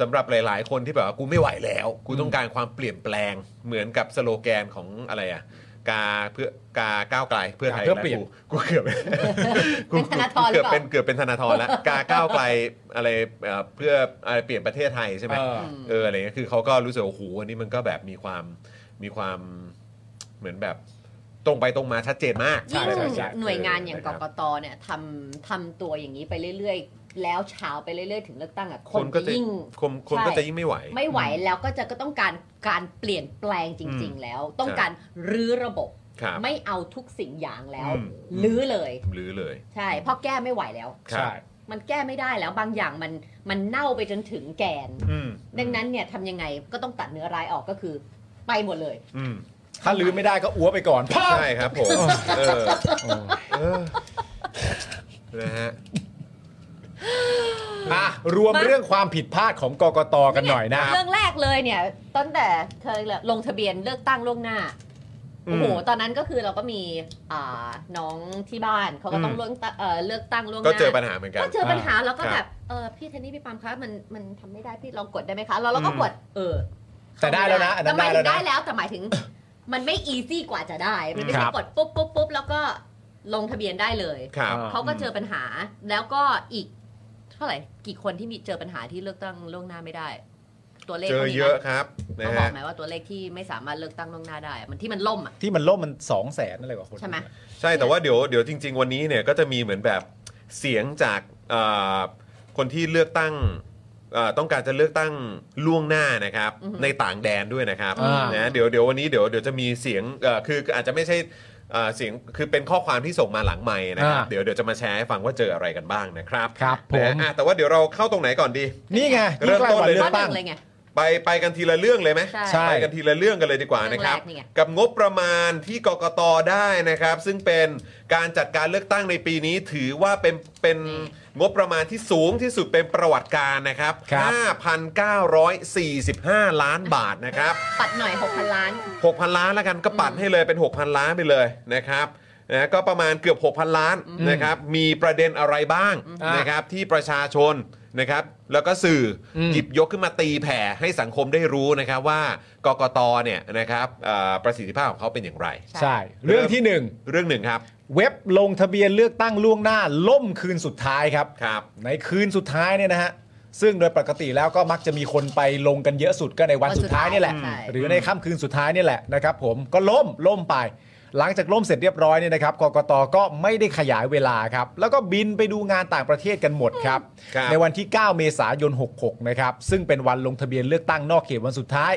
สำหรับหลาย ๆ คนที่แบบว่ากูไม่ไหวแล้ว กูต้องการความเปลี่ยนแปลงเหมือนกับสโลแกนของอะไรอ่ะกาเพื่อกาก้าวไกลเพื่อไทย เพื่อเปลี่ยน กูกูเกือบ กู เป็นธนาธรหรื เกื อ อบ เปล่า เป็นเกือบเป็นธนาธรแล้วกาก้าวไกลอะไรเอ่อเพื่ออะไรเปลี่ยนประเทศไทยใช่ไหม เออ เอออะไรเงี้ยคือเขาก็รู้สึกว่าโอ้โหอันนี้มันก็แบบมีความมีความเหมือนแบบตรงไปตรงมาชัดเจนมาก ยิ่ง ใช่ใช่ใช่ หน่วยงานอย่างก นะค ก รับ ตเนี่ยทำทำตัวอย่างนี้ไปเรื่อยๆ แล้วเช้าไปเรื่อยๆ ถึงเลือกตั้งอ่ะค คน นก็ จะ จะ ยิ่ง คนคน ใช่ ก็จะยิ่งไม่ไหว ไม่ไหวแล้วก็จะก็ต้องการการเปลี่ยนแปลงจริง ๆ แล้ว ต้องการรื้อระบบ ครับ ไม่เอาทุกสิ่งอย่างแล้ว อืม รื้อเลย หรือเลย ใช่เพราะแก้ไม่ไหวแล้ว ครับ ใช่ มันแก้ไม่ได้แล้วบางอย่างมันมันเน่าไปจนถึงแกน อืม ดังนั้นเนี่ยทำยังไงก็ต้องตัดเนื้อร้ายออกก็คือ ไปหมดเลย อืม ถ้าลืมไม่ได้ก็อัวไปก่อนพ่อ ใช่ครับผม เออเออนะฮะ อ่ะ รวมเรื่องความผิดพลาดของกกตกันหน่อยนะครับ เรื่องแรกเลยเนี่ยตั้งแต่เธอลงทะเบียนเลือกตั้งล่วงหน้า อืม โอ้โหตอนนั้นก็คือเราก็มีอ่าน้องที่บ้านเขาก็ต้อง อืม เลือกตั้งเอ่อเลือกตั้งล่วงห ก็ น้า เจอปัญหาเหมือนกัน ก็เจอปัญหาแล้วก็ ค แบ รับบ เออพี่เทนนี่พี่ปาล์มคะมันมันทำไม่ได้พี่ลองกดได้ไหมคะแล้วเราก็ อืม กดเออ แต่ได้แล้วนะ อันนั้น ต่ห ได้แล้วมายถึงได้ นะ แล้วแต่หมายถึง มันไม่อีซี่กว่าจะได้ มันไม่ ค ใช่ รับ กดปุ๊บปุ๊บปุ๊บแล้วก็ลงทะเบียนได้เลย ครับ เขาก็เจอปัญหาแล้วก็อีก เท่าไหร่กี่คนที่มีเจอปัญหาที่เลือกตั้งล่วงหน้าไม่ได้ ตัวเลข เจอ มีไหม เยอะครับนะ ต้องบอ ฮะ กไหมว่าตัวเลขที่ไม่สามารถเลือกตั้งล่วงหน้าได้อะมันที่มันล่มอ่ะ ที่มันล่มมันสองแสนอะไรกว่าคน ใช่ไหม ใช่แต่ว่าเดี๋ยวเดี๋ยวจริง ๆ วันนี้เนี่ยก็จะมีเหมือนแบบเสียงจากเอ่อคนที่เลือกตั้งเอ่อต้องการจะเลือกตั้งล่วงหน้านะครับ อือฮึ ในต่างแดนด้วยนะครับ อ่าน นะเดี๋ยวเดี๋ยววันนี้เดี๋ยวเดี๋ยวจะมีเสียงเอ่อคืออาจจะไม่ใช่ เอ่อเสียงคือเป็นข้อความที่ส่งมาหลังใหม่นะครับ อ่า เดี๋ยวเดี๋ยวจะมาแชร์ให้ฟังว่าเจออะไรกันบ้างนะครับ ครับผ นะ ม ฮะอ่ะแต่ว่าเดี๋ยวเราเข้าตรงไหนก่อนดี นี่ไง เริ่มต้นเลย ข้อ อก ห ตั้ นึ่ ง งเลยไง ไปไปกันทีละเรื่องเลยไหม ใช่ ไปกันทีละเรื่องกันเลยดีกว่า เรื่ นะ อง ครับ แรกนี่ไง กับงบประมาณที่กกตได้นะครับ ซึ่งเป็นการจัดการเลือกตั้งในปีนี้ถือว่าเป็นเป็นงบประมาณที่สูงที่สุดเป็นประวัติการนะครับ ครับ 5,945 ล้านบาทนะครับ ปัดหน่อย6,000ล้าน 6,000 ล้านแล้วกันก็ปัดให้เลยเป็น 6,000 ล้านไปเลยนะครับนะก็ประมาณเกือบ 6,000 ล้านนะครับมีประเด็นอะไรบ้าง อ่าน นะครับที่ประชาชนนะครับแล้วก็สื่ออ ม หยิบยกขึ้นมาตีแผ่ให้สังคมได้รู้นะครับว่ากกตเนี่ยนะครับเอ่อประสิทธิภาพของเขาเป็นอย่างไร ใช่ เรื่องที่หนึ่ง เรื่องหนึ่งครับ เว็บลงทะเบียนเลือกตั้งล่วงหน้า ล่มคืนสุดท้ายครับ ครับ ในคืนสุดท้ายเนี่ยนะฮะ ซึ่งโดยปกติแล้วก็มักจะมีคนไปลงกันเยอะสุดก็ในวัน วันสุ สุ ด ดท้ายเนี่ยแหละ ท้ายใช่ หรือในค่ำคืนสุดท้ายเนี่ยแหละนะครับผมก็ล่มล่มไป หลังจากล่มเสร็จเรียบร้อยเนี่ยนะครับกกตก็ไม่ได้ขยายเวลาครับ แล้วก็บินไปดูงานต่างประเทศกันหมดครับ ครับ ในวันที่ 9 เมษายน 66 นะครับ ซึ่งเป็นวันลงทะเบียนเลือกตั้งนอกเขตวันสุดท้าย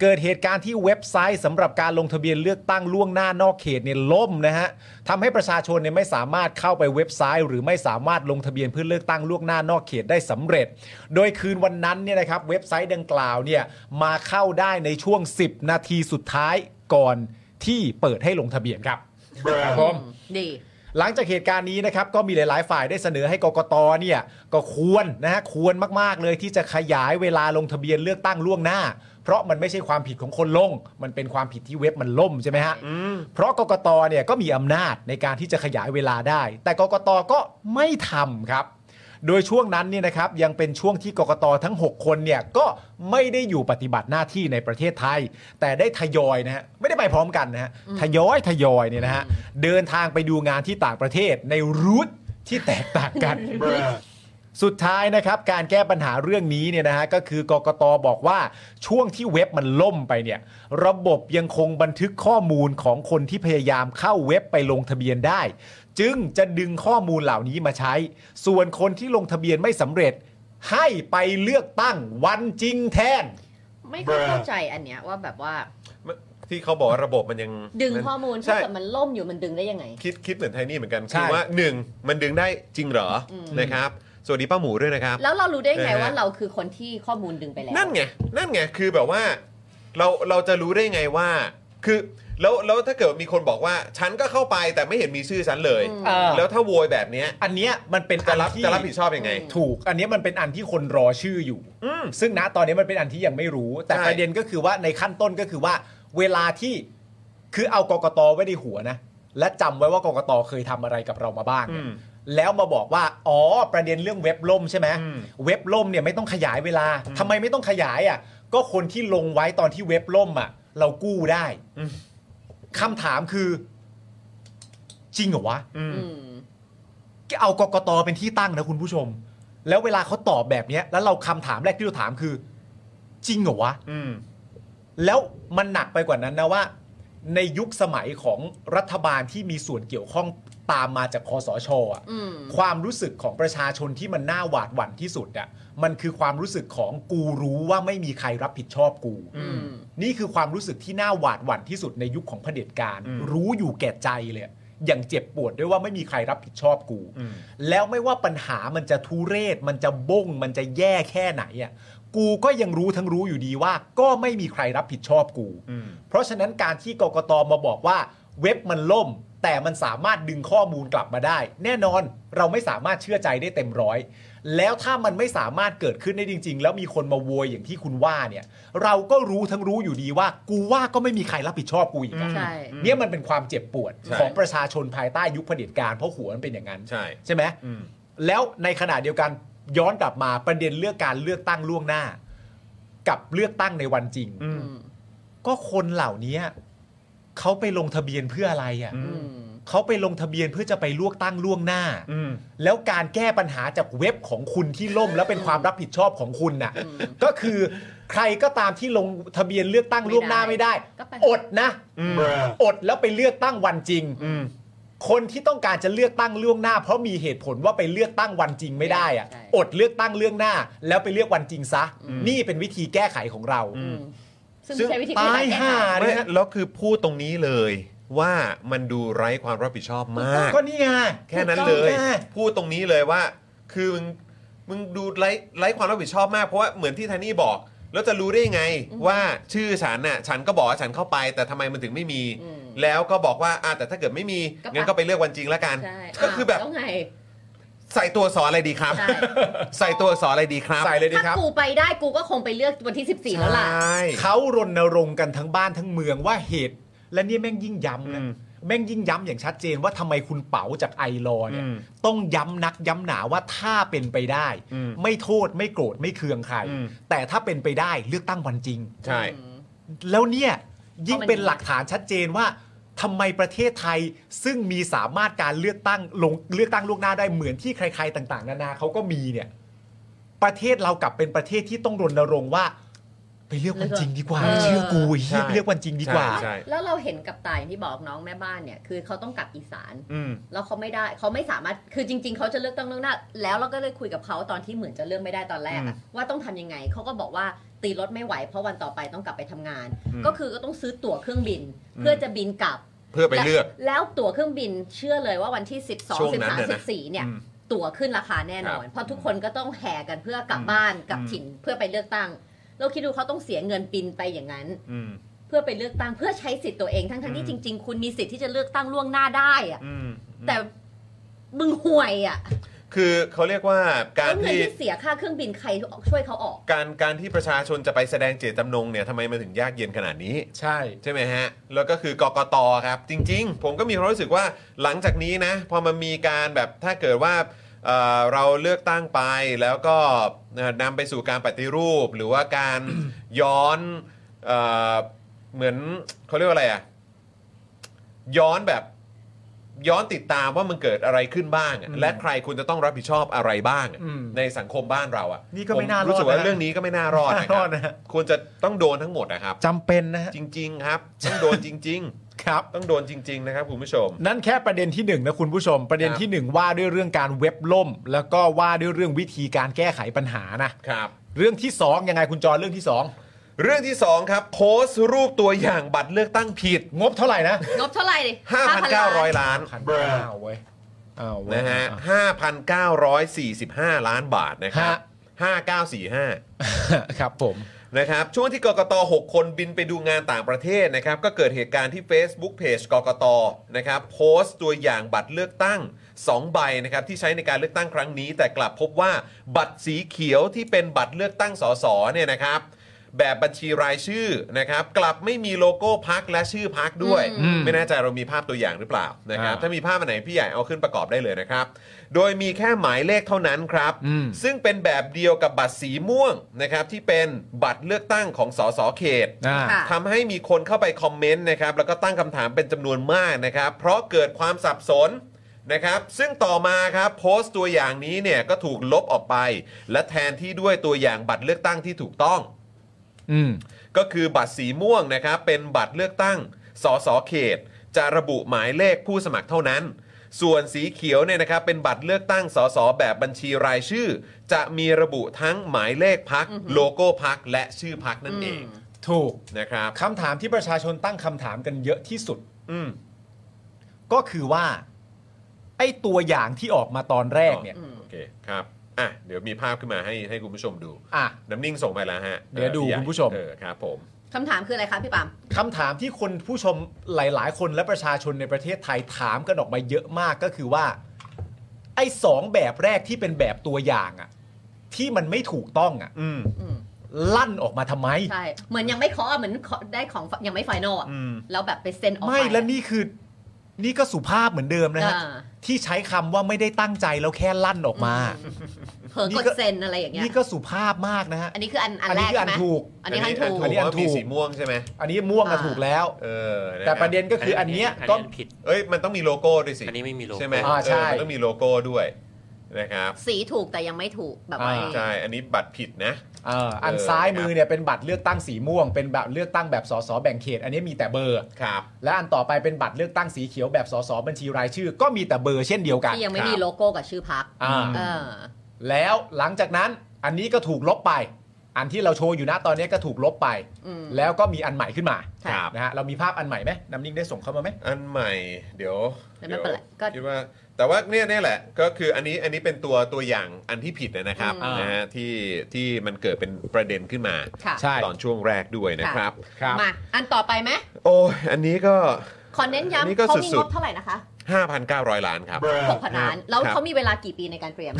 เกิดเหตุการณ์ที่เว็บไซต์สำหรับการลงทะเบียนเลือกตั้งล่วงหน้านอกเขตเนี่ยล่มนะฮะทำให้ประชาชนเนี่ยไม่สามารถเข้าไปเว็บไซต์ หรือไม่สามารถลงทะเบียนเพื่อเลือกตั้งล่วงหน้านอกเขตได้สำเร็จ โดยคืนวันนั้นเนี่ยนะครับเว็บไซต์ดังกล่าวเนี่ยมาเข้าได้ในช่วง 10 นาทีสุดท้ายก่อนที่เปิดให้ลงทะเบียนครับครับผม ดี หลังจากเหตุการณ์นี้นะครับก็มีหลาย ๆ ฝ่ายได้เสนอให้กกตเนี่ยก็ควรนะฮะควรมาก ๆ เลยที่จะขยายเวลาลงทะเบียนเลือกตั้งล่วงหน้า เพราะมันไม่ใช่ความผิดของคนลง มันเป็นความผิดที่เว็บมันล่มใช่ไหมฮะเพราะกกตเนี่ยก็มีอำนาจในการที่จะขยายเวลาได้ แต่กกตก็ไม่ทำครับ โดยช่วงนั้นเนี่ยนะครับยังเป็นช่วงที่กกตทั้ง 6 คนเนี่ยก็ไม่ได้อยู่ปฏิบัติหน้าที่ในประเทศไทย แต่ได้ทยอยนะฮะไม่ได้ไปพร้อมกันนะฮะทยอยทยอยเนี่ยนะฮะเดินทางไปดูงานที่ต่างประเทศในรูทที่แตกต่างกัน สุดท้ายนะครับการแก้ปัญหาเรื่องนี้เนี่ยนะฮะก็คือกกตบอกว่าช่วงที่เว็บมันล่มไปเนี่ยระบบยังคงบันทึกข้อมูลของคนที่พยายามเข้าเว็บไปลงทะเบียนได้ จึงจะดึงข้อมูลเหล่านี้มาใช้ ส่วนคนที่ลงทะเบียนไม่สำเร็จ ให้ไปเลือกตั้งวันจริงแทน ไม่ค่อยเข้าใจอันเนี้ยว่าแบบว่า ที่เขาบอกว่าระบบมันยัง ดึงข้อมูลถ้า ใช่ เกิดมันล่มอยู่มันดึงได้ยังไง คิดคิดเหมือนไทนี่เหมือนกัน ใช่ คือว่า 1 มันดึงได้จริงเหรออนะครับสวัสดีป้าหมูด้วยนะครับ แล้วเรารู้ได้ไง เออ ว่าเราคือคนที่ข้อมูลดึงไปแล้ว นั่นไง นั่นไง คือแบบว่า เราเราจะรู้ได้ไงว่า คือแล้วแล้วถ้าเกิดมีคนบอกว่า ฉันก็เข้าไปแต่ไม่เห็นมีชื่อฉันเลย อืม เออ แล้วถ้าโวยแบบเนี้ย อันเนี้ยมันเป็น จะรับ อันที่ จะรับผิดชอบยังไง ถูก อันเนี้ยมันเป็นอันที่คนรอชื่ออยู่ อืม ซึ่งณตอนนี้มันเป็นอันที่ยังไม่รู้ แต่ ใช่ ประเด็นก็คือว่าในขั้นต้นก็คือว่า เวลาที่คือเอากกตไว้ในหัวนะ และจำไว้ว่ากกตเคยทำอะไรกับเรามาบ้าง อื เนี่ย ม แล้วมาบอกว่า อ๋อ ประเด็นเรื่องเว็บล่มใช่ไหม อืม เว็บล่มเนี่ยไม่ต้องขยายเวลาทำไมไม่ต้องขยายอ่ะ ก็คนที่ลงไว้ตอนที่เว็บล่มอ่ะ เรากู้ได้ อืม คำถามคือ จริงเหรอวะ อืม อืม เอากกตเป็นที่ตั้งนะคุณผู้ชม แล้วเวลาเขาตอบแบบเนี้ย แล้วเราคำถามแรกที่เราถามคือ จริงเหรอวะ อืม แล้วมันหนักไปกว่านั้นนะว่า ในยุคสมัยของรัฐบาลที่มีส่วนเกี่ยวข้องตามมาจากคอสชอะ อืม ความรู้สึกของประชาชนที่มันน่าหวาดหวั่นที่สุดอ่ะมันคือความรู้สึกของกูรู้ว่าไม่มีใครรับผิดชอบกู อืม นี่คือความรู้สึกที่น่าหวาดหวั่นที่สุดในยุคของเผด็จการ อืม รู้อยู่แก่ใจเลยอย่างเจ็บปวดด้วยว่าไม่มีใครรับผิดชอบกู อืม แล้วไม่ว่าปัญหามันจะทุเรศ มันจะบ้ง มันจะแย่แค่ไหนอ่ะกูก็ยังรู้ทั้งรู้อยู่ดีว่า ก็ไม่มีใครรับผิดชอบกู อืม เพราะฉะนั้นการที่กกตมาบอกว่าเว็บมันล่ม แต่มันสามารถดึงข้อมูลกลับมาได้ แน่นอนเราไม่สามารถเชื่อใจได้เต็มร้อยแล้วถ้ามันไม่สามารถเกิดขึ้นได้จริง ๆ แล้วมีคนมาโวยอย่างที่คุณว่าเนี่ย เราก็รู้ทั้งรู้อยู่ดีว่า กูว่าก็ไม่มีใครรับผิดชอบกูอีกอะ ใช่ เนี่ยมันเป็นความเจ็บปวด ใช่ ของประชาชนภายใต้ยุคเผด็จการเพราะหัวมันเป็นอย่างนั้น ใช่ ใช่ไหม อืม แล้วในขณะเดียวกันย้อนกลับมาประเด็นเรื่องการเลือกตั้งล่วงหน้า กับเลือกตั้งในวันจริง อืม อืม ก็คนเหล่านี้เขาไปลงทะเบียนเพื่ออะไรอ่ะ อื อืม เขาไปลงทะเบียนเพื่อจะไปลวกตั้งล่วงหน้า อืม แล้วการแก้ปัญหาจากเว็บของคุณที่ล่ม แล้วเป็นความรับผิดชอบของคุณน่ะ ก็คือใครก็ตามที่ลงทะเบียนเลือกตั้งล่วงหน้าไม่ได้ ก็ไป อดนะ อืม อดแล้วไปเลือกตั้งวันจริง อืม คนที่ต้องการจะเลือกตั้งล่วงหน้า เพราะมีเหตุผลว่าไปเลือกตั้งวันจริงไม่ได้อะ ใช่ อดเลือกตั้งเรื่องหน้า แล้วไปเลือกวันจริงซะ นี่เป็นวิธีแก้ไขของเรา อืมซึ่ง ซึ่ง ใช้วิธีกาตายรแก้ไข ห่า ไม่แล้วคือพูดตรงนี้เลย ว่ามันดูไร้ความรับผิดชอบมาก ก็นี่ไง แค่นั้นเลย ถูกต้องไง พูดตรงนี้เลยว่า คือมึงมึงดูไร้ไร้ความรับผิดชอบมากเพราะว่าเหมือนที่แทนนี่บอก แล้วจะรู้ได้ยังไงว่าชื่อฉันน่ะฉันก็บอกว่าฉันเข้าไป แต่ทำไมมันถึงไม่มี อืม แล้วก็บอกว่าอ่ะแต่ถ้าเกิดไม่มี ก็ปะ งั้นก็ไปเลือกวันจริงละกัน ใช่ ก็คือแบบ ล้วไง ใส่ตัวสอนอะไรดีครับ ใช่ ใส่ตัวสอนอะไรดีครับ ใส่เลยดี ถ้า ครับ กูไปได้กูก็คงไปเลือกวันที่ 14 แล้วล่ะ ใช่ เขารณรงค์กันทั้งบ้านทั้งเมืองว่าเหตุ และเนี่ยแม่งยิ่งย้ำนะ อืม แม่งยิ่งย้ำอย่างชัดเจนว่าทำไมคุณเป๋าจากไอรอว์เนี่ย อืม ต้องย้ำนักย้ำหนาว่าถ้าเป็นไปได้ อืม ไม่โทษไม่โกรธไม่เคืองใคร อืม แต่ถ้าเป็นไปได้เลือกตั้งวันจริง ใช่ แล้วเนี่ยยิ่งเป็นหลักฐานชัดเจนว่าทำไมประเทศไทยซึ่งมีสามารถการเลือกตั้งลงเลือกตั้งล่วงหน้าได้เหมือนที่ใคร ๆ ต่าง ๆ นานาเขาก็มีเนี่ย ประเทศเรากลับเป็นประเทศที่ต้องรณรงค์ว่า ไปเลือกวันจริงดีกว่า เออ เชื่อกูไอ้ ใช่ เหี้ยไปเลือกวันจริงดีกว่า ใช่ใช่ แล้วเราเห็นกับตายางที่บอกน้องแม่บ้านเนี่ย คือเขาต้องกลับอีสาน อืม แล้วเขาไม่ได้เขาไม่สามารถคือจริง ๆ เขาจะเลือกตั้งล่วงหน้า แล้วเราก็เลยคุยกับเขาตอนที่เหมือนจะเลือกไม่ได้ตอนแรกอะว่าต้องทำยังไงเขาก็บอกว่าตีรถไม่ไหว เพราะวันต่อไปต้องกลับไปทำงาน อืม ก็คือก็ต้องซื้อตั๋วเครื่องบิน เพื่อจะบินกลับ เพื่อไปเลือก แล้วตั๋วเครื่องบินเชื่อเลยว่าวันที่ 12 ช่วงนั้นเนี่ย 13 นะ 14เนี่ย อืม ตั๋วขึ้นราคาแน่นอน เพราะทุกคนก็ต้องแห่กันเพื่อกลับบ้านกลับ อืม ถิ่นเพื่อไปเลือกตั้งเราคิดดูเขาต้องเสียเงินบินไปอย่างนั้น อืม เพื่อไปเลือกตั้งเพื่อใช้สิทธิ์ตัวเองทั้งๆทที่ อื จ ม ริง ๆ คุณมีสิทธิ์ที่จะเลือกตั้งล่วงหน้าได้อะ อืม แต่มึงห่วยอ่ะ คือเขาเรียกว่าการ แล้วเงิน ที่ ที่เสียค่าเครื่องบินใครช่วยเขาออก การการที่ประชาชนจะไปแสดงเจตจำนงเนี่ยทำไมมันถึงยากเย็นขนาดนี้ ใช่ ใช่ไหมฮะ แล้วก็คือกกตครับ จริง ๆ ผมก็มีความรู้สึกว่าหลังจากนี้นะ พอมันมีการแบบถ้าเกิดว่าเอ่อเราเลือกตั้งไปแล้วก็เอ่อนำไปสู่การปฏิรูป หรือว่าการ ย้อนเอ่อเหมือนเขาเรียกว่าอะไรอะย้อนแบบย้อนติดตามว่ามันเกิดอะไรขึ้นบ้างอะและใครคุณจะต้องรับผิดชอบอะไรบ้างอะ อืม ในสังคมบ้านเราอะ นี่ก็ไม่น่ารอด ผรู้สึกว่า นะ เรื่องนี้ก็ไม่น่ารอดนะค น่ารัรอบ ดนะฮะ ควรจะต้องโดนทั้งหมดนะครับ จำเป็นนะฮะ จริง ๆ ครับ ต้องโดนจริง ครับ ๆ ต้องโดนจริง ๆ นะครับคุณผู้ชม นั่นแค่ประเด็นที่หนึ่งนะคุณผู้ชม ประเด็น ครับ ที่หนึ่งว่าด้วยเรื่องการเว็บล่ม แล้วก็ว่าด้วยเรื่องวิธีการแก้ไขปัญหานะครับ เรื่องที่สองยังไงคุณจอเรื่องที่สอง เรื่องที่ 2 ครับ โพสต์รูปตัวอย่างบัตรเลือกตั้งผิด งบเท่าไหร่นะ งบเท่าไหร่ดิ 5,900 ล้าน พันเก้าเว้ยอ้าวเว้ย นะฮะ อ่ 5,945 ล้านบาทนะครับ ฮะ 5945 ครับผม นะครับช่วงที่กกต 6 คนบินไปดูงานต่างประเทศนะครับ ก็เกิดเหตุการณ์ที่ Facebook Page กกตนะครับโพสต์ตัวอย่างบัตรเลือกตั้ง 2 ใบนะครับที่ใช้ในการเลือกตั้งครั้งนี้ แต่กลับพบว่าบัตรสีเขียวที่เป็นบัตรเลือกตั้งสสเนี่ยนะครับ แบบบัญชีรายชื่อนะครับ กลับไม่มีโลโก้พักและชื่อพักด้วย ไม่แน่ใจเรามีภาพตัวอย่างหรือเปล่านะครับ อ่า ถ้ามีภาพอันไหนพี่ใหญ่เอาขึ้นประกอบได้เลยนะครับ โดยมีแค่หมายเลขเท่านั้นครับ ซึ่งเป็นแบบเดียวกับบัตรสีม่วงนะครับที่เป็นบัตรเลือกตั้งของสสเขต อ่า ค่ะ ทำให้มีคนเข้าไปคอมเมนต์นะครับแล้วก็ตั้งคำถามเป็นจำนวนมากนะครับ เพราะเกิดความสับสนนะครับ ซึ่งต่อมาครับโพสต์ตัวอย่างนี้เนี่ยก็ถูกลบออกไป และแทนที่ด้วยตัวอย่างบัตรเลือกตั้งที่ถูกต้อง อืม ก็คือบัตรสีม่วงนะครับเป็นบัตรเลือกตั้งสสเขต จะระบุหมายเลขผู้สมัครเท่านั้น ส่วนสีเขียวเนี่ยนะครับเป็นบัตรเลือกตั้งสสแบบบัญชีรายชื่อ จะมีระบุทั้งหมายเลขพักโลโก้พักและชื่อพักนั่นเอง ถูก นะครับ คำถามที่ประชาชนตั้งคำถามกันเยอะที่สุด อืม ก็คือว่า ไอ้ตัวอย่างที่ออกมาตอนแรกเนี่ย โอเคครับ อ่ะ เดี๋ยวมีภาพขึ้นมาให้ให้คุณผู้ชมดู อ่ะ น้ำนิ่งส่งไปแล้วฮะ เดี๋ยวดู ออ คุณผู้ชม เออครับผม คำถามคืออะไรคะพี่ปาม คำถามที่คนผู้ชมหลาย ๆ คนและประชาชนในประเทศไทยถามกันออกมาเยอะมากก็คือว่า ไอ้สองแบบแรกที่เป็นแบบตัวอย่างอะที่มันไม่ถูกต้องอะ อืม อืม ลั่นออกมาทำไม ใช่เหมือนยังไม่เคาะอะเหมือนเคาะได้ของยังไม่ไฟนอลอะ อืม แล้วแบบไปเซ็นออกป ไม่และนี่คือ นี่ก็สุภาพเหมือนเดิมนะฮะ อ่า ที่ใช้คำว่าไม่ได้ตั้งใจแล้วแค่ลั่นออกมา เผลอกดเซ็นอะไรอย่างเงี้ย นี่ก็สุภาพมากนะฮะ อันนี้คืออันอัน อัน แร นี้ ก คืออั ใช่ น ไหม ถูก อันนี้อันถูก อันนี้อันถูกมีสีม่วงใช่ไหม อันนี้ม่วงอะ อ่า ถูกแล้ว เออคบ แต่ประเด็นก็คืออันเนี้ย อั ก็ อัผิด เอ้ย มันต้องมีโลโก้ด้วยสิ อันนี้ไม่มีโลโก้ ใช่ไหม อ่าใช่ เมันต้องมีโลโก้ด้วยนะครับ สีถูกแต่ยังไม่ถูกแบบว่า อ่า ใช่ อันนี้บัตรผิดนะ เอ่ออัน เออ ซ้ายมื ครั อบ เนี่ยเป็นบัตรเลือกตั้งสีม่วง เป็นแบบเลือกตั้งแบบสสแบ่งเขต อันนี้มีแต่เบอร์ ครับ และอันต่อไปเป็นบัตรเลือกตั้งสีเขียวแบบสสบัญชีรายชื่อ ก็มีแต่เบอร์เช่นเดียวกัน ที่ยังไม่ ครับ มีโลโก้กับชื่อพัก อ่า เออ แล้วหลังจากนั้นอันนี้ก็ถูกลบไป อันที่เราโชว์อยู่นะตอนนี้ก็ถูกลบไป อืม แล้วก็มีอันใหม่ขึ้นมา ครับ นะฮะเรามีภาพอันใหม่ไหมน้ำนิ่งได้ส่งเข้ามาไหม อันใหม่เดี๋ยว แต่ไม่เป็นไรก็ คิดว่าแต่ว่าเนี่ยเนี่ยแหละก็คืออันนี้อันนี้เป็นตัวตัวอย่างอันที่ผิดนะครับ อืม นะฮะที่ที่มันเกิดเป็นประเด็นขึ้นมา ค่ะ ใช่ ตอนช่วงแรกด้วยนะครับ ครับ มาอันต่อไปไหม โอ้ยอันนี้ก็ ขอเน้น อันนี้ ย้ำ ก็ เขามี สุ ง ด บ ๆ เท่าไหร่นะคะ 5,900 ล้านครับ หกพันล้านแล้ว ครับ เขามีเวลากี่ปีในการเตรียม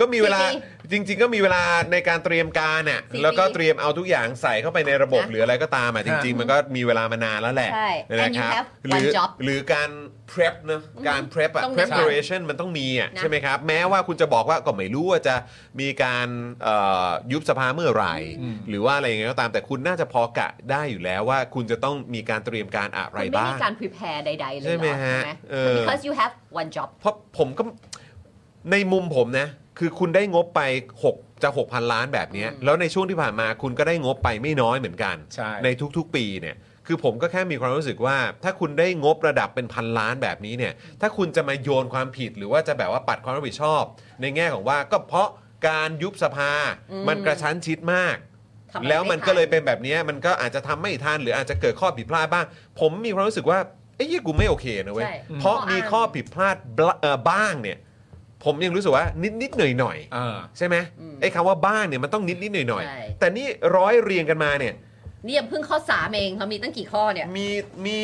ก็มีเวลา สี่ จริง ๆ ก็มีเวลาในการเตรียมการน่ะ สี่ แล้วก็ ปี เตรียมเอาทุกอย่างใส่เข้าไปในระบบ นะ หรืออะไรก็ตามอ่ะจริง ๆ มันก็มีเวลามานานแล้วแหละ ใช่ นะครับ and ห you have one รือ job หรือการ prep เนอะการ prep อะ ต้องมี preparation มันต้องมีอ่ะ นะ ใช่ไหมครับ แม้ว่าคุณจะบอกว่าก็ไม่รู้ว่าจะมีการเอ่อยุบสภาเมื่อไหร่ หรือว่าอะไรยังไงก็ตามแต่คุณน่าจะพอกะได้อยู่แล้วว่าคุณจะต้องมีการเตรียมการอะไร คุณไม่ บ้าง มีการ prepare ใด ๆ เลย ใช่ไหม รอ ฮะ ใช่ เออ because you have one job เพราะผมก็ในมุมผมนะ คือคุณได้งบไป6จะ6,000 ล้านแบบเนี้ย อืม แล้วในช่วงที่ผ่านมาคุณก็ได้งบไปไม่น้อยเหมือนกัน ใช่ ทุกๆ ปีเนี่ย คือผมก็แค่มีความรู้สึกว่า ถ้าคุณได้งบระดับเป็นพันล้านแบบนี้เนี่ย ถ้าคุณจะมาโยนความผิดหรือว่าจะแบบว่าปัดความรับผิดชอบ ในแง่ของว่าก็เพราะการยุบสภา มันกระชั้นชิดมาก ทำอะไร แล้วมัน ไทั ก็เลยเป็นแบบเนี้ยมันก็อาจจะทำไม่ทันหรืออาจจะเกิดข้อผิดพลาดบ้าง ผมมีความรู้สึกว่าไอ้ยี่กูไม่โอเคนะเว้ย ใช่ เพราะ ข้ออ้าง มีข้อผิดพลาดบละเอ่อบ้างเนี่ย ผมยังรู้สึกว่านิดนิดๆหน่อยหน่อยๆ อ่า ใช่ไหม อืม ไอ้คำว่าบ้างเนี่ยมันต้องนิดนิดหน่อยหน่อยๆ ใช่ แต่นี่ร้อยเรียงกันมาเนี่ย นี่ยังเพิ่งข้อสามเองเขามีตั้งกี่ข้อเนี่ย มีมี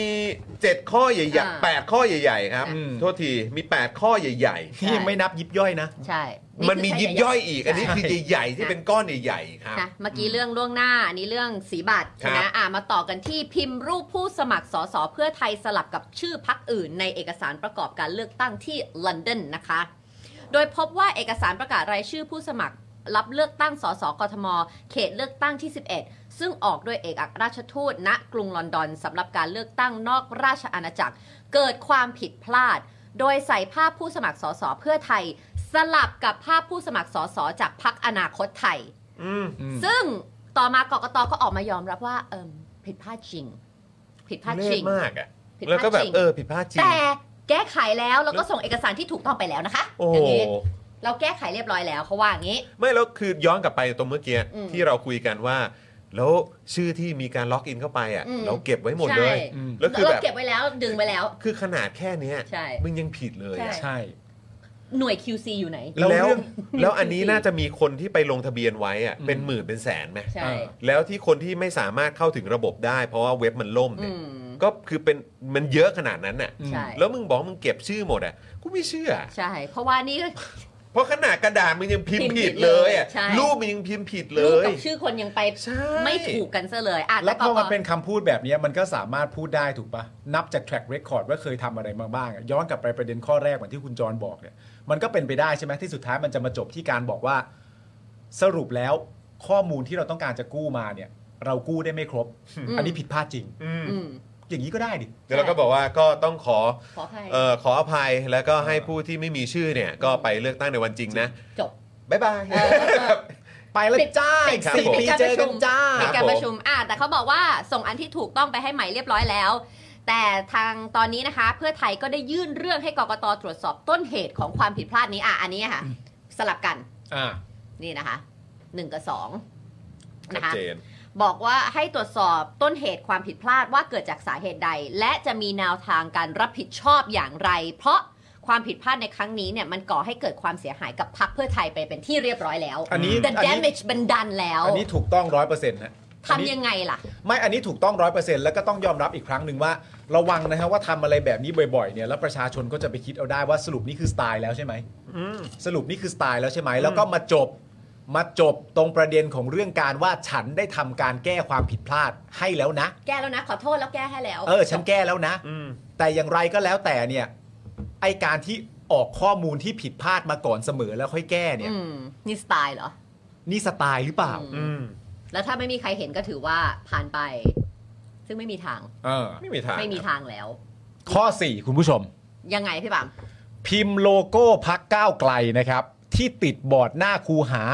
เจ็ดข้อใหญ่ อ่า ๆแปดข้อใหญ่ ๆ ครับ อืม โทษทีมี 8 ข้อใหญ่ ๆ นี่ยังไม่นับยิบย่อยนะ ใช่ มันมี คือ ยิบ ใช่ ย่อยอีก อันนี้คือใหญ่ๆที่เป็นก้อนใหญ่ๆครับ นะเมื่อกี้เรื่องล่วงหน้าอันนี้เรื่องสีบัตร ครับ นะอ่ะมาต่อกันที่พิมพ์รูปผู้สมัครสสเพื่อไทยสลับกับชื่อพักอื่น ในเอกสารประกอบการเลือกตั้งที่ลอนดอนนะคะ โดยพบว่าเอกสารประกาศรายชื่อผู้สมัครรับเลือกตั้งสสกทม เขตเลือกตั้งที่ 11 ซึ่งออกโดยเอกอัครราชทูตณกรุงลอนดอนสำหรับการเลือกตั้งนอกราชอาณาจักร เกิดความผิดพลาด โดยใส่ภาพผู้สมัครสสเพื่อไทย สลับกับภาพผู้สมัครสสจากพักอนาคตไทย ซึ่งต่อมากกตก็ออกมายอมรับว่าเอมผิดพลาดจริง ผิดพลาด เล จริ ข ง มากอ่ะ ผิดพลาดแล้วจริงก็แบบเออผิดพลาดจริง แต่แก้ไขแล้วแล้วก็ส่งเอกสารที่ถูกต้องไปแล้วนะคะ โอ้ อ โห ย่างนี้เราแก้ไขเรียบร้อยแล้วเขาว่าอย่างนี้ ไม่แล้วคือย้อนกลับไปตรงเมื่อกี้ อืม ที่เราคุยกันว่า แล้วชื่อที่มีการล็อกอินเข้าไปอ่ะ อืม เราเก็บไว้หมดเลย ใช่ แล้วคือ เรา แบบ เก็บไว้แล้วดึงไว้แล้ว คือขนาดแค่เนี้ย ใช่ มึงยังผิดเลยอะ ใช่ ใช่ หน่วย QC อยู่ไหน แล้ว แล้วเรื่อง แล้วอันนี้น่าจะมีคนที่ไปลงทะเบียนไว้อ่ะเป็นหมื่นเป็นแสนไหม ใช่ แล้วที่คนที่ไม่สามารถเข้าถึงระบบได้ เพราะว่าเว็บมันล่ม อื เนี่ย ม ก็คือเป็นมันเยอะขนาดนั้นน่ะ ใช่ แล้วมึงบอกมึงเก็บชื่อหมดอ่ะกูไม่เชื่อ ใช่ เพราะว่านี่ เพราะขนาดกระดาษมึงยังพิมพ์ พิมพ์ผิ ผิด ด เลยอ่ะ เลยใช่ รูปมึงยังพิมพ์ผิดเล รูป ย กับชื่อคนยังไป ใช่ ไม่ถูกกันซะเลยอ่ะ แล้ว ก พอ ต มันเป็นคำพูดแบบนี้มันก็สามารถพูดได้ถูกปะนับจาก track record ว่าเคยทำอะไรมาบ้างอะย้อนกลับไปประเด็นข้อแรกเหมือนที่คุณจรบอกเนี่ยมันก็เป็นไปได้ใช่ไหมที่สุดท้ายมันจะมาจบที่การบอกว่า สรุปแล้วข้อมูลที่เราต้องการจะกู้มาเนี่ย เรากู้ได้ไม่ครบ อันนี้ผิดพลาดจริง อืม อย่างนี้ก็ได้ดิ แล้วเราก็บอกว่าก็ต้องขอ ขออภัย เอ่อขออภัยแล้วก็ให้ผู้ที่ไม่มีชื่อเนี่ย ก็ไปเลือกตั้งในวันจริงนะ จบ บ๊ายบาย เออแล้วก็ ไปแล้ว ปิด จ้า ปิด อีกสี่ ปิด ปี การ เจ ป อ ระชุ กัน ม จ้า มี ครั กา บผรม ประชุมอ่ะแต่เขาบอกว่าส่งอันที่ถูกต้องไปให้ใหม่เรียบร้อยแล้ว แต่ทางตอนนี้นะคะ เพื่อไทยก็ได้ยื่นเรื่องให้กกตตรวจสอบต้นเหตุของความผิดพลาดนี้อ่ะอันนี้ค่ะ สลับกัน อ่า นี่นะคะหนึ่งกับสอง ชั นะ ด คะ เจน บอกว่าให้ตรวจสอบต้นเหตุความผิดพลาดว่าเกิดจากสาเหตุใด และจะมีแนวทางการรับผิดชอบอย่างไร เพราะความผิดพลาดในครั้งนี้เนี่ยมันก่อให้เกิดความเสียหายกับพรรคเพื่อไทยไปเป็นที่เรียบร้อยแล้ว อันนี้อั The นนี้ damage มันดันแล้ว อันนี้ถูกต้องร้อยเปอร์เซ็นต์นะอันนี้ ทำยังไงล่ะ ไม่อันนี้ถูกต้องร้อยเปอร์เซ็นต์แล้วก็ต้องยอมรับอีกครั้งหนึ่งว่า ระวังนะฮะว่าทำอะไรแบบนี้บ่อยๆเนี่ยแล้วประชาชนก็จะไปคิดเอาได้ว่าสรุปนี่คือสไตล์แล้วใช่ไหมสรุปนี่คือสไตล์แล้วใช่ไหมแล้วก็มาจบมาจบตรงประเด็นของเรื่องการว่าฉันได้ทำการแก้ความผิดพลาดให้แล้วนะ แก้แล้วนะ ขอโทษแล้วแก้ให้แล้ว เออ ฉันแก้แล้วนะแต่อย่างไรก็แล้วแต่เนี่ยไอการที่ออกข้อมูลที่ผิดพลาดมาก่อนเสมอแล้วค่อยแก้เนี่ย อืมนี่สไตล์เหรอ นี่สไตล์หรือเปล่า อืม แล้วถ้าไม่มีใครเห็นก็ถือว่าผ่านไป ซึ่งไม่มีทาง เออ ไม่มีทาง ไม่มีทางแล้ว ข้อสี่คุณผู้ชม ยังไงพี่ปั๊ม พิมพ์โลโก้พักก้าวไกลนะครับ ที่ติดบอร์ดหน้าคูหา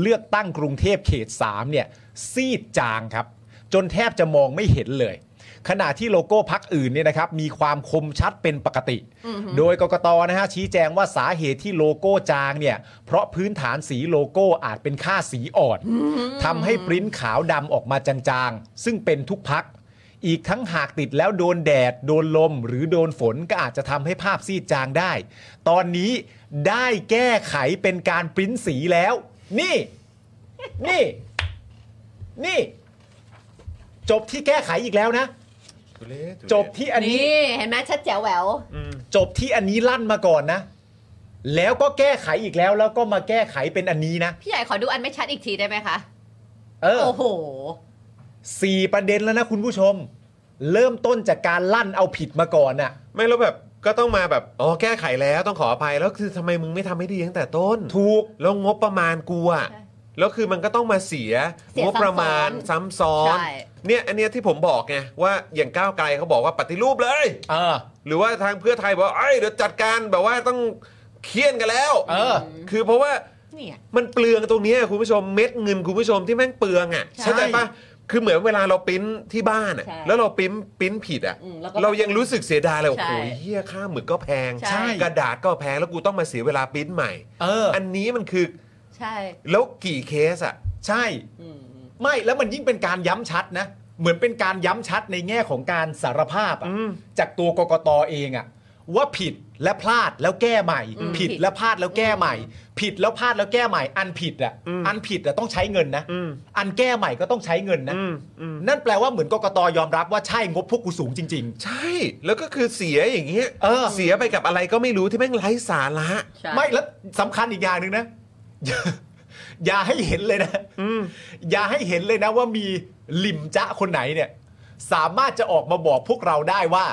เลือกตั้งกรุงเทพเขต 3 เนี่ย ซีดจางครับ จนแทบจะมองไม่เห็นเลย ขณะที่โลโก้พักอื่นเนี่ยนะครับมีความคมชัดเป็นปกติ โดยกกตนะฮะชี้แจงว่าสาเหตุที่โลโก้จางเนี่ยเพราะพื้นฐานสีโลโก้อาจเป็นค่าสีอ่อนทำให้ปริ้นขาวดำออกมาจางๆ ซึ่งเป็นทุกพัก อีกทั้งหากติดแล้วโดนแดด โดนลม หรือโดนฝนก็อาจจะทำให้ภาพซีดจางได้ ตอนนี้ได้แก้ไขเป็นการปริ้นสีแล้ว นี่ นี่ นี่ จบที่แก้ไขอีกแล้วนะ ทุเรศทุเรศ จบที่อันนี้ นี่เห็นไหมชัดแจ๋วแหวว จบที่อันนี้ลั่นมาก่อนนะ แล้วก็แก้ไขอีกแล้ว แล้วก็มาแก้ไขเป็นอันนี้นะ พี่ใหญ่ขอดูอันไม่ชัดอีกทีได้ไหมคะ เออ โอ้โห สี่ประเด็นแล้วนะคุณผู้ชม เริ่มต้นจากการลั่นเอาผิดมาก่อนน่ะ ไม่แล้วแบบก็ต้องมาแบบอ๋อแก้ไขแล้วต้องขออภัยแล้วคือทำไมมึงไม่ทำให้ดีตั้งแต่ต้น ถูก แล้วงบประมาณกูอะ ใช่ แล้วคือมันก็ต้องมาเสีย เสีย งบประมาณซ้ำซ้อน ใช่ เนี่ยอันเนี้ยที่ผมบอกไงว่าอย่างก้าวไกลเขาบอกว่าปฏิรูปเลย เออ หรือว่าทางเพื่อไทยบอกว่าเอ้ยเดี๋ยวจัดการแบบว่าต้องเคี่ยนกันแล้ว เออ คือเพราะว่า เนี่ย มันเปลืองตรงเนี้ยคุณผู้ชมเม็ดเงินคุณผู้ชมที่แม่งเปลืองอ่ะ ใช่ เข้าใจปะคือเหมือนเวลาเราปริ้นที่บ้านอ่ะ ใช่ แล้วเราปริ้นปริ้นผิดอ่ะ อืมแล้วก็ เรายังรู้สึกเสียดายเลยโอ้ ใช่ โหเฮียค่าหมึกก็แพง ใช่ กระดาษก็แพงแล้วกูต้องมาเสียเวลาปริ้นใหม่ เออ อันนี้มันคือ ใช่ แล้วกี่เคสอ่ะ ใช่ อืม ไม่แล้วมันยิ่งเป็นการย้ำชัดนะ เหมือนเป็นการย้ำชัดในแง่ของการสารภาพอะ อืม จากตัวกกตเองอะว่าผิดและพลาดแล้วแก้ใหม่ อืม ผิดและพลาดแล้วแก้ใหม่ ผิดแล้วพลาดแล้วแก้ใหม่ อันผิดอะอันผิดอะต้องใช้เงินนะอันแก้ใหม่ก็ต้องใช้เงินนะนั่นแปลว่าเหมือนกกตยอมรับว่าใช่งบพวกกูสูงจริง ใช่แล้วก็คือเสียอย่างเงี้ย เออ เสียไปกับอะไรก็ไม่รู้ที่แม่งไร้สาระ ใช่ ๆ ไม่แล้วสำคัญอีกอย่างหนึ่งนะ อย่าอย่าให้เห็นเลยนะอย่าให้เห็นเลยนะว่ามีลิมจะคนไหนเนี่ย สามารถจะออกมาบอกพวกเราได้ว่า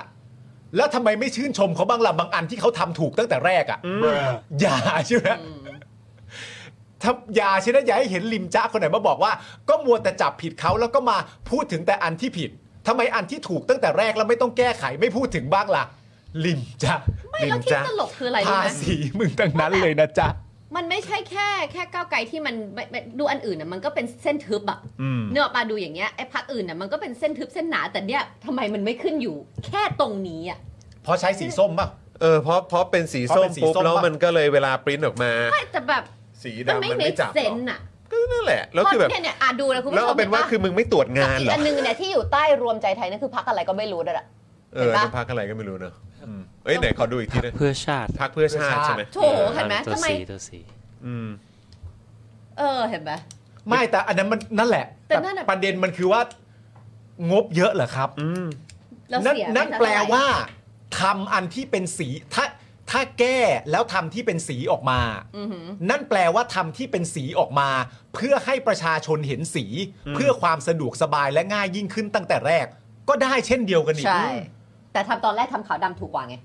แล้วทำไมไม่ชื่นชมเขาบ้างล่ะบางอันที่เขาทำถูกตั้งแต่แรกอะ่ะอย่าใช่ไหมถ้าอย่าใช่ไหมอย่าให้เห็นลิมจ้าคนไหนมาบอกว่า ก็มัวแต่จับผิดเขาแล้วก็มาพูดถึงแต่อันที่ผิดทำไมอันที่ถูกตั้งแต่แรกแล้วไม่ต้องแก้ไขไม่พูดถึงบ้างล่ะ ลิมจ้า ไม่แล้วที่ตลกคืออะไรรู้ ภา ไหม ษีมึงตั้งนั้นเลยนะจ๊ะ มันไม่ใช่แค่แค่ก้าวไกลที่มันไม่ไม่ดูอันอื่นน่ะมันก็เป็นเส้นทึบอะเนื้ออกปลาดูอย่างเงี้ยไอ้พักอื่นน่ะมันก็เป็นเส้นทึบเส้นหนาแต่เนี้ยทำไมมันไม่ขึ้นอยู่ แค่ตรงนี้อะ เพราะใช้สีส้มป่ะ เออเพราะเพราะเป็นสี เพราะ ส้ เป็ ม นสี ปุ๊บ ส้ม แล้ว ปะ มันก็เลยเวลาปริ้นออกมา ไม่แต่แบบ สี มัน ดำ ไม่ มัน เม ไม่ ค จับห เซ รอน ก อะ ก็นั่นแหละแล้วคือแบบ เนี่ยเนี่ยอ่ะดูนะคุณผู้ชม แล้วเอาเป็นว่าคือมึงไม่ตรวจงาน อี เหร ก อ อันหนึงเนี่ยที่อยู่ใต้รวมใจไทยนั่นคือพักอะไรก็ไม่รู้ด้วยล่ะ เออ เห็นปะ นั่นพักอะไรก็ไม่รู้เนอะอืมเอ้ยไหนขอดูอีกทีหนึง เพื่อชาติ พักเพื่อชาติใช่ไหม โถเห็นไหม ตัว ทำไม สีตัวสี อืม เออเห็นไหม ไม่แต่อันนั้นมันนั่นแหละ แต่นั่นน่ะ ประเด็นมันคือว่างบเยอะเหรอครับ อืม เรา นั่น เสีย นั่น ไม่ แปล เท่ไหร่ ว่าทำอันที่เป็นสีถ้าถ้าแก้แล้วทำที่เป็นสีออกมา อือหือ นั่นแปลว่าทำที่เป็นสีออกมา เพื่อให้ประชาชนเห็นสี เพื่อความสะดวกสบายและง่ายยิ่งขึ้นตั้งแต่แรก ก็ได้เช่นเดียวกันอีก ใช่ แต่ทำตอนแรกทำขาวดำถูกกว่าไง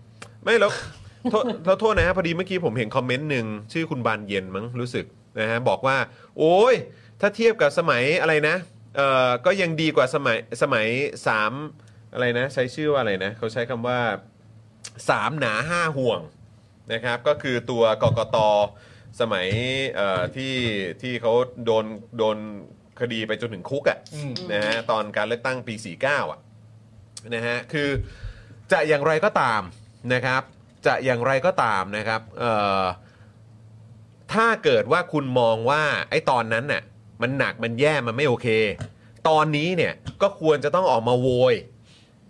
ไม่แล้วโทษแล้วโทษนะฮะพอดีเมื่อกี้ผมเห็นคอมเมนต์หนึ่งชื่อคุณบานเย็นมั้งรู้สึกนะฮะบอกว่า โอ้ย ถ้าเทียบกับสมัยอะไรนะเอ่อก็ยังดีกว่าสมัยสมัยสามอะไรนะ ใช้ชื่อว่าอะไรนะ เขาใช้คำว่าสามหนาห้าห่วงนะครับ ก็คือตัวกกตสมัยเอ่อที่ที่เขาโดนโดนคดีไปจนถึงคุกอ่ะ อืม นะฮะตอนการเลือกตั้งปี 49 อ่ะนะฮะคือจะอย่างไรก็ตามนะครับ จะอย่างไรก็ตามนะครับเอ่อถ้าเกิดว่าคุณมองว่าไอ้ตอนนั้นน่ะมันหนักมันแย่มันไม่โอเค ตอนนี้เนี่ยก็ควรจะต้องออกมาโวย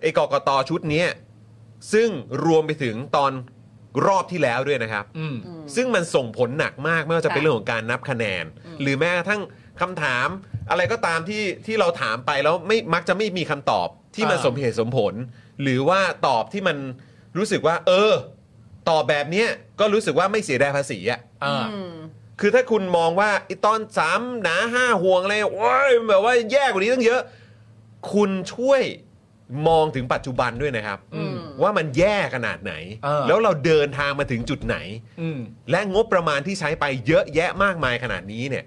ไอ้กกตชุดเนี้ยซึ่งรวมไปถึงตอนรอบที่แล้วด้วยนะครับ อืม ซึ่งมันส่งผลหนักมากไม่ว่าจะเป็น ค่ะ เรื่องของการนับคะแนน หรือแม้กระทั่งคำถามอะไรก็ตามที่ที่เราถามไปแล้วไม่มักจะไม่มีคำตอบที่มัน อ่า สมเหตุสมผล หรือว่าตอบที่มันรู้สึกว่า เออ ตอบแบบเนี้ยก็รู้สึกว่าไม่เสียดายภาษีอ่ะ อ่า คือถ้าคุณมองว่าไอตอนสามหนาห้าห่วงอะไรโอ้ยแบบว่าแย่กว่านี้ตั้งเยอะ คุณช่วยมองถึงปัจจุบันด้วยนะครับ อืม ม ว่ามันแย่ขนาดไหน อ่า แล้วเราเดินทางมาถึงจุดไหน อืม และงบประมาณที่ใช้ไปเยอะแยะมากมายขนาดนี้เนี่ย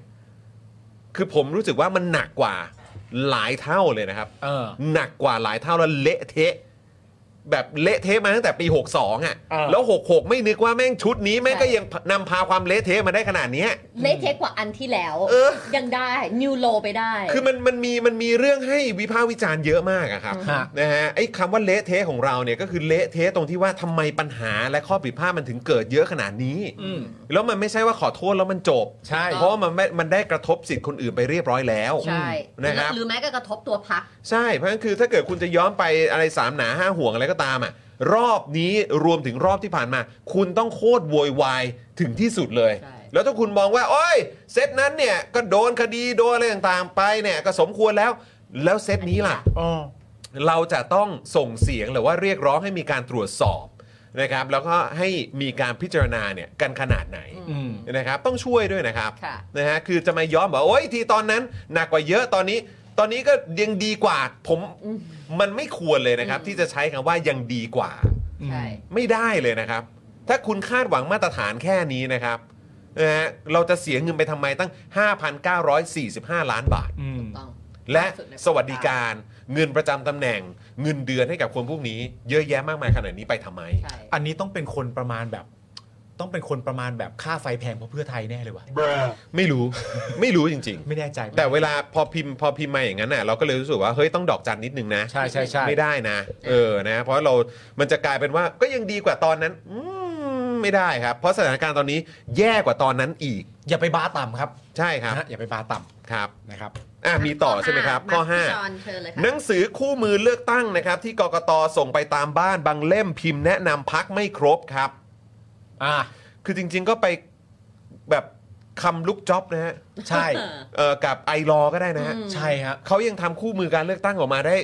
คือผมรู้สึกว่ามันหนักกว่าหลายเท่าเลยนะครับ เออ หนักกว่าหลายเท่าแล้วเละเทะ แบบเละเทะมาตั้งแต่ปี 62อ่ะ อ่า แล้ว 66 ไม่นึกว่าแม่งชุดนี้แม่งก็ยังนำพาความเละเทะมาได้ขนาดเนี้ย เละเทะกว่าอันที่แล้ว เออ ยังได้นิวโลไปได้ คือมันมันมีมันมีเรื่องให้วิพากษ์วิจารณ์เยอะมากอะครับ ฮะ นะฮะไอ้คำว่าเละเทะของเราเนี่ยก็คือเละเทะตรงที่ว่าทำไมปัญหาและข้อผิดพลาดมันถึงเกิดเยอะขนาดนี้ แล้วมันไม่ใช่ว่าขอโทษแล้วมันจบ ใช่ เพราะว่ามันไม่มันได้กระทบสิทธิ์คนอื่นไปเรียบร้อยแล้ว ใช่ นะครับ หรือแม้ก็กระทบตัวพัก ใช่เพราะฉะนั้นคือถ้าเกิดคุณจะย้อนไปอะไรสามหนาห้าห่วงอะไรก็ตามอ่ะรอบนี้รวมถึงรอบที่ผ่านมา คุณต้องโคตรโวยวายถึงที่สุดเลย ใช่ แล้วถ้าคุณมองว่า โอ้ยเซตนั้นเนี่ย ก็โดนคดีโดนอะไรต่างๆไปเนี่ย ก็สมควรแล้ว แล้วเซตนี้ล่ะ เราจะต้องส่งเสียงหรือว่าเรียกร้องให้มีการตรวจสอบนะครับ แล้วก็ให้มีการพิจารณาเนี่ยกันขนาดไหน อืม นะครับต้องช่วยด้วยนะครับ ค่ะ นะฮะคือจะมาย้อมบอกโอ้ยทีตอนนั้นหนักกว่าเยอะตอนนี้ ตอนนี้ก็ยังดีกว่าผมมันไม่ควรเลยนะครับ ที่จะใช้คำว่ายังดีกว่า ใช่ ไม่ได้เลยนะครับ ถ้าคุณคาดหวังมาตรฐานแค่นี้นะครับนะฮะเราจะเสียเงินไปทำไมตั้ง 5,945 ล้านบาท ต้อง และ สุดใน สวัสดิการเงินประจำตำแหน่ง เงินเดือนให้กับคนพวกนี้ เยอะแยะมากมายขนาดนี้ไปทำไม ใช่ อันนี้ต้องเป็นคนประมาณแบบ ต้องเป็นคนประมาณแบบค่าไฟแพงเพราะเพื่อไทยแน่เลยวะ ไม่รู้ ไม่รู้จริง ๆ ไม่แน่ใจ แต่เวลาพอพิมพ์พอพิมพ์มาอย่างนั้นน่ะเราก็เลยรู้สึกว่าเฮ้ยต้องดอกจันนิดนึงนะ ใช่ใช่ใช่ ไม่ได้นะ เออนะเพราะเรา มันจะกลายเป็นว่าก็ยังดีกว่าตอนนั้น อืมไม่ได้ครับ เพราะสถานการณ์ตอนนี้แย่กว่าตอนนั้นอีก อย่าไปบาร์ต่ำครับ ใช่ครับ นะฮะอย่าไปบาร์ต่ ครับ ำนะครับ อ่ะมีต่อใช่ไหมครับข้อ มาพี่จอนเชิญเลย 5 ห ค่ะ นังสือคู่มือเลือกตั้งนะครับ ที่กกตส่งไปตามบ้านบางเล่มพิมพ์แนะนำพักไม่ครบครับ อ่า คือจริง ๆ ก็ไปแบบคำลุกจ็อบนะฮะ ใช่ เอ่อกับไอรอก็ได้นะฮะ ใช่ฮะ เขายังทำคู่มือการเลือกตั้งออกมาได้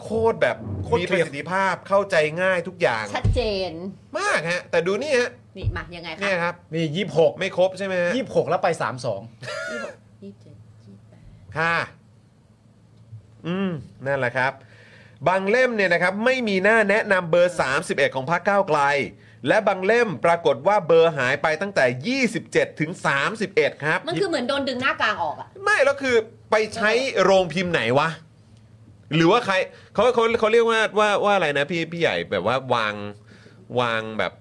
โคตรแบบ โคตร มี เค ป ลี ระ ยร์ สิทธิภาพเข้าใจง่ายทุกอย่าง ชัดเจน มากฮะ แต่ดูนี่ฮะ นี่มายังไงคะ เนี่ยครับ นี่ยี่หก ไม่ครบใช่ไหมฮะ ยี่หกแล้วไปสามสอง ยี่สิบหกยี่สิบเจ็ดยี่สิบแปด ค่ะ อืม นั่นแหละครับ บางเล่มเนี่ยนะครับ ไม่มีหน้าแนะนำเบอร์ 31 ของพรรคก้าวไกล และบางเล่มปรากฏว่าเบอร์หายไปตั้งแต่ 27 ถึง 31 ครับ มันคือเหมือนโดนดึงหน้ากลางออกอะ ไม่แล้วคือไปใช้โรงพิมพ์ไหนวะ หรือว่าใครเขาเขาเขาเรียกว่าว่าว่าอะไรนะพี่พี่ใหญ่แบบว่าวางวางแบบ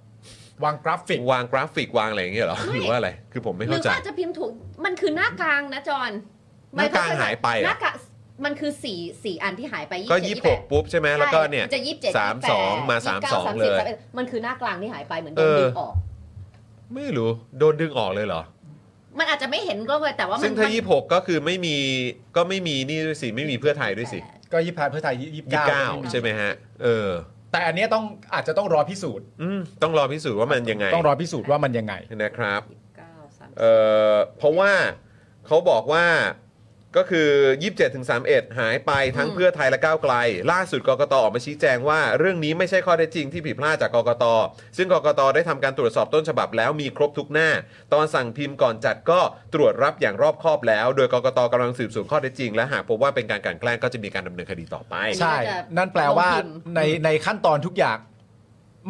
วางกราฟิก วางกราฟิกวางอะไรอย่างเงี้ยเหรอหรือว่าอะไรคือผมไม่ หรื เข้าใจ ว่าจะพิมพ์ถูก มันคือหน้ากลางนะจอน หน้ากลางหายไปเหรอ หน้ากลางมันคือสี่สี่อันที่หายไป ก็ 27 ยี่หกปุ๊บใช่ไหม 28 แล้วก็เนี่ย มัจะยี่สิบเจ็ด สามสองมาสามสองเลย มันคือหน้ากลางที่หายไปเหมือนโด เอน อ ดึงออก ไม่รู้โดนดึงออกเลยเหรอ มันอาจจะไม่เห็นก็เลยแต่ว่ามั ซึ่งถ้ายี่หกก็คือไม่มีก็ไม่มีนี่ด้วยสิไม่มีเพื่อไทยด้วยสิ ก็ยี่เพื่อไทยยี่ ยี่เก้าใช่ไหมฮะ เออ แต่อันเนี้ยต้องอาจจะต้องรอพิสูจน์ อืมต้องรอพิสูจน์ว่ามันยังไง ต้องรอพิสูจน์ว่ามันยังไง นะครับ ยี่สิบเก้าสามสิบ เอ่อเพราะว่าเขาบอกว่าก็คือ 27ถึง31 หายไปทั้งเพื่อไทยและก้าวไกล ล่าสุดกกตออกมาชี้แจงว่า เรื่องนี้ไม่ใช่ข้อเท็จจริงที่ผิดพลาดจากกกต ซึ่งกกตได้ทำการตรวจสอบต้นฉบับแล้วมีครบทุกหน้า ตอนสั่งพิมพ์ก่อนจัดก็ตรวจรับอย่างรอบคอบแล้ว โดยกกตกำลังสืบสวนข้อเท็จจริง และหากพบว่าเป็นการกลั่นแกล้งก็จะมีการดำเนินคดีต่อไป ใช่ นั่นแปลว่าในในขั้นตอนทุกอย่าง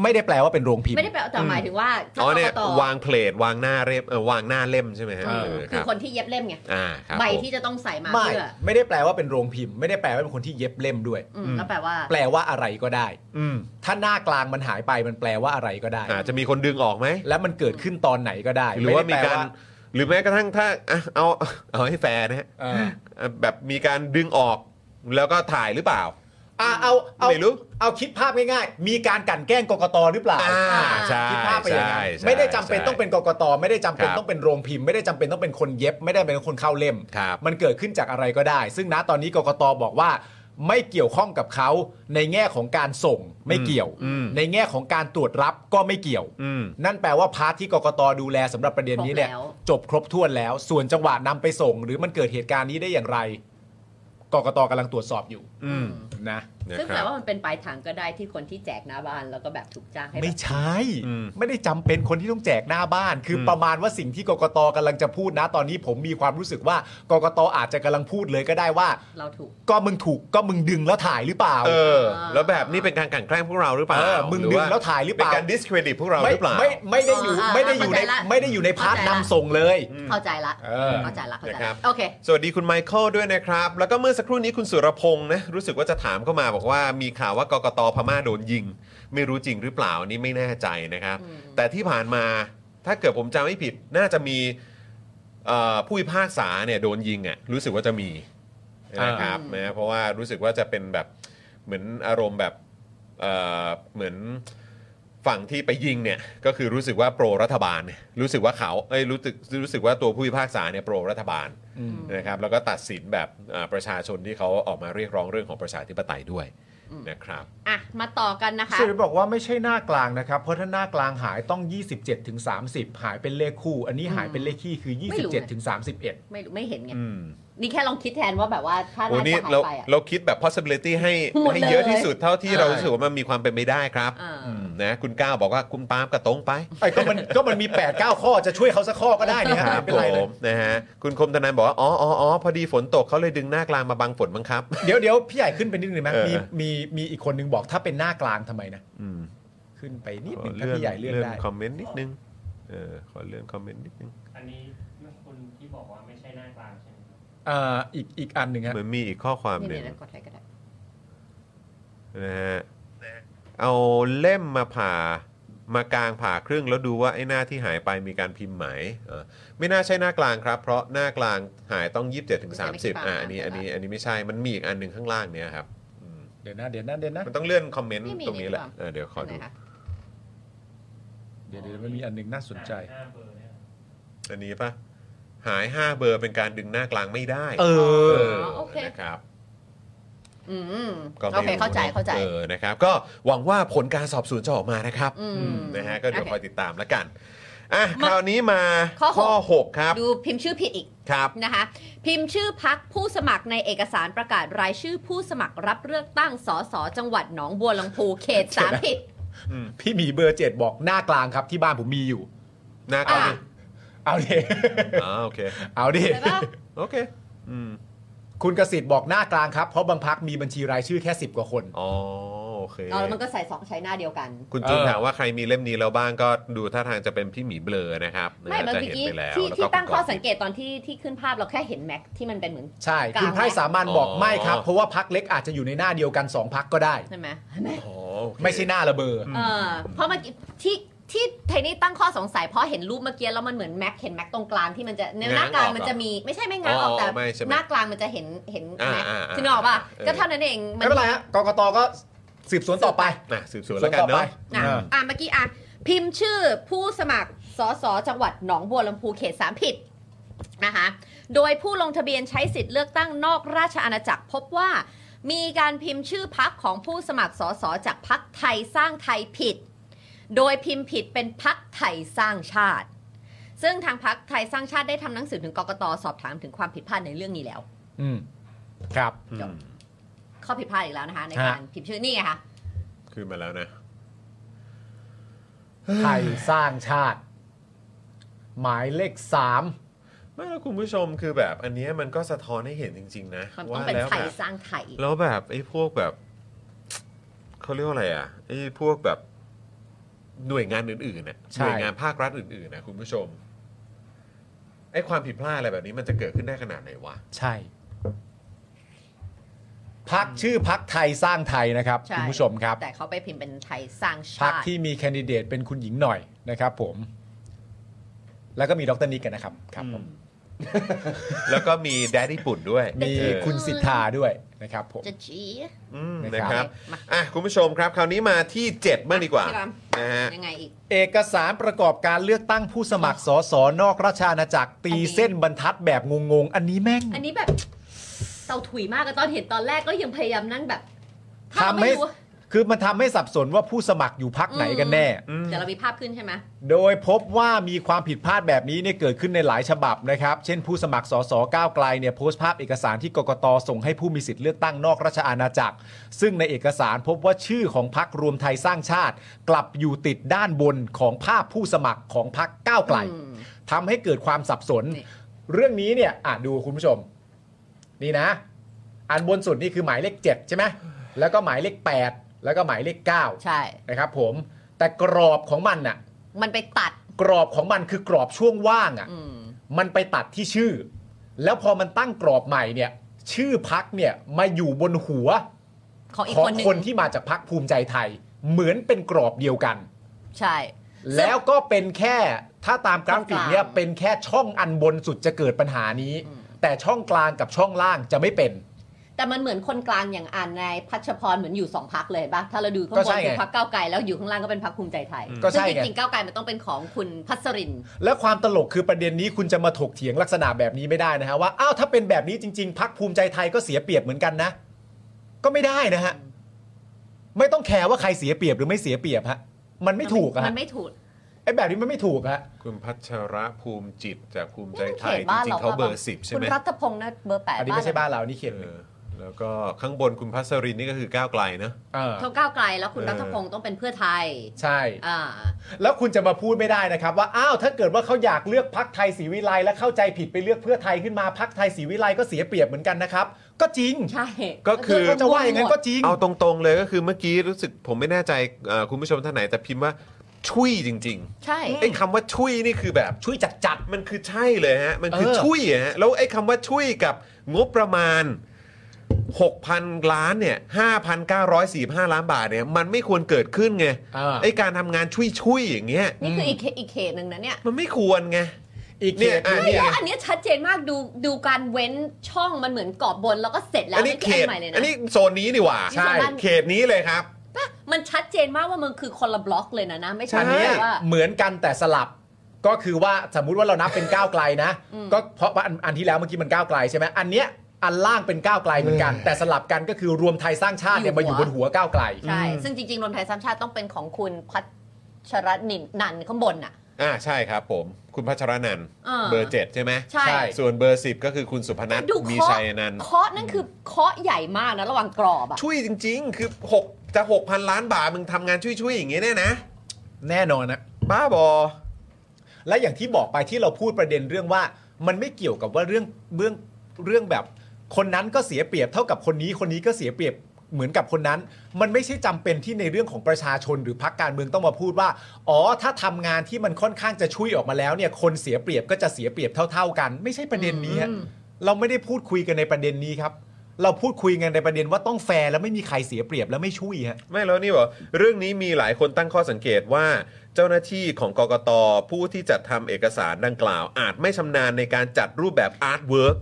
ไม่ได้แปลว่าเป็นโรงพิมพ์ ไม่ได้แปลว่าแต่หมายถึงว่าถ้า อ๋อเนี่ย กกต วางเพลทวางหน้าเล่มเออวางหน้าเล่มใช่ไหมฮะ เออ เออ คือคนที่เย็บเล่มไง อ่าครับ ใบ ผม ที่จะต้องใส่มา ไม่ เพื่อ ไม่ได้แปลว่าเป็นโรงพิมพ์ ไม่ได้แปลว่าเป็นคนที่เย็บเล่มด้วย อืมก็แปลว่า แปลว่าอะไรก็ได้ ถ้าหน้ากลางมันหายไปมันแปลว่าอะไรก็ได้ อาจจะมีคนดึงออกไหม และมันเกิดขึ้นตอนไหนก็ได้ หรือว่ามี ไได้แปล การหรือแม้กระทั่งถ้าอ่ะเอาเอาให้แฟร์นะฮะ เออ เอ่อแบบมีการดึงออกแล้วก็ถ่ายหรือเปล่า อ่ะเอาเอา ไม่รู้ เอาคิดภาพง่ายๆ มีการกลั่นแกล้งกกตหรือเปล่า อ่าใช่ คิดภาพไปอย่าง ใช่ นั้น ใช่ ไม่ได้จำเป็น ใช่ ต้องเป็นกกตไม่ได้จำเป็น ครับ ต้องเป็นโรงพิมพ์ ไม่ได้จำเป็นต้องเป็นคนเย็บ ไม่ได้เป็นคนเข้าเล่ม ครับ มันเกิดขึ้นจากอะไรก็ได้ ซึ่งณตอนนี้กกตบอกว่า ไม่เกี่ยวข้องกับเขาในแง่ของการส่งไม่เกี่ยว ในแง่ของการตรวจรับก็ไม่เกี่ยว อืม นั่นแปลว่าพาร์ทที่กกตดูแลสำหรับประเด็นนี้เนี่ย ครบแล้ว จบครบถ้วนแล้ว ส่วนจังหวะนำไปส่ง หรือมันเกิดเหตุการณ์นี้ได้อย่างไรกกตกำลังตรวจสอบอยู่ อืม นะ นะ ซึ่ง ค แปล รับ ว่ามันเป็นปลายทางก็ได้ที่คนที่แจกหน้าบ้านแล้วก็แบบถูกจ้างให้แบบ ไม่ใช่ อืม ไม่ได้จำเป็นคนที่ต้องแจกหน้าบ้าน คืออ ม ประมาณว่าสิ่งที่กกตกำลังจะพูดนะ ตอนนี้ผมมีความรู้สึกว่ากกตอาจจะกำลังพูดเลยก็ได้ว่า เราถูก ก็มึงถูกก็มึงดึงแล้วถ่ายหรือเปล่า เออ แล้วแบบนี้เป็นการกลั่นแกล้งพวกเราหรือเปล่า เออมึง หรือ ดึงแล้วถ่ายหรือเปล่า เป็นการ discredit พวกเราหไม่รือเปล่า ไม่ไม่ได้อยู่ อ่า ไม่ได้อยู่ใน เข้าใจละ ไม่ได้อยู่ในพาร์ท เข้าใจละ นำส่งเลย เข้าใจละ เออ ใจละเข้าใจ นะครั ละ บ โอเค สวัสดีคุณไมเคิลด้วยนะครับ แล้วก็เมื่อสักครู่นี้คุณสุรพงษ์นะรู้สึกว่าจะถามเข้ามา บอกว่ามีข่าวว่ากกตพม่าโดนยิง ไม่รู้จริงหรือเปล่าอันนี่ไม่แน่ใจนะครับ อืม แต่ที่ผ่านมาถ้าเกิดผมจำไม่ผิดน่าจะมีเอ่อผู้พิพากษาเนี่ยโดนยิงอ่ะรู้สึกว่าจะมีนะครับ อ่าน นะเพราะว่ารู้สึกว่าจะเป็นแบบเหมือนอารมณ์แบบเอ่อเหมือนฝั่งที่ไปยิงเนี่ยก็คือรู้สึกว่าโปรรัฐบาลเนี่ยรู้สึกว่าเขาเอ้ยรู้สึกรู้สึกว่าตัวผู้พิพากษาเนี่ยโปรรัฐบาล นะครับแล้วก็ตัดสินแบบอ่าประชาชนที่เขาออกมาเรียกร้องเรื่องของประชาธิปไตยด้วย อืม นะครับ อ่ะ มาต่อกันนะคะ สิริบอกว่าไม่ใช่หน้ากลางนะครับ เพราะถ้าหน้ากลางหายต้อง 27ถึง30 หายเป็นเลขคู่ อันนี้หายเป็นเลขคี่คือ ไม่รู้ 27ถึง31 ไม่รู้ไม่เห็นไง อืม นี่แค่ลองคิดแทนว่าแบบว่าถ้า โอ้ นาย นี่ จะหาย เรา ไปอ่ะ เราคิดแบบ possibility ให้ หมดเลย ให้เยอะที่สุดเท่าที่เรา ใช่ รู้สึกว่ามันมีความเป็นไปได้ครับ อ่า อืมนะคุณก้าวบอกว่าคุณปาล์มกระตรงไป ไอ้ก็มันก็มันมี 8 9 ข้อจะช่วยเขาสักข้อก็ได้นี่ ค ฮะ รับไม่เป็น ผ ไรเลย มนะฮะคุณคมธนายบอกว่าอ๋ออ๋ออ๋อพอดีฝนตกเขาเลยดึงหน้ากลางมาบังฝนมั้งครับ เดี๋ยวเดี๋ยวพี่ใหญ่ขึ้นไปนิดนึงไหม เออ มีมีมีอีกคนนึงบอกถ้าเป็นหน้ากลางทำไมนะ อืม ขึ้นไปนิดนึง ข ถ้าพี่ใหญ่เลื่อนได้ คอมเมนต์นิดนึงเออขอเลื่อนคอมเมนต์นิดนึง อันนี้คุณที่บอกว่าไม่ใช่หน้ากลางใช่ไหมครับ อ่าอีกอีกอันหนึ่งฮะ เหมือนมีอีกข้อความห นี่ นึ่ง ๆแล้วกดให้ก็ได้ นะฮะเอาเล่มมาผ่ามากลางผ่าครึ่งแล้วดูว่าไอ้หน้าที่หายไปมีการพิมพ์ไหมเออไม่น่าใช่หน้ากลางครับ เพราะหน้ากลางหายต้อง 27ถึง30อ่ะอันนี้อันนี้อันนี้ไม่ใช่มันมีอีกอันหนึ่งข้างล่างเนี้ยครับอืม เดี๋ยวนะเดี๋ยวนะเดี๋ยวนะ มันต้องเลื่อนคอมเมนต์ ไม่มี ตรงนี้แหละ นี่หรือเปล่า เออเดี๋ยวขอดู ไหนคะ เดี๋ยวเดี๋ยวมันมีอันหนึงน่าสนใจ หน้าเบอร์เนี่ย อันนี้ปะหาย 5 เบอร์เป็นการดึงหน้ากลางไม่ได้ เออ โอเค นะครับ อืม ก็ไม่ โอเค รู้ เข้าใจ เข้าใจ เออนะครับ ก็หวังว่าผลการสอบสวนจะออกมานะครับ อืม อืมนะฮะก็เดี๋ยว โอเค คอยติดตามแล้วกันอ่ะคมาราวนี้มา ข้อหก หกครับ ดูพิมพ์ชื่อผิดอีก ครับ นะคะ พิมพ์ชื่อพักผู้สมัครในเอกสารประกาศรายชื่อผู้สมัครรับเลือกตั้งสสจังหวัดหนองบัวลำพูเขตสามผิด พี่หมีเบอร์เจ็ดบอกหน้ากลางครับที่บ้านผมมีอยู่ หน้ากลาง อ่ะ เอาดิ อ๋อโอเค เอาดิ ใช่ปะ โอเคอืม คุณกสิทธิ์บอกหน้ากลางครับ เพราะบางพักมีบัญชีรายชื่อแค่ 10 กว่าคน อ๋อโอเค เอาแล้วมันก็ใส่สองใช้หน้าเดียวกัน คุณจุน เออ ถามว่าใครมีเล่มนี้แล้วบ้างก็ดูท่าทางจะเป็นพี่หมีเบลอนะครับ ไม่ น่า มัน จะ เมื่อ เห็น กี้ ไปแล้ว ที่ แล้ว ที่ ก็ ตั้งข้อสัณงเกตตอนที่ที่ขึ้นภาพเราแค่เห็นแม็กที่มันเป็นเหมือน ใช่ กลาง คุณไพร่สามานบอก อ๋อ ไม่ครับ เพราะว่าพักเล็กอาจจะอยู่ในหน้าเดียวกัน 2 พักก็ได้ ใช่ไหม อ๋อโอเค ไม่ใช่หน้าระเบอร์ เออเพราะเมื่อกี้ที่ที่ไทนี่ตั้งข้อสงสัยเพราะเห็นรูปเมื่อกี้แล้วมันเหมือนแม็กเห็นแม็กตรงกลางที่มันจะในหน้ากลางมันจะมีไม่ใช่ไม่ง้างออกแต่ ไม่ใช่ไหม หน้ากลางมันจะเห็นเห็น อ่า แม็ก อ่าอ่า ถึงออกป่ะ เออ ก็เท่านั้นเอง ไม่เป็นไรฮะกกตก็สืบสวนต่อไป นะสืบสวนแล้วกัน ส่วนต่อไป เนาะ อ่ะอ่ะเมื่อกี้อ่ะพิมพ์ชื่อผู้สมัครสสจังหวัดหนองบัวลำพูเขตสามผิดนะคะโดยผู้ลงทะเบียนใช้สิทธิ์เลือกตั้งนอกราชอาณาจักรพบว่า มีการพิมพ์ชื่อพักของผู้สมัครสสจากพักไทยสร้างไทยผิด โดยพิมพ์ผิดเป็นพักไทยสร้างชาติ ซึ่งทางพักไทยสร้างชาติได้ทำหนังสือถึงกกตสอบถามถึงความผิดพลาดในเรื่องนี้แล้ว อืมครับ จบ ข้อผิดพลาดอีกแล้วนะคะ ใน ฮะ การพิมพ์ชื่อนี่ไงคะ คือมาแล้วนะ ไทยสร้างชาติ หมายเลขสาม ไม่แล้วคุณผู้ชมคือแบบอันเนี้ยมันก็สะท้อนให้เห็นจริง ๆ นะ มันต้อ ว่าง เป็น แล้ว ไท แบ ย บ สร้างไทย แล้วแบบไอ้พวกแบบเขาเรียกว่าอะไรอ่ะไอ้พวกแบบหน่วยงานอื่นๆน่ะหน่วยงานภาครัฐอื่นๆนะคุณผู้ชมไอ้ความผิดพลาดอะไรแบบนี้มันจะเกิดขึ้นได้ขนาดไหนวะ ใช่ พักชื่อพักไทยสร้างไทยนะครับ ใช่ คุณผู้ชมครับ แต่เขาไปพิมพ์เป็นไทยสร้าง พั ชาก ติ ที่มีแคนดิเดตเป็นคุณหญิงหน่อยนะครับผม แล้วก็มีดรนิกกันนะครับครับผม แล้วก็มีแดดญี่ปุ่นด้วย มี เออ คุณสิทธาด้วยนะครับผม จะจี อืม นะ นะ ค ค รั รับ บอ่ะคุณผู้ชมครับ คราวนี้มาที่เจ็ดบ้างดีกว่า พี่ร นะฮะ ำยังไงอีก เอกสารประกอบการเลือกตั้งผู้สมัครสสนอกราชอาณาจักรตี อันนี้ เส้นบรรทัดแบบงงๆ อันนี้แม่ง อันนี้แบบเตาถุยมากอะตอนเห็นตอนแรกก็ยังพยายามนั่งแบบถ้าเรา ทำ ไม่ ให้ รู้ว่า คือมันทำให้สับสนว่าผู้สมัครอยู่พักไหนกันแน่ อืม เดี๋ยวเรามีภาพขึ้นใช่ไหม โดยพบว่ามีความผิดพลาดแบบนี้เนี่ยเกิดขึ้นในหลายฉบับนะครับ เช่นผู้สมัครสสก้าวไกลเนี่ยโพสต์ภาพเอกสารที่กกตส่งให้ผู้มีสิทธิ์เลือกตั้งนอกราชอาณาจักร ซึ่งในเอกสารพบว่าชื่อของพักรวมไทยสร้างชาติ กลับอยู่ติดด้านบนของภาพผู้สมัครของพักก้าวไกล อืม ทำให้เกิดความสับสน นี่ เรื่องนี้เนี่ยอ่ะดูคุณผู้ชม นี่นะ อันบนสุดนี่คือหมายเลข7ใช่ไหมแล้วก็หมายเลข 8 แล้วก็หมายเลข9 ใช่ นะครับผมแต่กรอบของมันน่ะ มันไปตัด กรอบของมันคือกรอบช่วงว่างอะ่ะ อืม มันไปตัดที่ชื่อ แล้วพอมันตั้งกรอบใหม่เนี่ย ชื่อพักเนี่ยมาอยู่บนหัว ของอีก ของ คนหนึ่ง คนที่มาจากพักภูมิใจไทย เหมือนเป็นกรอบเดียวกัน ใช่ แล้วก็เป็นแค่ถ้าตามกราฟิกเนี่ย ช่องกลาง เป็นแค่ช่องอันบนสุดจะเกิดปัญหานี้ อืม แต่ช่องกลางกับช่องล่างจะไม่เป็น แต่มันเหมือนคนกลางอย่างอ่านนายพัชพรเหมือนอยู่สองพักเลยปะถ้าเราดูข้าง ก็ บ ใช่ น ไง คือพักก้าวไกลแล้วอยู่ข้างล่างก็เป็นพักภูมิใจไทย ก็ใช่ ซึ่งจ ไง ริงๆก้าวไกลมันต้องเป็นของคุณพัสรินทร์ และความตลกคือประเด็นนี้คุณจะมาถกเถียงลักษณะแบบนี้ไม่ได้นะฮะว่าอ้าวถ้าเป็นแบบนี้จริง ๆพักภูมิใจไทยก็เสียเปรียบเหมือนกันนะ ก็ไม่ได้นะฮะไม่ต้องแคร์ว่าใครเสียเปรียบหรือไม่เสียเปรียบฮะมันไม่ถูกอะ มั ฮะ นไม่ถูก ไอ้แบบนี้มันไม่ถูกฮะ คุณพัชระภูมิจิตจากภูมิใจไทย นี่ จ มันเขตบ้าน ริง เรา ๆเขา ปะ เบอร์สิบใช่ คุณ ไหม รัตพงษ์นะเบอร์แปด อันนี้ไม่ใช่บ้านเราอันนี่เขียน เออแล้วก็ข้างบนคุณพัสรินนี่ก็คือก้าวไกลเนอะ เออ เขาก้าวไกลแล้วคุณ เออ รัตพงษ์ต้องเป็นเพื่อไทย ใช่ อ่า แล้วคุณจะมาพูดไม่ได้นะครับ ว่าอ้าวถ้าเกิดว่าเขาอยากเลือกพักไทยศรีวิไลย์และเข้าใจผิดไปเลือกเพื่อไทยขึ้นมาพักไทยศรีวิไลย์ก็เสียเปรียบเหมือนกันนะครับ ก็จริง ใช่ ก็คือ ก็จะว่าอย่างนั้นก็จริง เอาตรงๆเลยก็คือเมื่อกี้รู้สึกผมไม่แน่ใจเอ่อคุณผู้ชมท่านไหน แต่พิมพ์ว่าชุยจริง ใช่ ๆไอ้คำว่าชุยนี่คือแบบ ช่วยจัดจัด มันคือใช่เลยฮะ มันคือ เออ ชุยฮะแล้วไอ้คำว่าชุยกับงบประมาณ 6,000 ล้านเนี่ย5,945 ล้านบาทเนี่ยมันไม่ควรเกิดขึ้นไง เออ ไอ้การทำงานชุยชุยๆอย่างเงี้ย นี่คืออีกเขตอีกเขตหนึ่งนะเนี่ย มันไม่ควรไง อีก เนี่ เนี่ยอ่ะยเฮ้ยแล้วอันเนี้ยชัดเจนมากดูดูการเว้นช่องมันเหมือนกรอบบนแล้วก็เสร็จแล้ว อันนี้เขต ใหม่เลยนะ อันนี้โซนนี้ดีกว่า ใช่ เขตนี้เลยครับ มันชัดเจนมากว่ามันคือคนละบล็อกเลยนะนะ ไม่ใช่ อันเนี้ย ว่า เหมือนกันแต่สลับ ก็คือว่าสมมุติว่าเรานับเป็นก้าวไกลนะ อืม ก็เพราะว่าอันอันที่แล้วเมื่อกี้มันก้าวไกลใช่ไหมอันเนี้ยอันล่างเป็นก้าวไกลเหมือนกัน แต่สลับกันก็คือรวมไทยสร้างชาติเนี่ยมาอยู่บนหัวก้าวไกล ใช่ ซึ่งจริงๆรวมไทยสร้างชาติต้องเป็นของคุณพัชรนินนันท์ข้างบนน่ะ อ่าใช่ครับผม คุณพัชรนันท์ อ่า เบอร์เจ็ดใช่ไหม ใช่ ส่วนเบอร์สิบก็คือคุณสุพนัท ดู มี เคาะ ชัยอนันท์ เคาะนั่นคือเคาะใหญ่มากนะระหว่างกรอบอะ ช่วยจริง ๆ คือ 6 จะ 6,000 ล้านบาท มึงทำงานช่วย ๆ อย่างเงี้ยเนี่ยนะ แน่นอนนะ บ้าบอ และอย่างที่บอกไปที่เราพูดประเด็นเรื่องว่า มันไม่เกี่ยวกับว่าเรื่องเรื่องเรื่องแบบ คนนั้นก็เสียเปรียบเท่ากับคนนี้คนนี้ก็เสียเปรียบเหมือนกับคนนั้น มันไม่ใช่จำเป็นที่ในเรื่องของประชาชนหรือพักการเมืองต้องมาพูดว่า อ๋อถ้าทำงานที่มันค่อนข้างจะช่วยออกมาแล้วเนี่ยคนเสียเปรียบก็จะเสียเปรียบเท่า ๆกัน ไม่ใช่ประเด็นนี้ฮะเราไม่ได้พูดคุยกันในประเด็นนี้ครับ เราพูดคุยกันในประเด็นว่าต้องแฟร์และไม่มีใครเสียเปรียบและไม่ช่วยฮะ ไม่แล้วนี่บอกเรื่องนี้มีหลายคนตั้งข้อสังเกตว่าเจ้าหน้าที่ของกกตผู้ที่จัดทำเอกสารดังกล่าว อาจไม่ชำนาญในการจัดรูปแบบอาร์ตเวิร์ก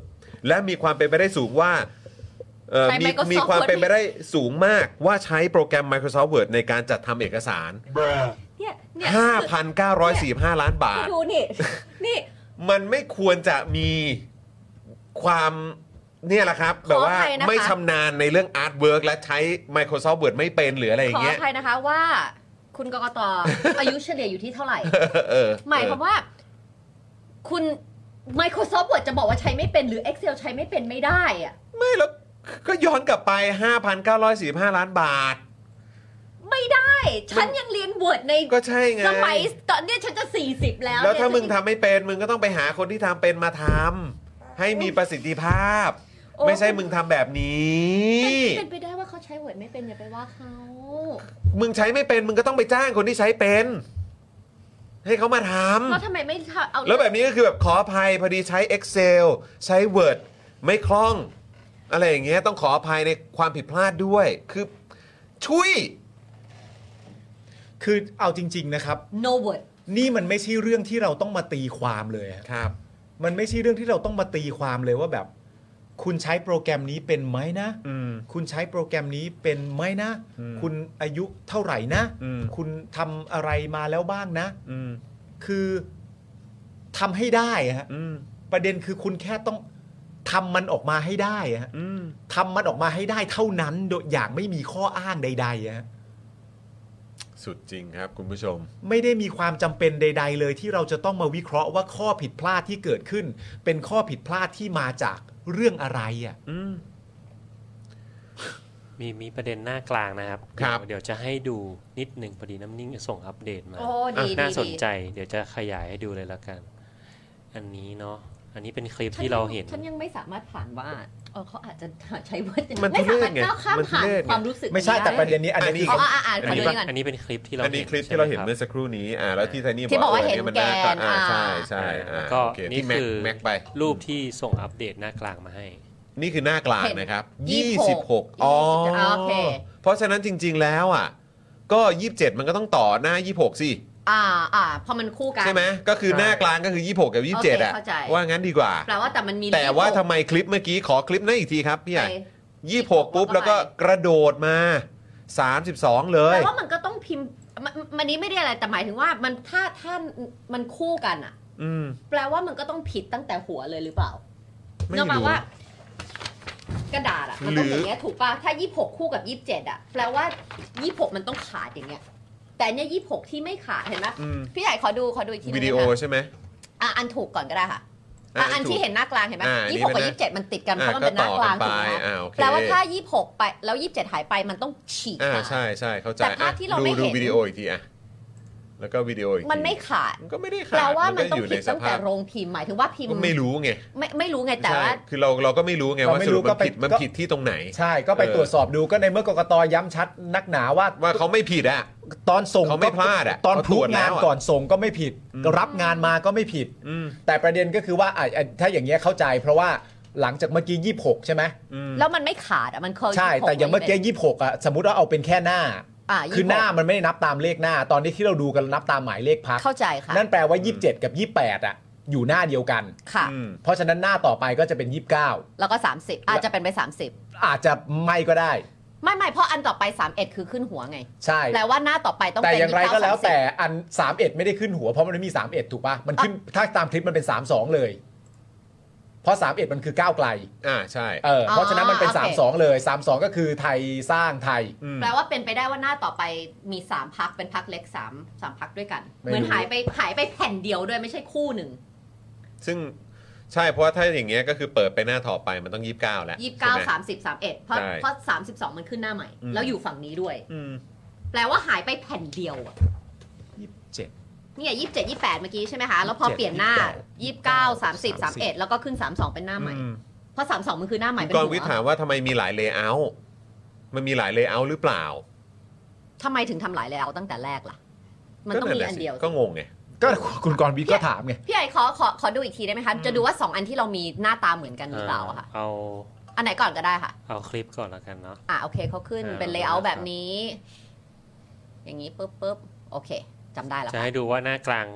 และมีความเป็นไปได้สูงว่าเอ่อ ใช้ มี Microsoft มีความเป็นไป Word ได้สูงมากว่าใช้โปรแกรม Microsoft Word ในการจัดทำเอกสาร เนี่ยเนี่ย 5,945 ล้านบาท ดูนี่ นี่ มันไม่ควรจะมีความเนี่ยแหละครับ แบบว่า ขออภัยนะคะ ไม่ชำนาญในเรื่องอาร์ตเวิร์กและใช้ Microsoft Word ไม่เป็นหรืออะไรอ ข ย่าง อ เงี้ อยภัยนะคะว่า คุณกกต อายุเฉลี่ยอยู่ที่เท่าไหร่ เออ หมายความว่า คุณ Microsoft Word จะบอกว่าใช้ไม่เป็นหรือ Excel ใช้ไม่เป็นไม่ได้อะ ไม่แล้วก็ย้อนกลับไป 5,945 ล้านบาท ไม่ได้ ฉันยังเรียน Word ใน ก็ใช่ไง สมัยตอนเนี้ยฉันจะ 40 แล้ว แล้ว เนี่ย ถ้ามึง ฉันจะ ทำไม่เป็น มึงก็ต้องไปหาคนที่ทำเป็นมาทำให้มีประสิทธิภาพ โอ้ ไม่ใช่มึงทำแบบนี้ เป็นไปได้ว่าเขาใช้ Word ไม่เป็นอย่าไปว่าเขา มึงใช้ไม่เป็น มึงก็ต้องไปจ้างคนที่ใช้เป็น ให้เขามาท แล้วทำไมไม่เอา ำแล้วแบบนี้ก็คือแบบขออภัยพอดีใช้ Excel ใช้ Word ไม่คล่อง อะไรอย่างเงี้ยต้องขออภัยในความผิดพลาดด้วย คือช่วย คือเอาจริง ๆนะครับ โนเวิร์ด นี่มันไม่ใช่เรื่องที่เราต้องมาตีความเลยฮะ ครับ มันไม่ใช่เรื่องที่เราต้องมาตีความเลยว่าแบบ คุณใช้โปรแกรมนี้เป็นไหมนะ อืม คุณใช้โปรแกรมนี้เป็นไหมนะ อืม คุณอายุเท่าไหร่นะ อืม คุณทำอะไรมาแล้วบ้างนะ อืม คือทำให้ได้อะฮะ อืม ประเด็นคือคุณแค่ต้องทำมันออกมาให้ได้อะฮะ อืม ทำมันออกมาให้ได้เท่านั้นโดยอย่างไม่มีข้ออ้างใดๆอะฮะ สุดจริงครับคุณผู้ชม ไม่ได้มีความจำเป็นใด ๆ เลยที่เราจะต้องมาวิเคราะห์ว่าข้อผิดพลาดที่เกิดขึ้น เป็นข้อผิดพลาดที่มาจากเรื่องอะไรอ่ะ อืม มีมีประเด็นหน้ากลางนะครับ ครับ เดี๋ยวเดี๋ยวจะให้ดูนิดหนึ่งพอดีน้ำนิ่งส่งอัปเดตมา โอ้ดีดี น่าสน ดี ใจ เดี๋ยวจะขยายให้ดูเลยละกัน อันนี้เนาะ อันนี้เป็นคลิปที่เราเห็น ฉันยังไม่สามารถผ่านว่าเออเขาอาจจะใช้เวิร์ด มัน ไม่สามาทุเรรถศไง ก้าวข้าม มันทุ ผ่าน เรศไง ความรู้สึก ไม่ใช่ ด้ แต่ประเด็นนี้อันอันนี้นี้ คือ อ๋ออ่ะอ่าน อัน ขอ นี้ ดูนี่ก่อน อันนี้เป็นคลิปที่เรา อันนี้ เห็ คลิปที่เราเห็น ใช่ไม เมื่อ คบ สักครู่นี้ อ่า แล้วที่ไทนี่ ที่บอกว่า เย เห็น มัา แกน อ่า อ่า ใช่ใช่ แล้ อ่าว ก็ โอเค นี่ ที่แม็ก คือ แม็กไป รูปที่ส่งอัปเดตหน้ากลางมาให้ นี่คือหน้ากลาง เห็น นะครับ ยี่สิบหก 26 อ๋อ โอเค เพราะฉะนั้นจริง ๆ แล้วอ่ะ ก็ 27 มันก็ต้องต่อหน้า 26 สิ อ่าอ่าพอมันคู่กัน ใช่ไหมก็คือหน้ากลางก็คือ 26 กับ 27 อ่ะ โอเคเข้าใจ ว่างั้นดีกว่า แปลว่าแต่มันมี แต่ว่า เลขหก ทำไมคลิปเมื่อกี้ขอคลิปนั้นอีกทีครับพี่ใหญ่ ไป 26 ปุ๊บ แล้วก็กระโดดมา 32 เล แปล ย ว่ามันก็ต้องพิมพ์มันมันนี้ไม่ได้อะไรแต่หมายถึงว่ามันถ้าถ้ามันคู่กันอะ อืม แปลว่ามันก็ต้องผิดตั้งแต่หัวเลยหรือเปล่า ไม่ เนกออกมา รู้ ว่า กระดาษอะมันต้อง หรือออย่างเงี้ยถูกป่ะถ้ายี่หกคู่กับยี่สิบเจ็ดอะแปลว่ายี่หกมันต้องขาดอย่างเงี้ย แต่เนี่ยยี่หกที่ไม่ขาดเห็นไหม อืม พี่ใหญ่ขอดูขอดูอีกทีนึง วิดีโอ นะคะ ใช่ไหม อ่ะอันถูกก่อนก็ได้ค่ะ อ่ะ อ่ะอัน ถูก ที่เห็นหน้ากลางเห็นไหม อ่ะอันนี้ ยี่หก เป็นหน้ากับยี่สิบเจ็ดมันติดกันเพ อ่ะ ราะมัน ก็ เป็นหน้า ต่อก กั ลาน ง ไป ถูกไหม อ่าโอเค แปลว่าถ้ายี่หกไปแล้วยี่สิบเจ็ดหายไปมันต้องฉีก อ่า ขาด ใช่ใช่เข้าใจ แต่ภาพที่เราไม่ ดูดู เห็น วิดีโออีกทีอ่ะแล้วก็วิดีโออีกที มันไม่ขาด มันก็ไม่ได้ขาด แปลว่ามัน ก็ ต้อง อยู่ ผิ ใน ด ส ตั้งแต่ ภาพ โรงพิมพ์หมายถึงว่าพิมพ์ ก็ไม่รู้ไง ไม่ไม่รู้ไงแต่ ใช่ ว่า คือเราเราก็ไม่รู้ไง เรา ว่า ไม่ สรุรู้ปมัน ก็ไป ผิดมัน ก็ ผิดที่ตรงไหน ใช่ก็ไป เออ ตรวจสอบดูก็ในเมื่อกกตย้ำชัดนักหนาว่า ว่าเขาไม่ผิดอ่ะ ตอนส่ง เขาไม่พลาดอะ ตอน เขา พ ต รู รว ด จแล้ งา วน อะ ก่อนส่งก็ไม่ผิดรับงานมาก็ไม่ผิด อืม แต่ประเด็นก็คือว่าอ่ะอ่ะถ้าอย่างเงี้ยเข้าใจ เพราะว่าหลังจากเมื่อกี้26 ใช่ไหม แล้วมันไม่ขาดอ่ะมันเคย ใช่ 26 แต่อย่างเมื่อกี้26อ่ะสมมติว่าเอาเป็นแค่หน้า อ่ะ26 คือหน้ามันไม่ได้นับตามเลขหน้า ตอนนี้ที่เราดูกันนับตามหมายเลขพัก เข้าใจค่ะ นั่นแปลว่า 27 กับ 28อ่ะอยู่หน้าเดียวกัน ค่ะ อืม เพราะฉะนั้นหน้าต่อไปก็จะเป็น 29 แล้วก็ 30 อาจจะเป็นไป อาจจะไม่ก็ได้ 30 ไม่ไม่เพราะอันต่อไป 31 คือขึ้นหัวไง ใช่ แปลว่าหน้าต่อไปต้อง แต่ เป็น อย่างไรก็แล้ว 29 แต่อัน 31 ไม่ได้ขึ้นหัวเพราะมันไม่มี 31 ถูกปะมันขึ้นถ้าตามคลิปมันเป็น 32 เลย เพราะ 31 มันคือก้าวไกล อ่าใช่ เออเพราะฉะนั้นมันเป็น อ๋อโอเค 32 เลย 32 ก็คือไทยสร้างไทย อืม 30แปลว่าเป็นไปได้ว่าหน้าต่อไปมี 3พักเป็นพักเล็ก 3 3พักด้วยกัน ไม่รู้ เหมือนหายไปหายไปแผ่นเดียวด้วยไม่ใช่คู่หนึ่ง ซึ่งใช่เพราะว่าถ้าอย่างเงี้ยก็คือเปิดไปหน้าต่อไปมันต้อง 29 แล้ว 29 ใช่ไหม 30 31 เพราะ ใช่ เพราะ32 มันขึ้นหน้าใหม่ อืม แล้วอยู่ฝั่งนี้ด้วย อืม แปลว่าหายไปแผ่นเดียวอะ 27 เนี่ยยี่สิบเจ็ดยี่แปดเมื่อกี้ใช่ไหมคะ แล้วพอ 27 เปลี่ยนหน้ายี่สิบเก้าสามสิบสามเอ็ด 31 แล้วก็ขึ้นสามสองเป็นหน้าใหม่ เพราะสามสองมันคือหน้าใหม่ คุณ เป็กนร หั ณ์วิทย์ถาว มว่าทำไมมีหลายเลเยอร์มันมีหลายเลเยอร์หรือเปล่า ทำไมถึงทำหลายแล้วตั้งแต่แรกล่ะ มันต้องมีอันเดียว ก็งงไง ก็คุณกรณ์วิทย์ก็ถามไง พี่ไอขอขอขอดูอีกทีได้ไหมคะ จะดูว่าสองอันที่เรามีหน้าตาเหมือนกันหรือเปล่าอะค่ะ เอา อันไหนก่อนก็ได้ค่ะ เอาคลิปก่อนแล้วกันเนาะ อ่ะโอเคเขาขึ้น อ่า เป็นเลเยอร์แบบนี้ อย่างนี้ปุ๊บปุ๊บโอเคจำได้แล้ว จะให้ดูว่าหน้ากลาง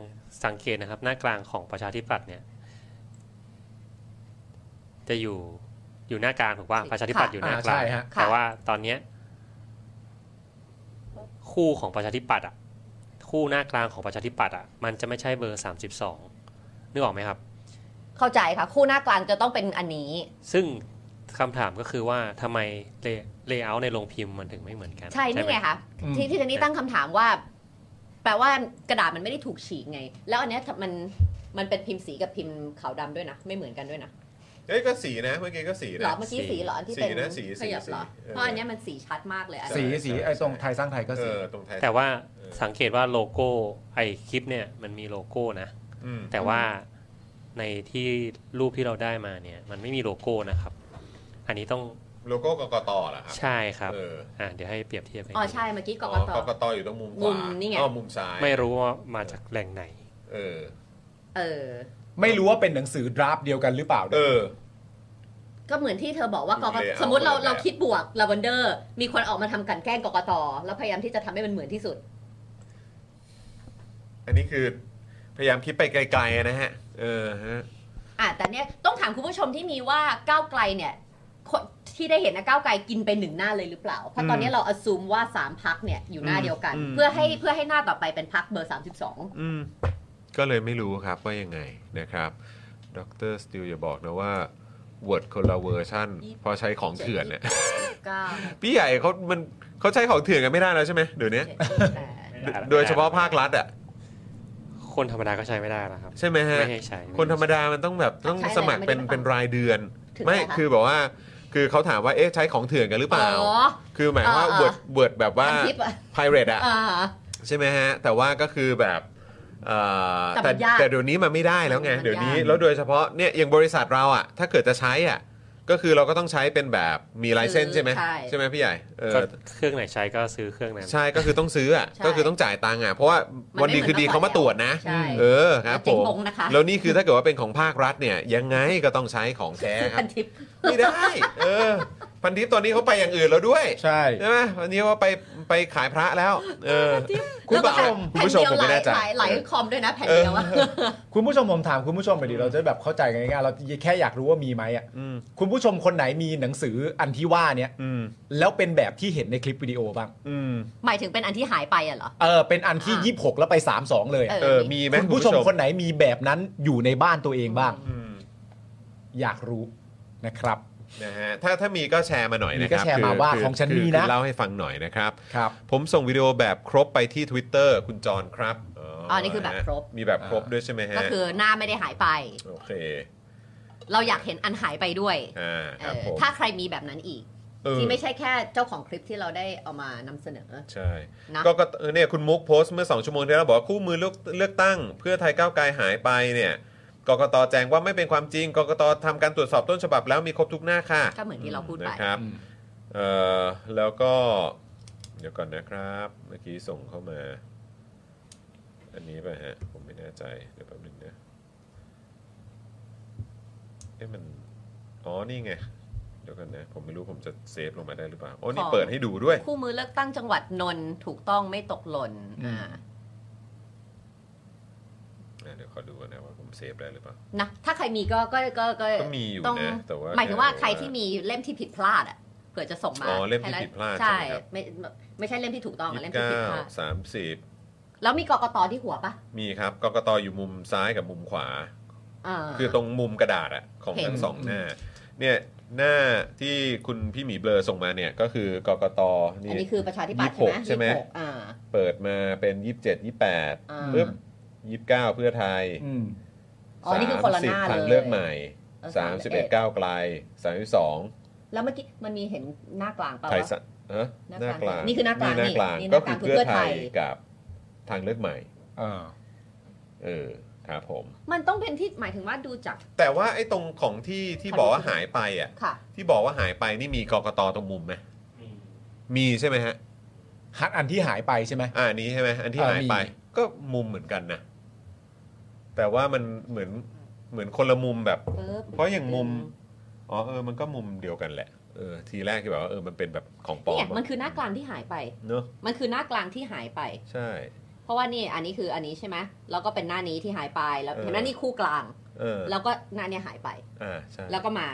สังเกตนะครับ หน้ากลางของประชาธิปัตย์เนี่ย จะอยู่อยู่หน้ากลางถูกป่ะประชาธิปัตย์อยู่หน้ากลาง อ่าใช่ฮะ แต่ว่าตอนเนี้ยคู่ของประชาธิปัตย์อ่ะ คู่หน้ากลางของประชาธิปัตย์อ่ะมันจะไม่ใช่เบอร์32นึกออกไหมครับ เข้าใจค่ะ คู่หน้ากลางจะต้องเป็นอันนี้ ซึ่งคำถามก็คือว่าทำไมเลเยอร์ในโรงพิมพ์มันถึงไม่เหมือนกัน ใช่ นี่ หม ไงคะ อืม ที่ที่เจนนี่ตั้งคำถามว่า แปลว่ากระดาษมันไม่ได้ถูกฉีกไง แล้วอันเนี้ยถ้ามันมันเป็นพิมพ์สีกับพิมพ์ขาวดำด้วยนะ ไม่เหมือนกันด้วยนะ เอ้ยก็สีนะเมื่อกี้ก็สี หรอ นะ เมื่อกี้สีเหรออันที่เป็น สีนะสีสี ขยับเหรอ สีเออ เพราะอันเนี้ยมันสีชัดมากเลยอัน สีสีไอ้ตรงไทยสร้างไทยก็ เอ สี อตรงไทย แต่ว่าสังเกตว่าโลโก้ไอคลิปเนี่ยมันมีโลโก้นะ อืม แต่ว่าในที่รูปที่เราได้มาเนี่ยมันไม่มีโลโก้นะครับ อันนี้ต้อง โลโก้กกตเหรอครับ ใช่ครับ เออ อ่ะเดี๋ยวให้เปรียบเทียบกัน อ๋อใช่เมื่อกี้ก อ๋ ก อ ต กกตอยู่ตรงมุมข มุ วาม นี่ไง อ๋อมุมซ้าย ไม่รู้ว่ามาจากแหล่งไหน เออ เออ ไม่รู้ว่าเป็นหนังสือดราฟต์เดียวกันหรือเปล่า เออ ก็เหมือนที่เธอบอกว่ากกต Layout สมมติเรา แบบ เราคิดบวกลาเวนเดอร์ มีคนออกมาทำกลันแกล้งกกตแล้วพยายามที่จะทำให้มันเหมือนที่สุด อันนี้คือพยายามคิดไปไกลๆนะฮะ เออฮะ อ่ะแต่เนี้ยต้องถามคุณผู้ชมที่มีว่าก้าวไกลเนี่ยคนที่ได้เห็นนะก้าวไกลกินไปหนึ่งหน้าเลยหรือเปล่า เพราะตอนเนี้ยเราอ s ซูมว่า 3พักเนี่ยอยู่หน้าเดียวกัน เพื่อให้เพื่อให้หน้าต่อไปเป็นพักเบอร์ 32 อืมก็เลยไม่รู้ครับว่ายังไงนะครับดรสติลอย่าบอกนะว่า Word คนละเวอร์ชันเพอใช้ของเถื่อนเนี่ย 9 พี่ใหญ่เขามันเขาใช้ของเถื่อนกันไม่ได้แล้วใช่ไหมเดี๋ยวนี้ 8 โดโดยเฉพาะภาครัฐอ่ะ คนธรรมดาก็ใช้ไม่ได้นะครับ ใช่ไหมฮะ ไม่ให้ใช้ คนธรรมดามันต้องแบบต้อง ใช้อะไร สมัครเป็น ไม่ได้ เป็นรายเดือน ถึง ไม่ ไหนคะ คือแบบว่า คือเขาถามว่าเอ๊ะใช้ของเถื่อนกันหรือเปล่า อ๋อ คือหมายว่า อ่า เวิร์ดเวิร์ดแบบว่า พันทิปอะ พ r เรตอะ อ่า ใช่ไหมฮะ แต่ว่าก็คือแบบเอ่อ แต่มันยาก แต่เดี๋ยวนี้มันไม่ได้แล้วไง มันยาก เดี๋ยวนี้แล้วโดยเฉพาะเนี่ยอย่างบริษัทเราอะถ้าเกิดจะใช้อะ ก็คือเราก็ต้องใช้เป็นแบบมีลายเส้นใช่ไหม ใช่ ไหมพี่ใหญ่เออ ก็เครื่องไหนใช้ก็ซื้อเครื่องนั้น ใช่ก็คือต้องซื้ออ่ะ ใช่ ก็คือต้องจ่ายตังค์อ่ะเพราะว่าวันดีคือดีเขามาตรวจนะ ใช่ เออครับผเจ๋ง ม บงนะคะ แล้วนี่คือถ้าเกิดว่าเป็นของภาครัฐเนี่ยยังไงก็ต้องใช้ของแท้ ซื้อ ครั พั บ นทิป ไม่ได้เออพันทิปตอนนี้เขาไปอย่างอื่นแล้วด้วย ใช่ ใช่ไหมวันนี้ว่าไปไปขายพระแล้ว เออ คุณ แล้วก็ ผู้ชมคุณผู้ชมผมแผ่นเดียวห ไม่ ลาย แน่ใจ หลายหลายคอมด้วยนะแผ่นเดียวอะ คุณผู้ชมผมถามคุณผู้ชมไปดิเราจะแบบเข้าใจกันง่ายๆเราแค่อยากรู้ว่ามีไหมอ่ะ อืม คุณผู้ชมคนไหนมีหนังสืออันที่ว่าเนี่ย อืม แล้วเป็นแบบที่เห็นในคลิปวิดีโอบ้าง อืม หมายถึงเป็นอันที่หายไปอะเหรอ เออเป็นอันที่ อ่า 26 แล้วไป 32 เลยอะ เออ มีไหม คุณผู้ชมคนไหนมีแบบนั้นอยู่ในบ้านตัวเองบ้าง อืม อยากรู้นะครับ นะฮะถ้าถ้ามีก็แชร์มาหน่อยนะค มีก็ รับ แชร์มา คือ ว่า คื ของฉัน คือ มีนะ คือเล่าให้ฟังหน่อยนะครับ ครับ ผมส่งวิดีโอแบบครบไปที่ Twitter คุณจอนครับ อ๋อนี่คือแบบครบ มีแบบครบด้วยใช่ไหมฮะ ก็คือหน้าไม่ได้หายไป โอเค เราอยากเห็นอันหายไปด้วย อ่า เอ ครับ อ ผม ถ้าใครมีแบบนั้นอีก เออ ที่ไม่ใช่แค่เจ้าของคลิปที่เราได้เอามานำเสนอ ใช่ นะ ก็ก็เออเนี่ยคุณมุกโพสต์เมื่อ 2 ชั่วโมงที่แล้วบอกว่าคู่มือเลือกเลือกตั้ง เพื่อไทยก้าวไกลหายไปเนี่ยกกตแจ้งว่าไม่เป็นความจริงกกตทำการตรวจสอบต้นฉบับแล้วมีครบทุกหน้าค่ะ ก็เหมือนที่เราพูดไป นะครับเอ่อแล้วก็ เดี๋ยวก่อนนะครับ เมื่อกี้ส่งเข้ามา อันนี้ป่ะฮะ ผมไม่แน่ใจ เดี๋ยวแป๊บนึงนะเอ๊ะมัน อ๋อ นี่ไง เดี๋ยวกันนะ ผมไม่รู้ผมจะเซฟลงมาได้หรือเปล่า โอ้นี่ ของ เปิดให้ดูด้วย คู่มือเลือกตั้งจังหวัดนนท์ถูกต้องไม่ตกหล่น อืม อ่า อ่ะเดี๋ยวขอดูก่อนนะว่าผมเซฟได้หรือเปล่า นะถ้าใครมีก็ก็ก็ก็ ก็มีอยู่ ต้อง นะ แต่ว่า หมายถึงว่า แ ใครที่มีเล่มที่ผิดพลาดอ่ะเผื่อจะส่งมา อ๋อเล่มที่ ให้ร ผิดพลาด ใช่ ใช่ไหมครับ ไม่ไม่ใช่เล่มที่ถูกต้องอะ ยี่ เล่ สิ ม บ ที่ เก้า ผิดพลาด สามสิบ แล้วมีกกตที่หัวปะ มีครับ กกตอยู่มุมซ้ายกับมุมขวา เออ คือตรงมุมกระดาษอะของ เห็น ทั้งสองหน้าเนี่ยหน้าที่คุณพี่หมีเบลอส่งมาเนี่ยก็คือกกตนี่ อันนี้คือประชาธิปัตย์ 26ใช่ไหม ยี่สิบกอ่า เปิดมาเป็น 27 28 อ่า ปึ๊บ29 เพื่อไทย อืม อ๋อนี่คือคนละหน้า 30ทาง เลย เลือกใหม่ เออ31 31 ก้าวไกล 32 แล้วเมื่อกี้มันมีเห็นหน้ากลางเปไทยวล่าะ สะฮะ หน้ากลางนี่คือหน้ากลาง หน้ากลาง นี่ ก็คือ หน้ากลางคือ เพื่อไทย เพื่อไทย กับทางเลือกใหม่ เออ เออครับผม มันต้องเป็นที่หมายถึงว่าดูจาก แต่ว่าไอ้ตรงของที่ที่บอกว่าหายไปอ่ะ ค่ะ ที่บอกว่าหายไปนี่มีกกตตรงมุมไหม มี มีใช่ไหมฮะ ฮัทอันที่หายไปใช่ไหม อะอันนี้ใช่ไหมอันที่ เออ หายไป มี ก็มุมเหมือนกันนะ แต่ว่ามันเหมือนเหมือนคนละมุมแบบ ปึ๊บ เพราะอย่างมุม อ๋อเออมันก็มุมเดียวกันแหละเออทีแรกที่แบบว่าเออมันเป็นแบบของปลอม เนี่ย อะ มันคือหน้ากลางที่หายไป เนอะ มันคือหน้ากลางที่หายไป ใช่ เพราะว่านี่อันนี้คืออันนี้ใช่ไหมแล้วก็เป็นหน้านี้ที่หายไปแล้ว เออ เห็นไหมนี่คู่กลาง เออ แล้วก็หน้าเนี้หายไป อ่าใช่ แล้วก็มา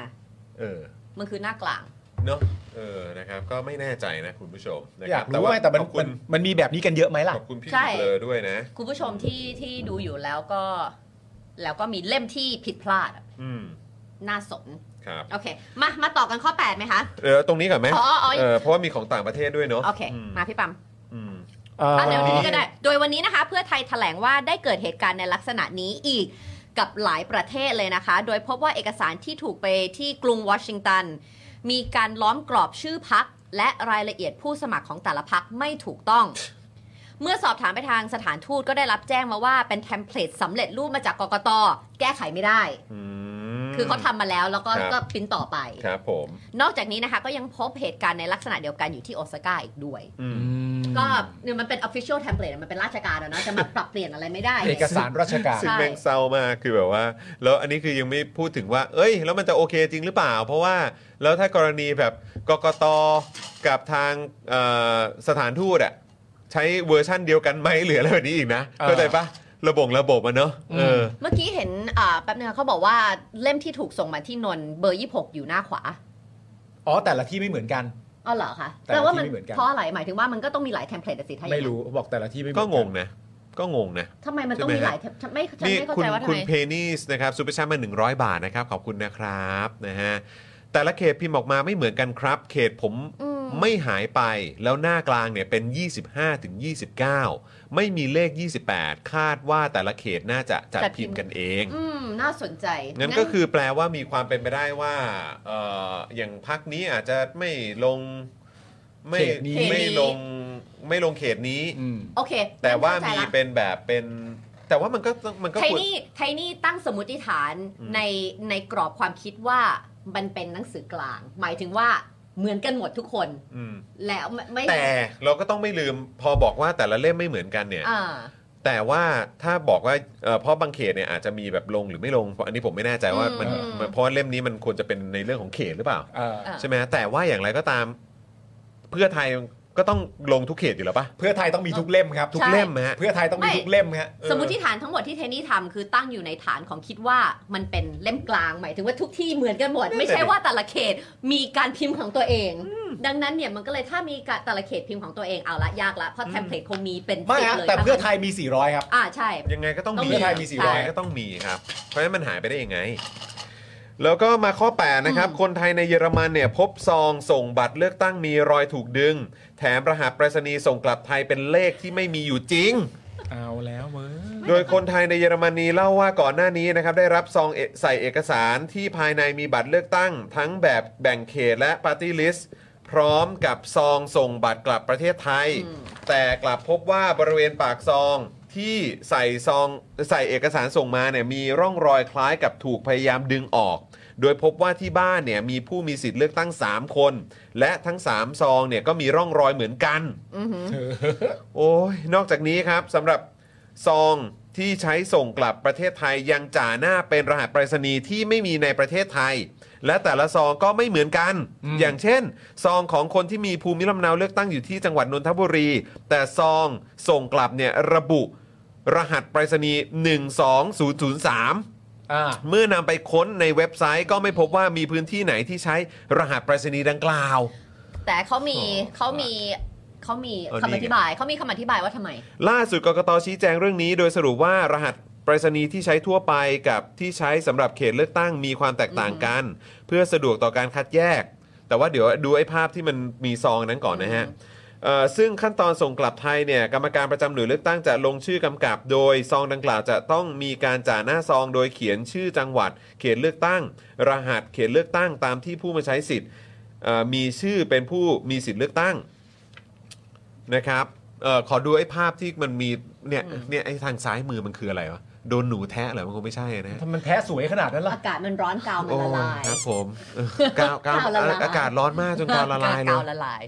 เออ มันคือหน้ากลาง เนอะเออนะครับ ก็ไม่แน่ใจนะคุณผู้ชมนะ อ ค ยา รับ กรู้ไหมแต่มัน ขอบคุ มัณนมันมีแบบนี้กันเยอะไหมล่ะ ขอบคุณพี่ ใช่ เบลอด้วยนะ คุณผู้ชมที่ที่ดูอยู่แล้วก็ แล้วก็มีเล่มที่ผิดพลาดอะ อืม น่าสน ครับ โอเค มามาต่อกันข้อ8ไหมคะ เออตรงนี้ก่อนไหม อ๋ออ๋อ เออเพราะว่ามีของต่างประเทศด้วยเนอะ โอเค ม มาพี่ปั๊ม อืม อ่ะเดี๋ยวนี้ก็ได้ โดยวันนี้นะคะ เพื่อไทยแถลงว่าได้เกิดเหตุการณ์ในลักษณะนี้อีกกับหลายประเทศเลยนะคะ โดยพบว่าเอกสารที่ถูกไปที่กรุงวอชิงตัน มีการล้อมกรอบชื่อพัก และรายละเอียดผู้สมัครของแต่ละพักไม่ถูกต้อง เมื่อสอบถามไปทางสถานทูตก็ได้รับแจ้งมาว่าเป็นเทมเพลตสำเร็จรูปมาจากกกตแก้ไขไม่ได้ อืม คือเขาทำมาแล้วแล้วก็ ครับ ก็พิมพ์ต่อไป ครับผม นอกจากนี้นะคะ ก็ยังพบเหตุการณ์ในลักษณะเดียวกันอยู่ที่โอซาก้าอีกด้วย อืม ก็เนี่ยมันเป็น official template อะมันเป็นราชการอะเนาะจะมาปรับเปลี่ยนอะไรไม่ได้ เอกสารราชการ ซึ่ง ใช่ แม่งเศร้ามากคือแบบว่า แล้วอันนี้คือยังไม่พูดถึงว่า เอ้ย แล้วมันจะโอเคจริงหรือเปล่า เพราะว่าแล้วถ้ากรณีแบบกกตกับทางเอ่อสถานทูตอะใช้เวอร์ชั่นเดียวกันไหมหรืออะไรแบบนี้อีกนะ เออ เข้าใจปะระบบระบบอะเนอะเออ เมื่อกี้เห็นอ่าแป๊บนึงค่ะเขาบอกว่าเล่มที่ถูกส่งมาที่นนท์เบอร์ 26 อยู่หน้าขวา ๋อแต่ละที่ไม่เหมือนกัน อ๋อเหรอคะ แต่ละ แปลว่ามั ที่ไม่เหมือนกัน เพราะอะไรหมายถึงว่ามันก็ต้องมีหลายเทมเพลตอะสิถ้าอย่าง ไม่ นั้น รู้บอกแต่ละที่ไม่เหมื ก็ อนน งงนะ ก็งงนะ ทำไมมันต้องมี ใช่ไหม หลายเทมฉันไม่ฉัน นี่ ไม่เข้า คุณ ใจว่าทำ คุณ ไม เพนีสนะครับซูเปอร์แชมป์มา 100 บาทนะครับ ขอบคุณนะครับนะฮะแต่ละเขตพิมพ์ออกมาไม่เหมือนกันครับ เขตผม อืม ไม่หายไปแล้วหน้ากลางเนี่ยเป็น 25ถึง29 ไม่มีเลข 28 คาดว่าแต่ละเขตน่าจะจัดพิมพ์กันเอง อืมน่าสนใจ งั้นก็คือแปลว่ามีความเป็นไปได้ว่าเอ่ออย่างพักนี้อาจจะไม่ลงไม่ เขตนี้ ไม่ลงไม่ลงเขตนี้ อืม โอเค แต่ว่า งั้น มี เข้ใจละ เป็นแบบเป็น แต่ว่ามันก็ต้องมันก็ ไท ควร นี่ไทนี่ตั้งสมมติฐาน อืม ในในกรอบความคิดว่า มันเป็นหนังสือกลาง หมายถึงว่าเหมือนกันหมดทุกคน อืม แล้วไม่ไม่ แต่เราก็ต้องไม่ลืมพอบอกว่าแต่ละเล่มไม่เหมือนกันเนี่ย อ่า แต่ว่าถ้าบอกว่าเอ่อเพราะบางเขตเนี่ยอาจจะมีแบบลงหรือไม่ลงเพราะอันนี้ผมไม่แน่ใจว่ามัน อืม มันเพราะเล่มนี้มันควรจะเป็นในเรื่องของเขตหรือเปล่า เอ่อ อ่า ใช่ไหมแต่ว่าอย่างไรก็ตาม เพื่อไทยก็ต้องลงทุกเขตอยู่แล้วปะ เพื่อไทยต้องมีทุกเล่มครับ ทุกเล่มฮะ เพื่อไทยต้องมีทุกเล่มฮะ สมมติฐานทั้งหมดที่เทนนี่ทำคือตั้งอยู่ในฐานของคิดว่ามันเป็นเล่มกลาง หมายถึงว่าทุกที่เหมือนกันหมด นั่นแหละ ไม่ใช่ว่าแต่ละเขตมีการพิมพ์ของตัวเอง ดังนั้นเนี่ยมันก็เลยถ้ามีการแต่ละเขตพิมพ์ของตัวเองเอาละยากละเพราะเทมเพลตคงมีเป็น ไม่ สิบ ฮะ เลย แต่เพื่อ ปะาณ ไทยมี 400 ครับ อ่าใช่ ยังไงก็ต้อง ต้อง มี มี ยังไง ใช่ ก็ต้องมีครับ เพราะฉะนั้นมันหายไปได้ยังไง แล้วก็มาข้อ 8 นะครับ คนไทยในเยอรมันเนี่ย พบซองส่งบัตรเลือกตั้งมีรอยถูกดึง แถมรหัสไปรษณีย์ส่งกลับไทยเป็นเลขที่ไม่มีอยู่จริง เอาแล้วเว้ย โดยคนไทยในเยอรมนีเล่าว่าก่อนหน้านี้นะครับได้รับซองเอใส่เอกสารที่ภายในมีบัตรเลือกตั้ง ทั้งแบบแบ่งเขตและปาร์ตี้ลิสต์พร้อมกับซองส่งบัตรกลับประเทศไทย อืม แต่กลับพบว่าบริเวณปากซองที่ใส่ซองใส่เอกสารส่งมาเนี่ยมีร่องรอยคล้ายกับถูกพยายามดึงออก โดยพบว่าที่บ้านเนี่ยมีผู้มีสิทธิ์เลือกตั้ง 3 คน และทั้งสามซองเนี่ยก็มีร่องรอยเหมือนกัน อือหือ โอ้ย นอกจากนี้ครับสำหรับซองที่ใช้ส่งกลับประเทศไทยยังจ่าหน้าเป็นรหัสไปรษณีย์ที่ไม่มีในประเทศไทย และแต่ละซองก็ไม่เหมือนกัน อย่างเช่น ซองของคนที่มีภูมิลำเนาเลือกตั้งอยู่ที่จังหวัดนนทบุรี แต่ซองส่งกลับเนี่ยระบุรหัสไปรษณีย์ 12003 อ่า เมื่อนำไปค้นในเว็บไซต์ก็ไม่พบว่ามีพื้นที่ไหนที่ใช้รหัสไปรษณีย์ดังกล่าว แต่เขามี โอ้ เขามีเขามี เออนี่ไงคำอธิบายเขามีคำอธิบายว่าทำไม ล่าสุดกกตชี้แจงเรื่องนี้ โดยสรุปว่ารหัสไปรษณีย์ที่ใช้ทั่วไปกับที่ใช้สำหรับเขตเลือกตั้งมีความแตกต่างกัน เพื่อสะดวกต่อการคัดแยก แต่ว่าเดี๋ยวดูไอ้ภาพที่มันมีซองนั้นก่อนนะฮะเอ่อซึ่งขั้นตอนส่งกลับไทยเนี่ยกรรมการประจำหน่วยเลือกตั้งจะลงชื่อกำกับ โดยซองดังกล่าวจะต้องมีการจ่าหน้าซองโดยเขียนชื่อจังหวัด เขตเลือกตั้ง รหัสเขตเลือกตั้งตามที่ผู้มาใช้สิทธิ์เอ่อมีชื่อเป็นผู้มีสิทธิ์เลือกตั้ง นะครับเออขอดูไอ้ภาพที่มันมีเนี่ยเนี่ยไอ้ทางซ้ายมือมันคืออะไรวะ โดนหนูแทะเหรอมันคงไม่ใช่นะฮะ ทำไมมันแท้สวยขนาดนั้นล่ะ อากาศมันร้อนกาวมัน โอ้ ละลาย ครับ ผมเออกาวกาว กาวละลาย อากาศร้อนมากจนกาวละลายเล กาวย ละลาย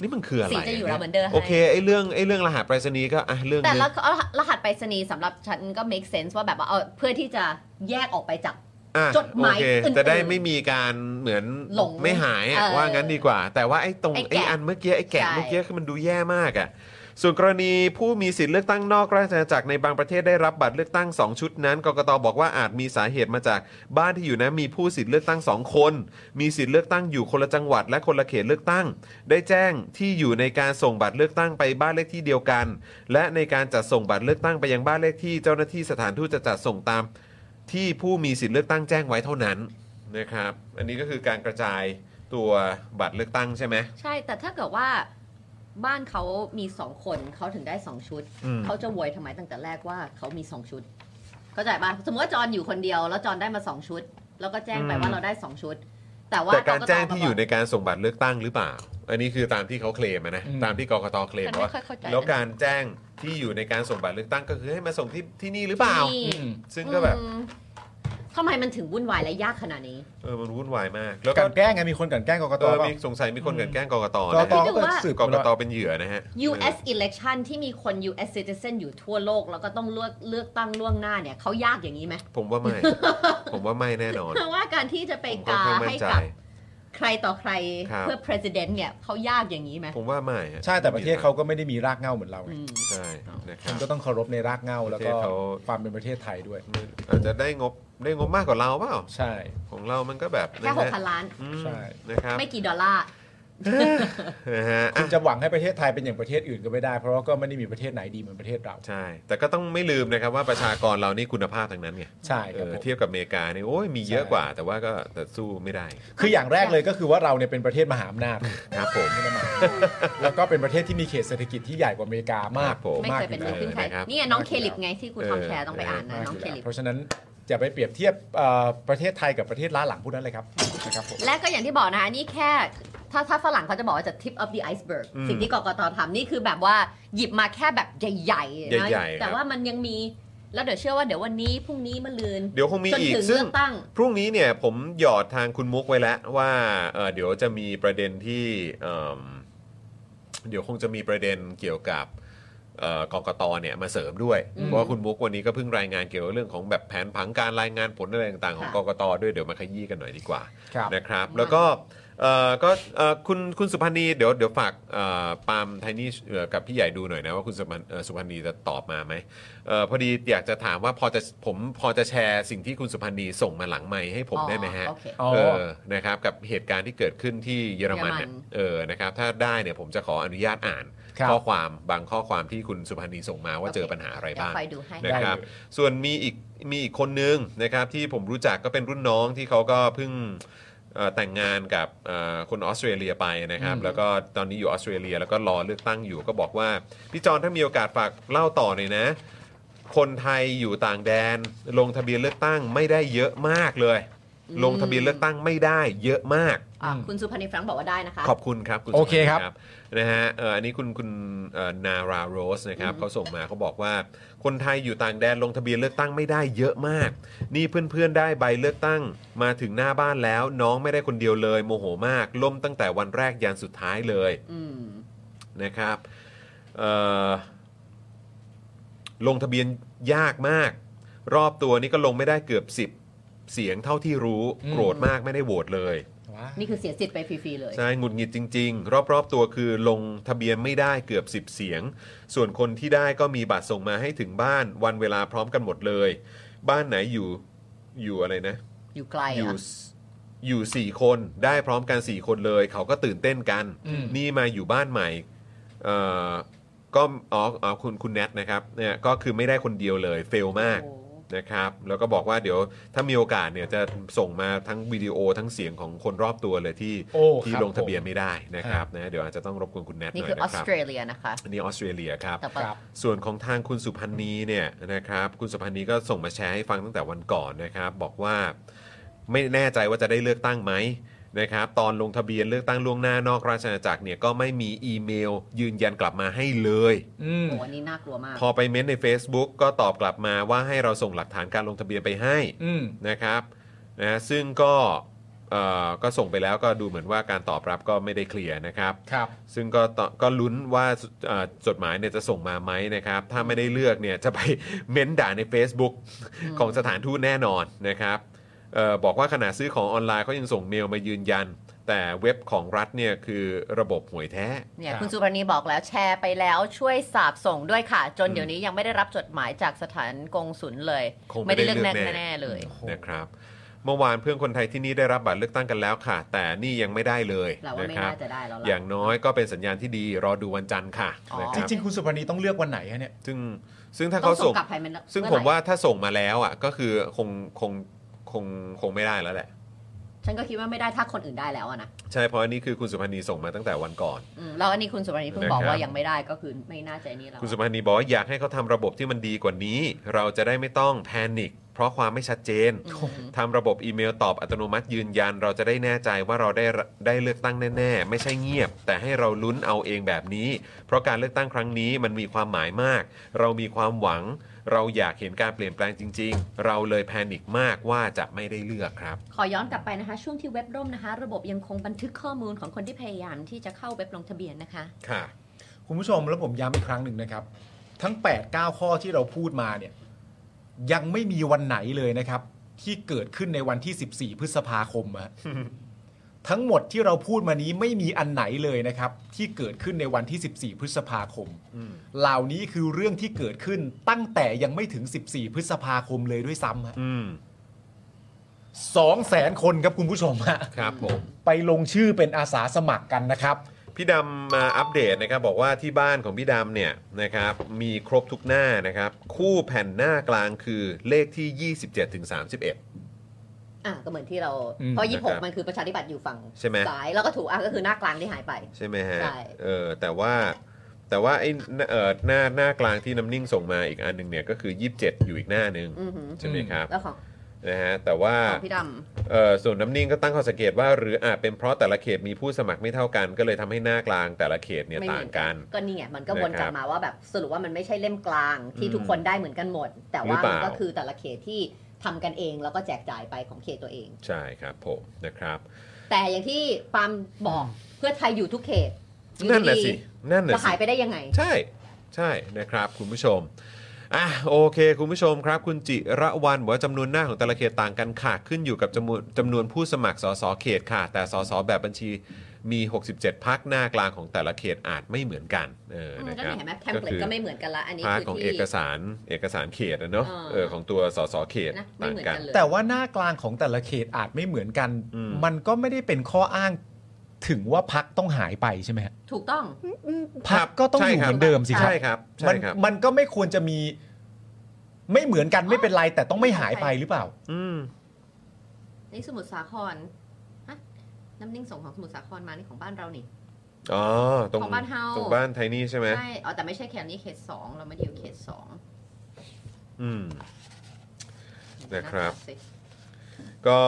นี่มันคืออะไร สีจะอยู่เราเหมือนเดิม โอเคไอ้เรื่องไอ้เรื่องรหัสไปรษณีย์ก็อ่ะเรื่อง แต่ นึง ละรหัสไปรษณีย์สำหรับฉันก็ make sense ว่าแบบว่าเออเพื่อที่จะแยกออกไปจาก อ่ะ จดหมาย โอเค อื่นๆ จะได้ไม่มีการเหมือน หลง ไม่หายอะ เออ ว่างั้นดีกว่า แต่ว่าไอ้ตรง ไอ้แกะ ไอ้อันเมื่อกี้ไอ้แกะ ใช่ เมื่อกี้คือมันดูแย่มากอ่ะส่วนกรณีผู้มีสิทธิ์เลือกตั้งนอกราชอาณาจักรในบางประเทศได้รับบัตรเลือกตั้ง 2 ชุดนั้นกกตบอกว่าอาจมีสาเหตุมาจากบ้านที่อยู่นะมีผู้สิทธิ์เลือกตั้ง 2 คน มีสิทธิ์เลือกตั้งอยู่คนละจังหวัด และคนละเขตเลือกตั้ง ได้แจ้งที่อยู่ในการส่งบัตรเลือกตั้งไปบ้านเลขที่เดียวกัน และในการจัดส่งบัตรเลือกตั้งไปยังบ้านเลขที่เจ้าหน้าที่สถานทูตจะจัดส่งตาม ที่ผู้มีสิทธิ์เลือกตั้งแจ้งไว้เท่านั้นนะครับ อันนี้ก็คือการกระจายตัวบัตรเลือกตั้งใช่ไหม ใช่ แต่ถ้าเกิดว่าบ้านเขามีสองคนเขาถึงได้สองชุด อืม เขาจะโวยทำไมตั้งแต่แรกว่าเขามีสองชุด เข้าใจป่ะสมมติว่าจอนอยู่คนเดียว แล้วจอนได้มาสองชุด แล้วก็แจ้งไปว่าเราได้สองชุด แต่ว่า แต่การแจ้ง ต ที่อยู่ในการส่งบัตรเลือกตั้งหรือเปล่า อันนี้คือตามที่เขาเคลมอะนะ อืม ตามที่กกตเคลม ฉันไม่ ว่า ค่อยเข้าใจ แล้วการแจ้งที่อยู่ในการส่งบัตรเลือกตั้งก็คือให้มาส่งที่ที่นี่หรือเปล่า นี่ อืม ซึ่งก็แบบ อืมทำไมมันถึงวุ่นวายและยากขนาดนี้ เออมันวุ่นวายมาก แล้ว ก ก็ ลันแกล้งไงมีคนกลันแกล้งกกต เออ เปล่า มีสงสัยมีคนกลันแกล้งกกต กก นะ ต ฮะ ก็ไปสืบ กกตเป็นเหยื่อนะฮะ U.S. election ที่มีคน U.S. citizen อยู่ทั่วโลก แล้วก็ต้องเลือกเลือกตั้งล่วงหน้าเนี่ยเขายากอย่างนี้ไหม ผมว่าไม่ ผมว่าไม่แน่นอน เพราะว่าการที่จะไป ผม กา ค่อนข้างมั่ ให้ นใจ กับใครต่อใคร ครับ เพื่อ president เนี่ยเขายากอย่างนี้ไหม ผมว่าไม่ฮ ใช่แต่ประเทศเขาก็ไม่ได้มีรากเหง้าเหมือนเราไง อืม ใช่นะครับ มันก็ต้องเคารพในรากเหง้าแล้วปก็ระเทศเขา ความเป็นประเทศไทยด้วย อาจจะได้งบได้งบมากกว่าเราเปล่า ใช่ ของเรามันก็แบบ แค่หกพันล้าน อืม ใช่ นะครับ ไม่กี่ดอลลาร์ นะฮะ คุณ อ่ะ จะหวังให้ประเทศไทยเป็นอย่างประเทศอื่นก็ไม่ได้ เพราะว่าก็ไม่ได้มีประเทศไหนดีเหมือนประเทศเรา ใช่ แต่ก็ต้องไม่ลืมนะครับว่าประชากรเรานี่คุณภาพทั้งนั้นไง ใช่ เอ ครับ อ ผม เทียบกับอเมริกานี่โอ้ยมีเยอะกว่า แต่ว่าก็แต่สู้ไม่ได้ คืออย่างแรกเลยก็คือว่าเราเนี่ยเป็นประเทศมหาอำนาจ ครับผม ไม่ได้มาแล้วก็เป็นประเทศที่มีเขตเศรษฐกิจที่ใหญ่กว่าอเมริกามาคกรับผม ไม่ มาก เค อย เป็น แล้วเมืองขึ้นใคร นะครับ นี่ไงน้องเคลิปไงที่คุณ เออ ทำแชร์ต้องไปอ่านนะ มาก น้อง อยู่ เค แล้ว ลิป เพราะฉะนั้นอย่าไปเปรียบเทียบเอ่อประเทศไทยกับประเทศล้าหลังพวกนั้นเลยครับนะครับผม และก็อย่างที่บอกนะคะนี่แค่ ถ้าถ้าฝรั่งเขาจะบอกว่าจะ tip of the iceberg อืม สิ่งที่กกตทำนี่คือแบบว่าหยิบมาแค่แบบใหญ่ๆนะ ใหญ่ๆครับ แต่ว่ามันยังมี แล้วเดี๋ยวเชื่อว่าเดี๋ยววันนี้พรุ่งนี้มะลืน เดี๋ยวคงมี จน อีก ถึง ซึ่ เลื ง อกตั้ง พรุ่งนี้เนี่ยผมหยอดทางคุณมุกไว้แล้วว่าเอ่อเดี๋ยวจะมีประเด็นที่เอิ่มเดี๋ยวคงจะมีประเด็นเกี่ยวกับเอ่อกกตเนี่ยมาเสริมด้วย อืม เพราะว่าคุณมุกวันนี้ก็เพิ่งรายงานเกี่ยวกับเรื่องของแบบแผนผังการรายงานผลอะไรต่างๆของกค่ะกตด้วยเดี๋ยวมาขยี้กันหน่อยดีกว่า ครับ นะครับ แล้วก็เอ่อก็เอ่อคุณคุณสุพันธ์นีเดี๋ยวเดี๋ยวฝากเอ่อปาล์มไทนี่เอ่อกับพี่ใหญ่ดูหน่อยนะว่าคุณสุพันธ์เอ่อสุพันธ์นีจะตอบมาไหม เออพอดีอยากจะถามว่าพอจะผมพอจะแชร์สิ่งที่คุณสุพันธ์นีส่งมาหลังไมค์ให้ผม อ๋อ ได้ไหมฮะ โอเค อ๋อ เออนะครับกับเหตุการณ์ที่เกิดขึ้นที่เยอรมันเนี่ย เยอรมัน เออนะครับถ้าได้เนี่ยผมจะขออนุญาตอ่าน ครับ ข้อความบางข้อความที่คุณสุพันธ์นีส่งมาว่า โอเค เจอปัญหาอะไร เดี๋ยว บ้าง คอยดูให้ นะครับ ได้เลย ส่วนมีอีกมีอีกคนนึงนะครับที่ผมรู้จักก็เป็นรุ่นน้องที่เขาก็เพิ่งเอ่อแต่งงานกับเอ่อคนออสเตรเลียไปนะครับ แล้วก็ตอนนี้อยู่ออสเตรเลีย แล้วก็รอเลือกตั้งอยู่ก็บอกว่า พี่จอนถ้ามีโอกาสฝากเล่าต่อหน่อยนะ คนไทยอยู่ต่างแดน ลงทะเบียนเลือกตั้งไม่ได้เยอะมากเลย อืม ลงทะเบียนเลือกตั้งไม่ได้เยอะมาก อ่ะคุณสุพันธ์แฟรงค์บอกว่าได้นะคะ ขอบคุณครับณ โอเค สุพัน ครับ ธ์นะฮะเอ่ออันนี้คุณคุณเอ่อนาราโรสนะครับ อืม เขาส่งมาเขาบอกว่า คนไทยอยู่ต่างแดนลงทะเบียนเลือกตั้งไม่ได้เยอะมาก นี่เพื่อนๆได้ใบเลือกตั้งมาถึงหน้าบ้านแล้ว น้องไม่ได้คนเดียวเลยโมโหมาก ล่มตั้งแต่วันแรกยันสุดท้ายเลย อืม นะครับเอ่อลงทะเบียนยากมาก รอบตัวนี้ก็ลงไม่ได้เกือบ 10 เสียงเท่าที่รู้โกรธมากไม่ได้โหวตเลย ว้า นี่คือเสียสิทธิ์ไปฟรีๆเลย ใช่หงุดหงิดจริง ๆ รอบ ๆ ตัวคือลงทะเบียนไม่ได้เกือบ 10 เสียง ส่วนคนที่ได้ก็มีบัตรส่งมาให้ถึงบ้านวันเวลาพร้อมกันหมดเลย บ้านไหนอยู่อยู่อะไรนะ อยู่ไกล อยู่ อ่ะ สอยู่สี่คนได้พร้อมกันสี่คนเลย เขาก็ตื่นเต้นกัน นี่มาอยู่บ้านใหม่เอ่อก็อ๋ออ๋อคุณคุณแนทนะครับเนี่ยก็คือไม่ได้คนเดียวเลยเฟลมาก โอ้ นะครับแล้วก็บอกว่าเดี๋ยวถ้ามีโอกาสเนี่ยจะส่งมาทั้งวิดีโอทั้งเสียงของคนรอบตัวเลยที่ โอ้ ที่ ครับ ลงทะเบียนไม่ได้นะครับนะเดี๋ยวอาจจะต้องรบกวนคุณแนทห นี่ น่อย คือออ นะ ส ครับ เตรเลียนะคะ อันนี้ออสเตรเลียครับ แต่ปะ ครับ ส่วนของทางคุณสุพันธ์นีเนี่ยนะครับคุณสุพันธ์นีก็ส่งมาแชร์ให้ฟังตั้งแต่วันก่อนนะครับ บอกว่าไม่แน่ใจว่าจะได้เลือกตั้งไหมนะครับ ตอนลงทะเบียนเลือกตั้งล่วงหน้านอกราชอาณาจักรเนี่ยก็ไม่มีอีเมล ยืนยันกลับมาให้เลย อืม โหอันนี้น่ากลัวมาก พอไปเม้นใน Facebook ก็ตอบกลับมาว่าให้เราส่งหลักฐานการลงทะเบียนไปให้ อืม นะครับนะซึ่งก็เอ่อก็ส่งไปแล้วก็ดูเหมือนว่าการตอบรับก็ไม่ได้เคลียร์นะครับ ครับ ซึ่งก็ตก็ลุ้นว่าเอ่อจดหมายเนี่ยจะส่งมาไหมนะครับ ถ้าไม่ได้เลือกเนี่ยจะไป เม้นด่าใน Facebook ของสถานทูตแน่นอนนะครับเออบอกว่าขณะซื้อของออนไลน์เขายังส่งเมลมายืนยัน แต่เว็บของรัฐเนี่ยคือระบบหวยแท้ เนี่ย ครับ คุณสุพรรณีบอกแล้วแชร์ไปแล้วช่วยสาบส่งด้วยค่ะ จนเดี๋ยวนี้ยังไม่ได้รับจดหมายจากสถานกงศุลเลย คงไม่ ไม่ ได้ ได้เลือก เลื แน่ อกแน่ แน่ๆเลย นะครับ เมื่อวานเพื่อนคนไทยที่นี่ได้รับบัตรเลือกตั้งกันแล้วค่ะ แต่นี่ยังไม่ได้เลย เราว่า นะ ไม่ ครับ น่าจะได้แล้ว อย่า ล่ะ งน้อยก็เป็นสัญญาณที่ดีรอดูวันจันทร์ค่ะ อ๋อ นะค จ รับ ริงๆคุณสุพรรณีต้องเลือกวันไหนฮะเนี่ย ซึ่งซึ่งถ้า ต้อ เขา งส่ ส่ ง ง กลับไปมัน ซึ่ง เอ ผ ไหร่ มว่าถ้าส่งมาแล้วอ่ะก็คือคงคงคงคงไม่ได้แล้วแหละ ฉันก็คิดว่าไม่ได้ถ้าคนอื่นได้แล้วอะนะ ใช่เพราะอันนี้คือคุณสุพันธ์นีส่งมาตั้งแต่วันก่อน อืมแล้วอันนี้คุณสุพรรณีเพิ่งบอก นะครับ ว่ายังไม่ได้ก็คือไม่น่าจะนี่แล้ว คุณสุพันธ์นีบอกว่าอยากให้เขาทำระบบที่มันดีกว่านี้ เราจะได้ไม่ต้องแพนิคเพราะความไม่ชัดเจนทำระบบอีเมลตอบอัตโนมัติยืนยัน เราจะได้แน่ใจว่าเราได้ได้เลือกตั้งแน่ๆ ไม่ใช่เงียบ แต่ให้เราลุ้นเอาเองแบบนี้ เพราะการเลือกตั้งครั้งนี้มันมีความหมายมาก เรามีความหวัง เราอยากเห็นการเปลี่ยนแปลงจริง ๆ เราเลยแพนิคมากว่าจะไม่ได้เลือกครับ ขอย้อนกลับไปนะคะ ช่วงที่เว็บร่มนะคะ ระบบยังคงบันทึกข้อมูลของคนที่พยายามที่จะเข้าเว็บลงทะเบียนนะคะ ค่ะ คุณผู้ชมแล้วผมย้ำอีกครั้งหนึ่งนะครับ ทั้ง 8 9 ข้อที่เราพูดมาเนี่ยยังไม่มีวันไหนเลยนะครับ ที่เกิดขึ้นในวันที่ 14 พฤษภาคมอะ ทั้งหมดที่เราพูดมานี้ไม่มีอันไหนเลยนะครับ ที่เกิดขึ้นในวันที่ 14 พฤษภาคม เหล่านี้คือเรื่องที่เกิดขึ้นตั้งแต่ยังไม่ถึง 14 พฤษภาคมเลยด้วยซ้ำฮะ อืม สองแสนคนครับคุณผู้ชมฮะ ครับผม ไปลงชื่อเป็นอาสาสมัครกันนะครับ พี่ดำมาอัปเดตนะครับบอกว่าที่บ้านของพี่ดำเนี่ยนะครับมีครบทุกหน้านะครับ คู่แผ่นหน้ากลางคือเลขที่ 27ถึง31 อ่ะก็เหมือนที่เรา อืม เพราะยี่ นะค ห รั ก บ มันคือประชาธิปัตย์อยู่ฝั่ง ใช่ไหม ซ้ายแล้วก็ถูกอ่ะก็คือหน้ากลางที่หายไป ใช่ไหมฮะ ใช่ เออแต่ว่าแต่ว่าไอ้หน้าเออหน้าหน้ากลางที่น้ำนิ่งส่งมาอีกอันหนึงเนี่ยก็คือ 27 อยู่อีกหน้าหนึง อือหือ ใช่ไหมครับ แล้วของ นะฮะแต่ว่า ของพี่ด เอ่อส่วนน้ำนิ่งก็ตั้งข้อสังเกตว่าหรืออาจเป็นเพราะแต่ละเขตมีผู้สมัครไม่เท่ากัน ก็เลยทำให้หน้ากลางแต่ละเขต ำ เนี่ย ไม่เห ต่า มื ง อน กัน ก็นี่ไงมันก็วนกลันะครับบ มาว่าแบบสรุปว่ามันไม่ใช่เล่มกลางที่ อืม ทุกคนได้เหมือนกันหมด แต่ หรื ว่า อเป มั ล่า นก็คือแต่ละเขตที่ทำกันเองแล้วก็แจกจ่ายไปของเขตตัวเอง ใช่ครับผมนะครับ แต่อย่างที่ปาล์มบอกเพื่อไทยอยู่ทุกเขตอยู่ นั่นน่ะ ดี สิ นั่น ๆ น่ะ จะหา สิ ยไปได้ยังไง ใช่ใช่นะครับ คุณผู้ชมอ่ะโอเค คุณผู้ชมครับ คุณจิระวันบอกว่าจำนวนหน้าของแต่ละเขตต่างกันค่ะ ขึ้นอยู่กับจำนวนจำนวนผู้สมัครสสเขตค่ะ แต่สสแบบบัญชีมี 67 พักหน้ากลางของแต่ละเขตอาจไม่เหมือนกันเออ อืม นะ ก็ ครับเนี่ยเห็นไหมเทมเพลตก็ไม่เหมือนกันละอันนี้ พาร์ท คือ ของ ที่ เอกสารเอกสารเขตนะเนาะ อ่า เออของตัวสสเขต นะไม่ ต่าง เหมือน กั กัน นเลย แต่ว่าหน้ากลางของแต่ละเขตอาจไม่เหมือนกัน อืม มันก็ไม่ได้เป็นข้ออ้างถึงว่าพักต้องหายไปใช่ไหมฮะ ถูกต้อง พักก็ต้อง ใช่ อยู่ ค เห รับ มือนเดิมสิครับ ใช่ครับ มั ใช่ น ครับ มันก็ไม่ควรจะมีไม่เหมือนกันไม่เป็นไรแต่ต้องไม่หายไปหรือเปล่า อืม นี่สมุทรสาครฮะน้ำนิ่งส่งของสมุทรสาครมานี่ของบ้านเรานี่ อ๋อตรง ของบ้านเฮา ตรงบ้านไทนี่ใช่ไหม ใช่อ๋อแต่ไม่ใช่เขตนี้เขตสองเราไม่ได้อยู่เขตสอง อืม นะครับ สิ ก็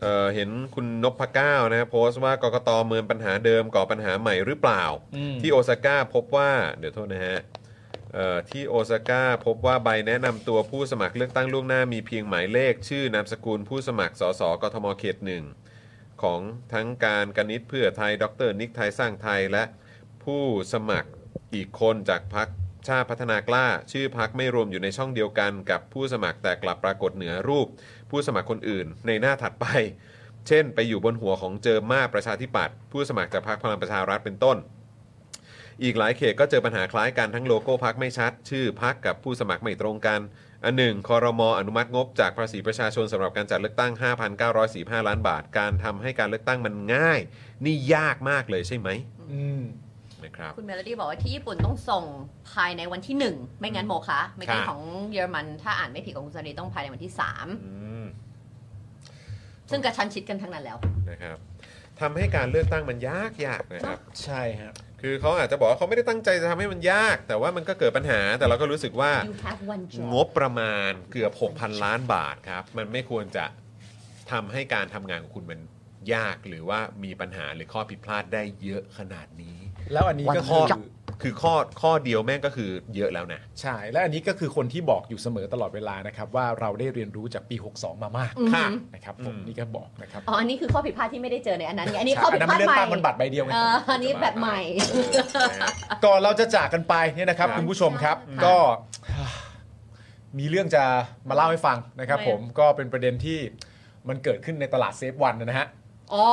เอ่อเห็นคุณนพเก้านะโพสต์ว่ากกตเมินปัญหาเดิมก่อปัญหาใหม่หรือเปล่า อืม ที่โอซาก้าพบว่า เดี๋ยวโทษนะฮะเอ่อที่โอซาก้าพบว่าใบแนะนำตัวผู้สมัครเลือกตั้งล่วงหน้ามีเพียงหมายเลข ชื่อนามสกุลผู้สมัครสสกทมเขตหนึ่งของทั้งการกนิษฐ์เพื่อไทย ดรนิกไทยสร้างไทยและผู้สมัครอีกคนจากพักชาติพัฒนากล้า ชื่อพักไม่รวมอยู่ในช่องเดียวกันกับผู้สมัครแต่กลับปรากฏเหนือรูป ผู้สมัครคนอื่นในหน้าถัดไป เช่น ไปอยู่บนหัวของเจอมาประชาธิปัตย์ผู้สมัครจากพรรคพลังประชารัฐเป็นต้น อีกหลายเขตก็เจอปัญหาคล้ายกันทั้งโลโก้พักไม่ชัด ชื่อพักกับผู้สมัครไม่ตรงกัน อันหนึ่งคอรมออนุมัติงบจากภาษีประชาชนสำหรับการจัดเลือกตั้ง 5,945 ล้านบาท การทำให้การเลือกตั้งมันง่าย นี่ยากมากเลยใช่ไหม อืม นะครับ คุณเมโลดี้บอกว่าที่ญี่ปุ่นต้องส่งภายในวันที่หนึ่งไม่งั้นโมคะไม่งั้น ค่ะ ของเยอรมัน ถ้าอ่านไม่ผิดของคุณซันนีต้องภายในวันที่สาม อืม ซึ่งกระชั้นชิดกันทั้งนั้นแล้ว นะครับทำให้การเลือกตั้งมันยากยากนะครับ ใช่ฮะ คือเขาอาจจะบอกว่าเขาไม่ได้ตั้งใจจะทำให้มันยาก แต่ว่ามันก็เกิดปัญหา แต่เราก็รู้สึกว่า you have one ง job บประมาณเกือบ 6,000 ล้านบาทครับ มันไม่ควรจะทำให้การทำงานของคุณมันยากหรือว่ามีปัญหาหรือข้อผิดพลาดได้เยอะขนาดนี้ แล้วอันนี้ก็ ข้ คือ อ คือข้อข้อเดียวแม่งก็คือเยอะแล้วนะ ใช่ และอันนี้ก็คือคนที่บอกอยู่เสมอตลอดเวลานะครับ ว่าเราได้เรียนรู้จากปี 62 มามาก อืม ค่ะ นะครับผม อืม นี่ก็บอกนะครับ อ๋ออันนี้คือข้อผิดพลาดที่ไม่ได้เจอในอันนั้นไงอันนี้ ใช่ ข้อผิด นั้นมันเลืพลาดอกใหม่ ตั้งมันบัตรใบเดียวไง เอออันนี้แบบใหม่ นะฮะ ก่อนเราจะจากกันไปเนี่ยนะครับ ครับ คุณผู้ชมครับ ค่ะ ก็ มีเรื่องจะมาเล่าให้ฟังนะครับ ไม่ ผมก็เป็นประเด็นที่มันเกิดขึ้นในตลาดเซฟวันนะฮะ อ๋อ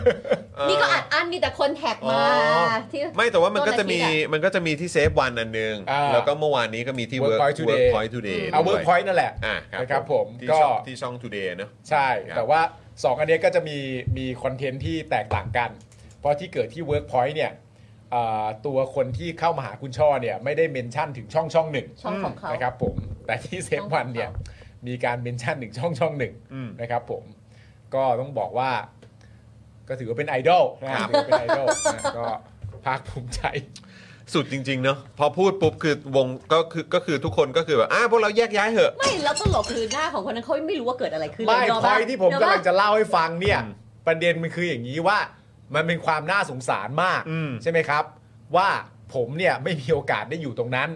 นี่ก็อัดอั้นมีแต่คนแท็กมา อ๋อ ที่ ไม่แต่ว่ามันก็จะมี ต้นอาทิตย์อะ มันก็จะมีที่เซฟวันอันหนึ่ง อ่า แล้วก็เมื่อวานนี้ก็มีที่ Work work Point Today Work point today เอาเวิร์ ด้ ก ย พอยต์นั่นแหละ อ่ะ นะครับผม ที่ ก็ ช่องที่ช่อง today เนอะ ใช่ ครับ แต่ว่า 2 อันเนี้ยก็จะมีมีคอนเทนต์ที่แตกต่างกัน เพราะที่เกิดที่ Workpoint เนี่ยเอ่อตัวคนที่เข้ามาหาคุณช่อเนี่ยไม่ได้เมนชั่นถึงช่องช่องหนึ่ง ช่องของเขา นะครับผมแต่ที่เซฟวันเนี่ยมีการเมนชั่นถึงช่องช่องหนึ่ง อืม นะครับผมก็ต้องบอกว่า ก็ถือว่าเป็นไอดอลนะ ครั ถื บ อว่าเป็นไอดอลนะก็ภาคภูมิใจ สุดจริง ๆ เนอะพอพูดปุ๊บคือวงก็คือก็คือทุกคนก็คือแบบอ่ะพวกเราแยกย้ายเหอะ ไม่แล้วตลกคือหน้าของคนนั้นเขาไม่รู้ว่าเกิดอะไรขึ้น ไม่ เนาะ พอยที่ผม เดี๋ยว กำลัง ว่า จะเล่าให้ฟังเนี่ย อืม ประเด็นมันคืออย่างนี้ว่า มันเป็นความน่าสงสารมาก อืม ใช่ไหมครับ ว่าผมเนี่ยไม่มีโอกาสได้อยู่ตรงนั้น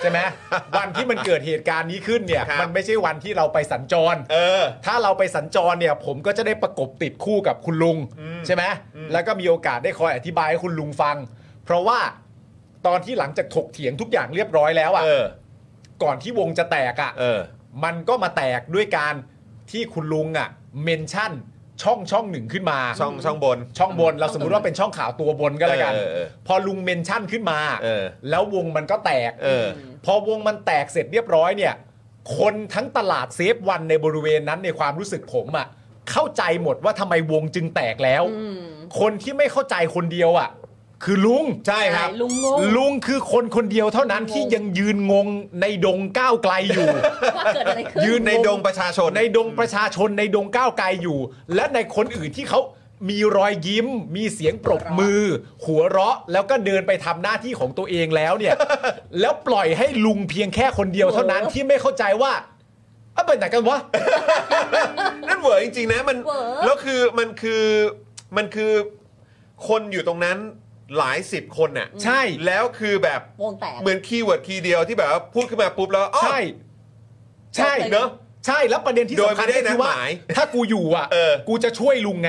ใช่ไหม วันที่มันเกิดเหตุการณ์นี้ขึ้นเนี่ย มันไม่ใช่วันที่เราไปสัญจร เออ ถ้าเราไปสัญจรเนี่ย ผมก็จะได้ประกบติดคู่กับคุณลุง ใช่ไหมแล้วก็มีโอกาสได้คอยอธิบายให้คุณลุงฟัง เพราะว่าตอนที่หลังจากถกเถียงทุกอย่างเรียบร้อยแล้วอะ เออ ก่อนที่วงจะแตกอะ เออ มันก็มาแตกด้วยการที่คุณลุงอ่ะเมนชั่นช่องช่องหนึ่งขึ้นมา ช่องช่องบน ช่องบนเราสมมุติว่าเป็นช่องข่าวตัวบนก็แล้วกัน เออเออเออ พอลุงเมนชั่นขึ้นมา เออ แล้ววงมันก็แตก เออ พอวงมันแตกเสร็จเรียบร้อยเนี่ย คนทั้งตลาดเซฟวันในบริเวณนั้นในความรู้สึกผมอ่ะเข้าใจหมดว่าทำไมวงจึงแตกแล้ว อืม คนที่ไม่เข้าใจคนเดียวอ่ะ คือลุงใช่ครับ ใช่ลุงงง ลุงคือคนคนเดียวเท่านั้น ลุงงง ที่ยังยืนงงในดงก้าวไกลอยู่ ว่าเกิดอะไรขึ้น ยื ยื น น ใน ใน ด ด ง งประชาชน ในดงประชาชนในดงก้าวไกลอยู่ และในคนอื่นที่เขามีรอยยิ้ม มีเสียงปรบมือ หัวเราะแล้วก็เดินไปทำหน้าที่ของตัว เองแล้วเนี่ย แล้วปล่อยให้ลุงเพียงแค่คนเดียวเท่านั้น โอ้ ที่ไม่เข้าใจว่า อ่ะเป็นไหนกันวะ นั่นเหวอจริงๆนะมัน เหวอ แล้วคือมันคือมันคือคนอยู่ตรงนั้นหลายสิบคนน่ะ ใช่ แล้วคือแบบ วงแตก เหมือนคีย์เวิร์ดคีย์เดียวที่แบบว่าพูดขึ้นมาปุ๊บแล้วอ๋อ ใช่ ใช่ เนอะ ใช่แล้วประเด็นที่ โดย สำคัญ ไม่ได้ ก็คือว่า นัดหมาย ถ้ากูอยู่อ่ะ เออ กูจะช่วยลุงไง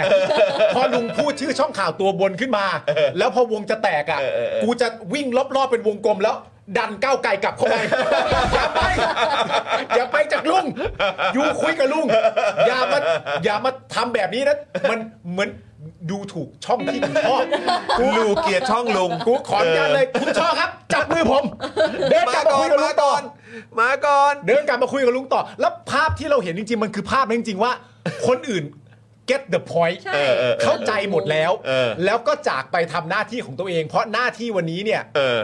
พอลุงพูดชื่อช่องข่าวตัวบนขึ้นมา แล้วพอวงจะแตกอ่ะ เออเออเออ กูจะวิ่งรอบๆเป็นวงกลมแล้ว ดันก้าวไกลกลับเข้าไปอย่าไปอย่าไปจากลุง อยู่คุยกับลุง อย่ามาอย่ามาทำแบบนี้นะมันเหมือนดูถูกช่องที่กูชอบกู ลูเกียรติช่องลุง กูขออนุญาตเลยคุณช่อครับ จับมือผม เดินก มา ลับมา ก่อนคุยกับลุ มาง ต่ ก่ อ อนมาก่อน เดินกลับมาคุยกับลุงต่อ แล้วภาพที่เราเห็นจริง ๆ มันคือภาพนั้นจริง ๆ ว่า คนอื่น get the point ใช่ เข้าใจหมดแล้ว เออ แล้วก็จากไปทำหน้าที่ของตัวเอง เพราะหน้าที่วันนี้เนี่ย เออ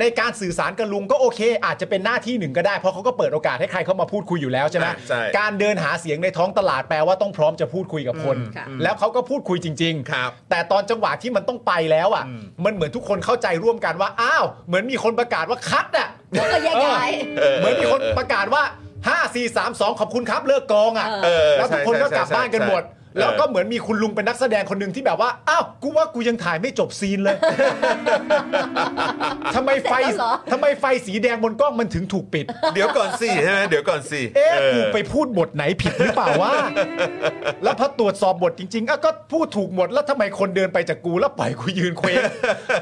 ในการสื่อสารกับลุงก็โอเค อาจจะเป็นหน้าที่หนึ่งก็ได้ เพราะเขาก็เปิดโอกาสให้ใครเข้ามาพูดคุยอยู่แล้วใช่ไหม อ่าใช่ การเดินหาเสียงในท้องตลาดแปลว่าต้องพร้อมจะพูดคุยกับคน ค่ะ แล้วเขาก็พูดคุยจริงๆ ครับ แต่ตอนจังหวะที่มันต้องไปแล้วอ่ะ มันเหมือนทุกคนเข้าใจร่วมกันว่าอ้าวเหมือนมีคนประกาศว่าคัดอ่ะ แล้วก็แยกย้าย เออ เหมือนมีคนประกาศว่า 5 4 3 2 ขอบคุณครับเลิกกองอ่ะ เออ แล้วทุกคนก็กลับบ้านกันหมด ใช่ใช่ใช่ แล้วก็เหมือนมีคุณลุงเป็นนักแสดงคนหนึ่งที่แบบว่า อ้าว กูว่ากูยังถ่ายไม่จบซีน เลย ทำไมไฟ เสร็จแล้วเหรอ ทำไมไฟสีแดงบนกล้องมันถึงถูกปิด เดี๋ยวก่อนสิใช่ไหมเดี๋ยวก่อนสิ เอ๊ะ กู อ ไปพูดบทไหนผิดหรือเป ล่าวะ แล้วพอตรวจสอบบทจริงๆอ่ะก็พูดถูกหมด แล้วทำไมคนเดินไปจากกูแล้วปล่อยกูยืนเคว้ง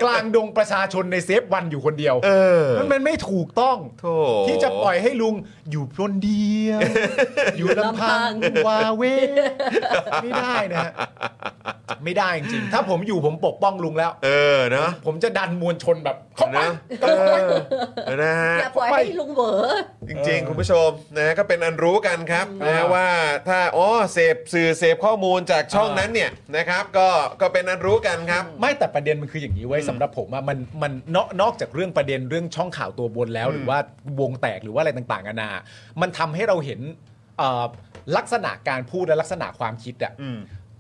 กลางดงประชาชนในเซฟวันอยู่คนเดียว เออ มันมันไม่ถูกต้อง โถ ที่จะปล่อยให้ลุงอยู่คนเดี ยว อยู่ลำพังวาเวไม่ได้นะฮะไม่ได้จริงๆ ถ้าผมอยู่ผมปกป้องลุงแล้ว เออเนาะ ผมจะดันมวลชนแบบเข้าไป นะเออนะฮะ อย่าปล่อยให้ลุงเหวอ จริงๆ คุณผู้ชมนะก็เป็นอันรู้กันครับนะว่าถ้าอ๋อเสพสื่อเสพข้อมูลจากช่องนั้นเนี่ยนะครับก็ก็เป็นอันรู้กันครับ ไม่แต่ประเด็นมันคืออย่างนี้ไว้ยสำหรับผมอะมันมันนอกนอกจากเรื่องประเด็นเรื่องช่องข่าวตัวบนแล้ว หรือว่าวงแตกหรือว่าอะไรต่างๆนานา มันทำให้เราเห็นเอ่อลักษณะการพูดและลักษณะความคิดอะ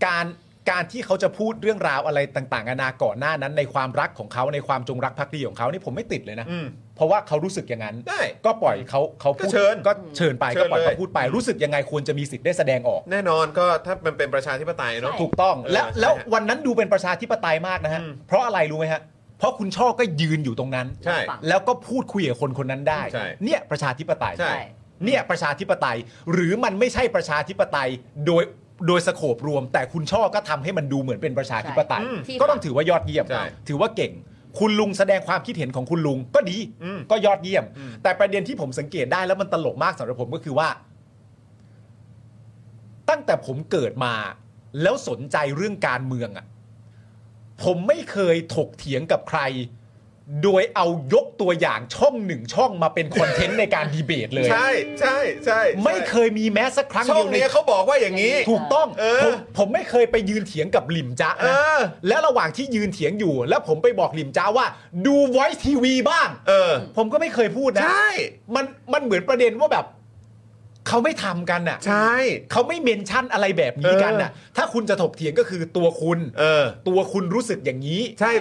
การการที่เขาจะพูดเรื่องราวอะไรต่างๆนานาก่อนหน้านั้น ในความรักของเขาในความจงรักภักดีของเขานี่ผมไม่ติดเลยนะ อืม เพราะว่าเขารู้สึกอย่างนั้น ได้ ก็ปล่อยเขาเขา ก็ พูด เชิญ ก็เชิญไป เชิ ก็ ญ ปล่อย เลย เขาพูดไปรู้สึกยังไงควรจะมีสิทธิ์ได้แสดงออก แน่นอนก็ถ้ามันเป็นประชาธิปไตยเนาะ ถูกต้อง เออ และ ใช่ฮะ แล้ววันนั้นดูเป็นประชาธิปไตยมากนะฮะ อืม เพราะอะไรรู้ไหมฮะ เพราะคุณช่อก็ยืนอยู่ตรงนั้น ใช่ แล้วก็พูดคุยกับคนคนนั้นได้ ใช่ เนี่ยประชาธิปไตย ใช่ เนี่ยประชาธิปไตย หรือมันไม่ใช่ประชาธิปไตยโดยโดยสโคบรวม แต่คุณช่อก็ทำให้มันดูเหมือนเป็นประชาธิปไตย ใช่อืม ก็ต้องถือว่ายอดเยี่ยม ใช่ ถือว่าเก่ง คุณลุงแสดงความคิดเห็นของคุณลุงก็ดี อืม ก็ยอดเยี่ยม อืม แต่ประเด็นที่ผมสังเกตได้แล้วมันตลกมากสำหรับผมก็คือว่า ตั้งแต่ผมเกิดมา แล้วสนใจเรื่องการเมืองอะ่ะผมไม่เคยถกเถียงกับใคร โดยเอายกตัวอย่างช่องหนึ่งช่องมาเป็นคอนเทนต์ในการดีเบตเลย ใช่ใช่ใช่ ไม่เคยมีแม้สักครั้ง ช่ เดี อง ยวใน เนี้ยเขาบอกว่าอย่างนี้ ถูกต้อง เออ ผมผมไม่เคยไปยืนเถียงกับหลิมจ๊ะ เอ นะ อ และระหว่างที่ยืนเถียงอยู่ แล้วผมไปบอกหลิมจ๊ะว่า ดูไวท์ทีวีบ้าง เออ ผมก็ไม่เคยพูดนะ ใช่ มันมันเหมือนประเด็นว่าแบบเขาไม่ทำกันอ่ะ ใช่ เขาไม่เมนชั่นอะไรแบบนี้กันน่ะ ถ้าคุณจะถกเถียงก็คือตัวคุณ เออ ตัวคุณรู้สึกอย่างนี้ ใช่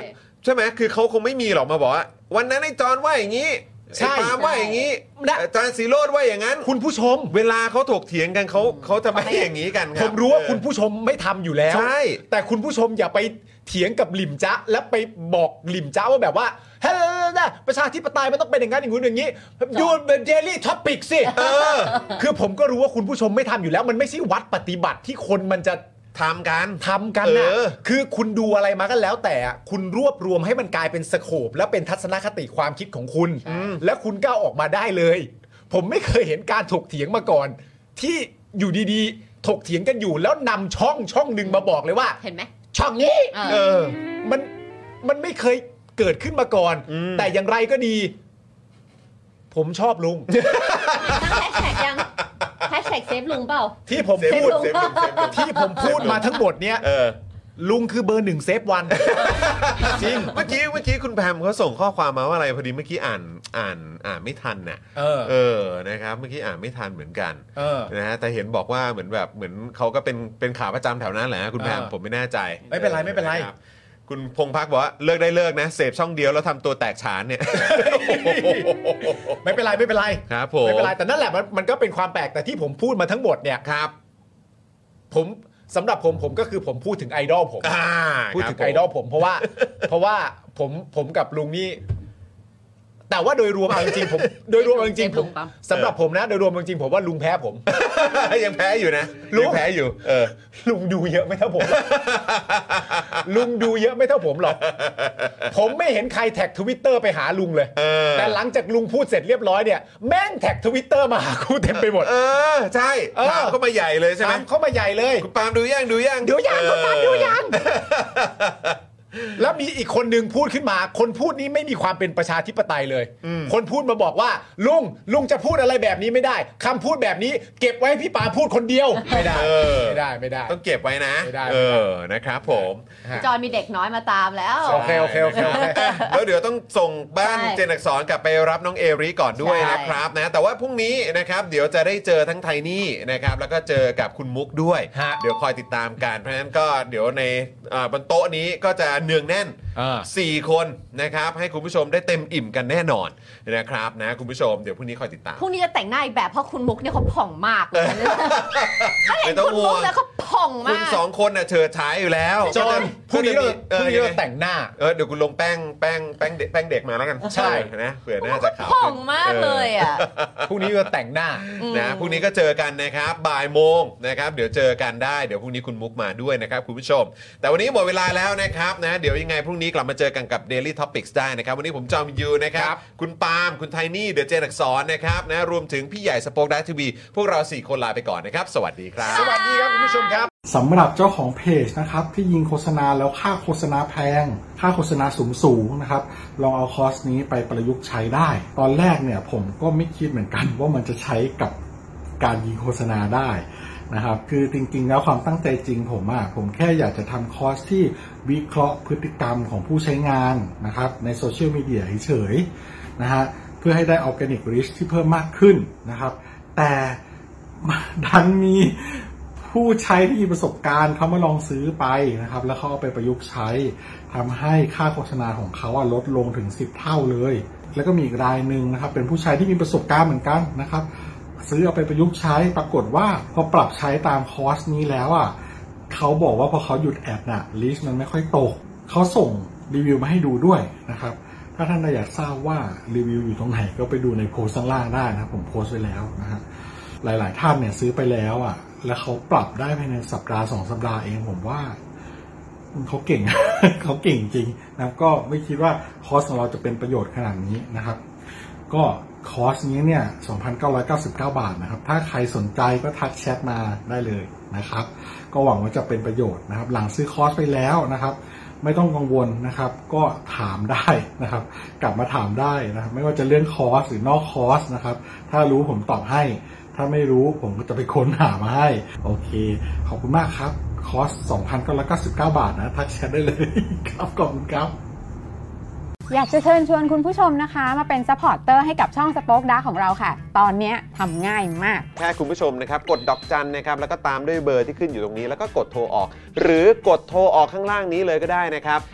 ใช่ไหมคือเขาคงไม่มีหรอกมาบอกว่าวันนั้นไอ้จอนว่าอย่างนี้ ใช่ ไอ้ปาล์มว่าอย่างนี้ นะ อาจารย์สีโรดว่าอย่างนั้น คุณผู้ชม เวลาเขาถกเถียงกันเขาเขาจะไม่อย่างนี้กันค ผ รับ มรู้ว่าคุณผู้ชมไม่ทำอยู่แล้ว ใช่ แต่คุณผู้ชมอย่าไปเถียงกับหลิมจ๊ะ แล้วไปบอกหลิมจ๊ะว่าแบบว่าเฮ้ยนะประชาธิปไตยมันต้องเป็นอย่างนั้นอย่างนู้นอย่างนี้ดูเดลี่ท็อปิกสิคือผมก็รู้ว่าคุณผู้ชมไม่ทำอยู่แล้ว มันไม่ใช่วัดปฏิบัติที่คนมันจะ ทำกัน ทำกันนะ เออ คือคุณดูอะไรมาก็แล้วแต่อะคุณรวบรวมให้มันกลายเป็นสโคปและเป็นทัศนคติความคิดของคุณ และคุณก้าวออกมาได้เลย ผมไม่เคยเห็นการถกเถียงมาก่อน ที่อยู่ดีๆ ถกเถียงกันอยู่แล้วนำช่องช่องหนึ่งมาบอกเลยว่า เห็นไหม ช่องนี้ เออ เออมันมันไม่เคยเกิดขึ้นมาก่อน อืม แต่อย่างไรก็ดี ผมชอบ ลุง ตั้งแฮชแท็กยังแฮชแท็กเซฟลุงเปล่า ที่ผม เซฟ พูด ลุงเซฟลุงเซฟลุง ที่ผมพูดมาทั้งหมดเนี้ย เออ ลุงคือเบอร์หนึ่งเซฟวัน จริง เมื่อกี้เมื่อกี้คุณแพมเขาส่งข้อความมาว่าอะไรพอดีเมื่อกี้อ่านอ่านอ่านไม่ทันน่ะ เออ เออนะครับเมื่อกี้อ่านไม่ทันเหมือนกัน เออ นะฮะแต่เห็นบอกว่าเหมือนแบบเหมือนเขาก็เป็นเป็นขาประจำแถวนั้นแหละฮะคุณแพม เออ ผมไม่แน่ใจ ไม่เป็นไรไม่เป็นไร ะคบ คุณพงพักบอกว่าเลิกได้เลิกนะ เสพช่องเดียวแล้วทำตัวแตกฉานเนี่ย ไม่เป็นไรไม่เป็นไร ครับผม ไม่เป็นไรแต่นั่นแหละมันมันก็เป็นความแปลกแต่ที่ผมพูดมาทั้งหมดเนี่ย ครับ ผมสำหรับผมผมก็คือผมพูดถึงไอดอลผม อ่า พูดถึง ครับผม ไอดอลผมเพราะว่า เพราะว่าผมผมกับลุงนี่ แต่ว่าโดยรวมเอาจริงๆผม โดยรวมเอาจริงๆผม เจ็บลุงปั๊ม สำหรับผมนะ โดยรวมจริงๆผมว่าลุงแพ้ผม ยังแพ้อยู่นะ รู้ ยังแพ้อยู่ เออ ลุงดูเยอะไม่เท่าผมหรอกลุงดูเยอะไม่เท่าผมหรอก ผมไม่เห็นใครแท็กทวิตเตอร์ไปหาลุงเลย เออ แต่หลังจากลุงพูดเสร็จเรียบร้อยเนี่ย แม่งแท็กทวิตเตอร์มาหากูเต็มไปหมด เออ ใช่ เออ ถามเข้ามาใหญ่เลยใช่ไหม ตามเข้ามาใหญ่เลย คุณปาล์มดูย่างดูย่าง เดี๋ยวยัง เออ คุณปาล์มเดี๋ยวยัง แล้วมีอีกคนหนึ่งพูดขึ้นมา คนพูดนี้ไม่มีความเป็นประชาธิปไตยเลย คนพูดมาบอกว่า ลุงลุงจะพูดอะไรแบบนี้ไม่ได้คำพูดแบบนี้เก็บไว้ให้พี่ปาพูดคนเดียว ไม่ได้ เออ ไม่ได้ไม่ได้ ต้องเก็บไว้นะ ไม่ได้ เออนะครับผม จอนมีเด็กน้อยมาตามแล้ว โอเคโอเคโอเคโอเค แล้วเดี๋ยวต้องส่งบ้าน ใช่ เจนอักษรกลับไปรับน้องเอริก่อนด้วย ใช่ นะครับนะแต่ว่าพรุ่งนี้นะครับเดี๋ยวจะได้เจอทั้งไทนี่นะครับแล้วก็เจอกับคุณมุกด้วย ฮะ เดี๋ยวคอยติดตามกันเพราะฉะนั้นก็เดี๋ยวในเอ่อบนโต๊ะนี้ก็จะเนืองแน่น อ่า 4 คนนะครับให้คุณผู้ชมได้เต็มอิ่มกันแน่นอนนะครับนะคุณผู้ชมเดี๋ยวพรุ่งนี้คอยติดตาม พรุ่งนี้จะแต่งหน้าอีกแบบเพราะคุณมุกเนี่ยเขาผ่องมากเลยเขาเห็ ไม่ น ต้อง คุณ ห่วมุก ง แล้วเขาผ่อง คุ มา ณ ก สองคนน่ะเฉิดฉายอยู่แล้ว จอห์นพรุ่งนี้เรา อ พอรุ่ง นี้เรา ยัไ แต่งหน้า เออเดี๋ยวคุณลงแป้งแป้งแป้งเด็กแป้งเด็กมาแล้วกัน ใช่ นะเผื่อหน้าจะขาว ผ่อ ขึ้ ง น มากเลยอ่ะ พรุ่งนี้เราแต่งหน้า นะพรุ่งนี้ก็เจอกันนะครับบ่ายโมงนะครับเดี๋ยวเจอกันได้เดี๋ยวพรุ่งนี้คุณมุกมาด้วยนะครับคุณผู้ชม แต่วันนี้หมดเวลาแล้วนะครับนะเดี๋ยวยังไงพรุ่งนี้กลับมาเจอกันกับ Daily Topics ได้นะครับ วันนี้ผมจอมยูนะครับ คุณปาล์มคุณไทนี่เดอะเจนอักสอนนะครับนะรวมถึงพี่ใหญ่สป็อคดักทีวีพวกเรา 4 คนลาไปก่อนนะครับ สวัสดีครับ สวัสดีครับคุณผู้ชมครับ สำหรับเจ้าของเพจนะครับที่ยิงโฆษณาแล้วค่าโฆษณาแพง ค่าโฆษณาสูงสูงๆนะครับลองเอาคอร์สนี้ไปประยุกต์ใช้ได้ ตอนแรกเนี่ยผมก็ไม่คิดเหมือนกัน ว่ามันจะใช้กับการยิงโฆษณาได้นะครับคือจริงๆ แล้วความตั้งใจจริงผมอะผมแค่อยากจะทำคอร์สที่วิเคราะห์พฤติกรรมของผู้ใช้งานนะครับในโซเชียลมีเดียเฉยๆนะฮะเพื่อให้ได้ออร์แกนิกริชที่เพิ่มมากขึ้นนะครับแต่ดันมี ผู้ใช้ที่มีประสบการณ์เขามาลองซื้อไปนะครับ แล้วเขาเอาไปประยุกต์ใช้ทำให้ค่าโฆษณาของเขาอะลดลงถึง 10 เท่าเลย แล้วก็มีอีกรายหนึ่งนะครับ เป็นผู้ใช้ที่มีประสบการณ์เหมือนกันนะครับ ซื้อเอาไปประยุกต์ใช้ปรากฏว่าพอปรับใช้ตามคอร์สนี้แล้วอ่ะเขาบอกว่าพอเขาหยุดแอดน่ะลิสต์มันไม่ค่อยตกเขาส่งรีวิวมาให้ดูด้วยนะครับ ถ้าท่านอยากทราบว่ารีวิวอยู่ตรงไหนก็ไปดูในโพสต์ข้างล่างได้นะครับผมโพสต์ไว้แล้วนะครับ หลาย ๆ ท่านเนี่ยซื้อไปแล้วอ่ะ แล้วเขาปรับได้ภายในสัปดาห์สองสัปดาห์เองผมว่า เขาเก่ง เขาเก่งจริงนะครับก็ไม่คิดว่าคอร์สของเราจะเป็นประโยชน์ขนาดนี้นะครับ ก็คอร์สนี้เนี่ย 2,999 บาทนะครับ ถ้าใครสนใจก็ทักแชทมาได้เลยนะครับ ก็หวังว่าจะเป็นประโยชน์นะครับ หลังซื้อคอร์สไปแล้วนะครับ ไม่ต้องกังวลนะครับ ก็ถามได้นะครับ กลับมาถามได้นะครับ ไม่ว่าจะเรื่องคอร์สหรือนอกคอร์สนะครับ ถ้ารู้ผมตอบให้ ถ้าไม่รู้ผมก็จะไปค้นหามาให้ โอเค ขอบคุณมากครับ คอร์ส 2,999 บาทนะ ทักแชทได้เลย ครับ ขอบคุณครับ อยากจะเชิญชวนคุณผู้ชมนะคะ มาเป็นซัพพอร์ตเตอร์ให้กับช่องสป็อคดาของเราค่ะ ตอนเนี้ยทำง่ายมาก แค่คุณผู้ชมนะครับ กดดอกจันนะครับ แล้วก็ตามด้วยเบอร์ที่ขึ้นอยู่ตรงนี้ แล้วก็กดโทรออก หรือกดโทรออกข้างล่างนี้เลยก็ได้นะครับ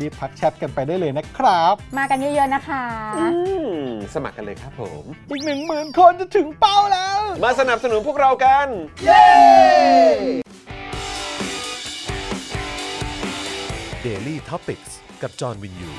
รีบทักแชทกันไปได้เลยนะครับ มากันเยอะๆนะคะ อืมสมัครกันเลยครับผม อีก 1 0,000 คนจะถึงเป้าแล้ว มาสนับสนุนพวกเรากัน เย้ Daily t o p i c กกับจอห์นวินยู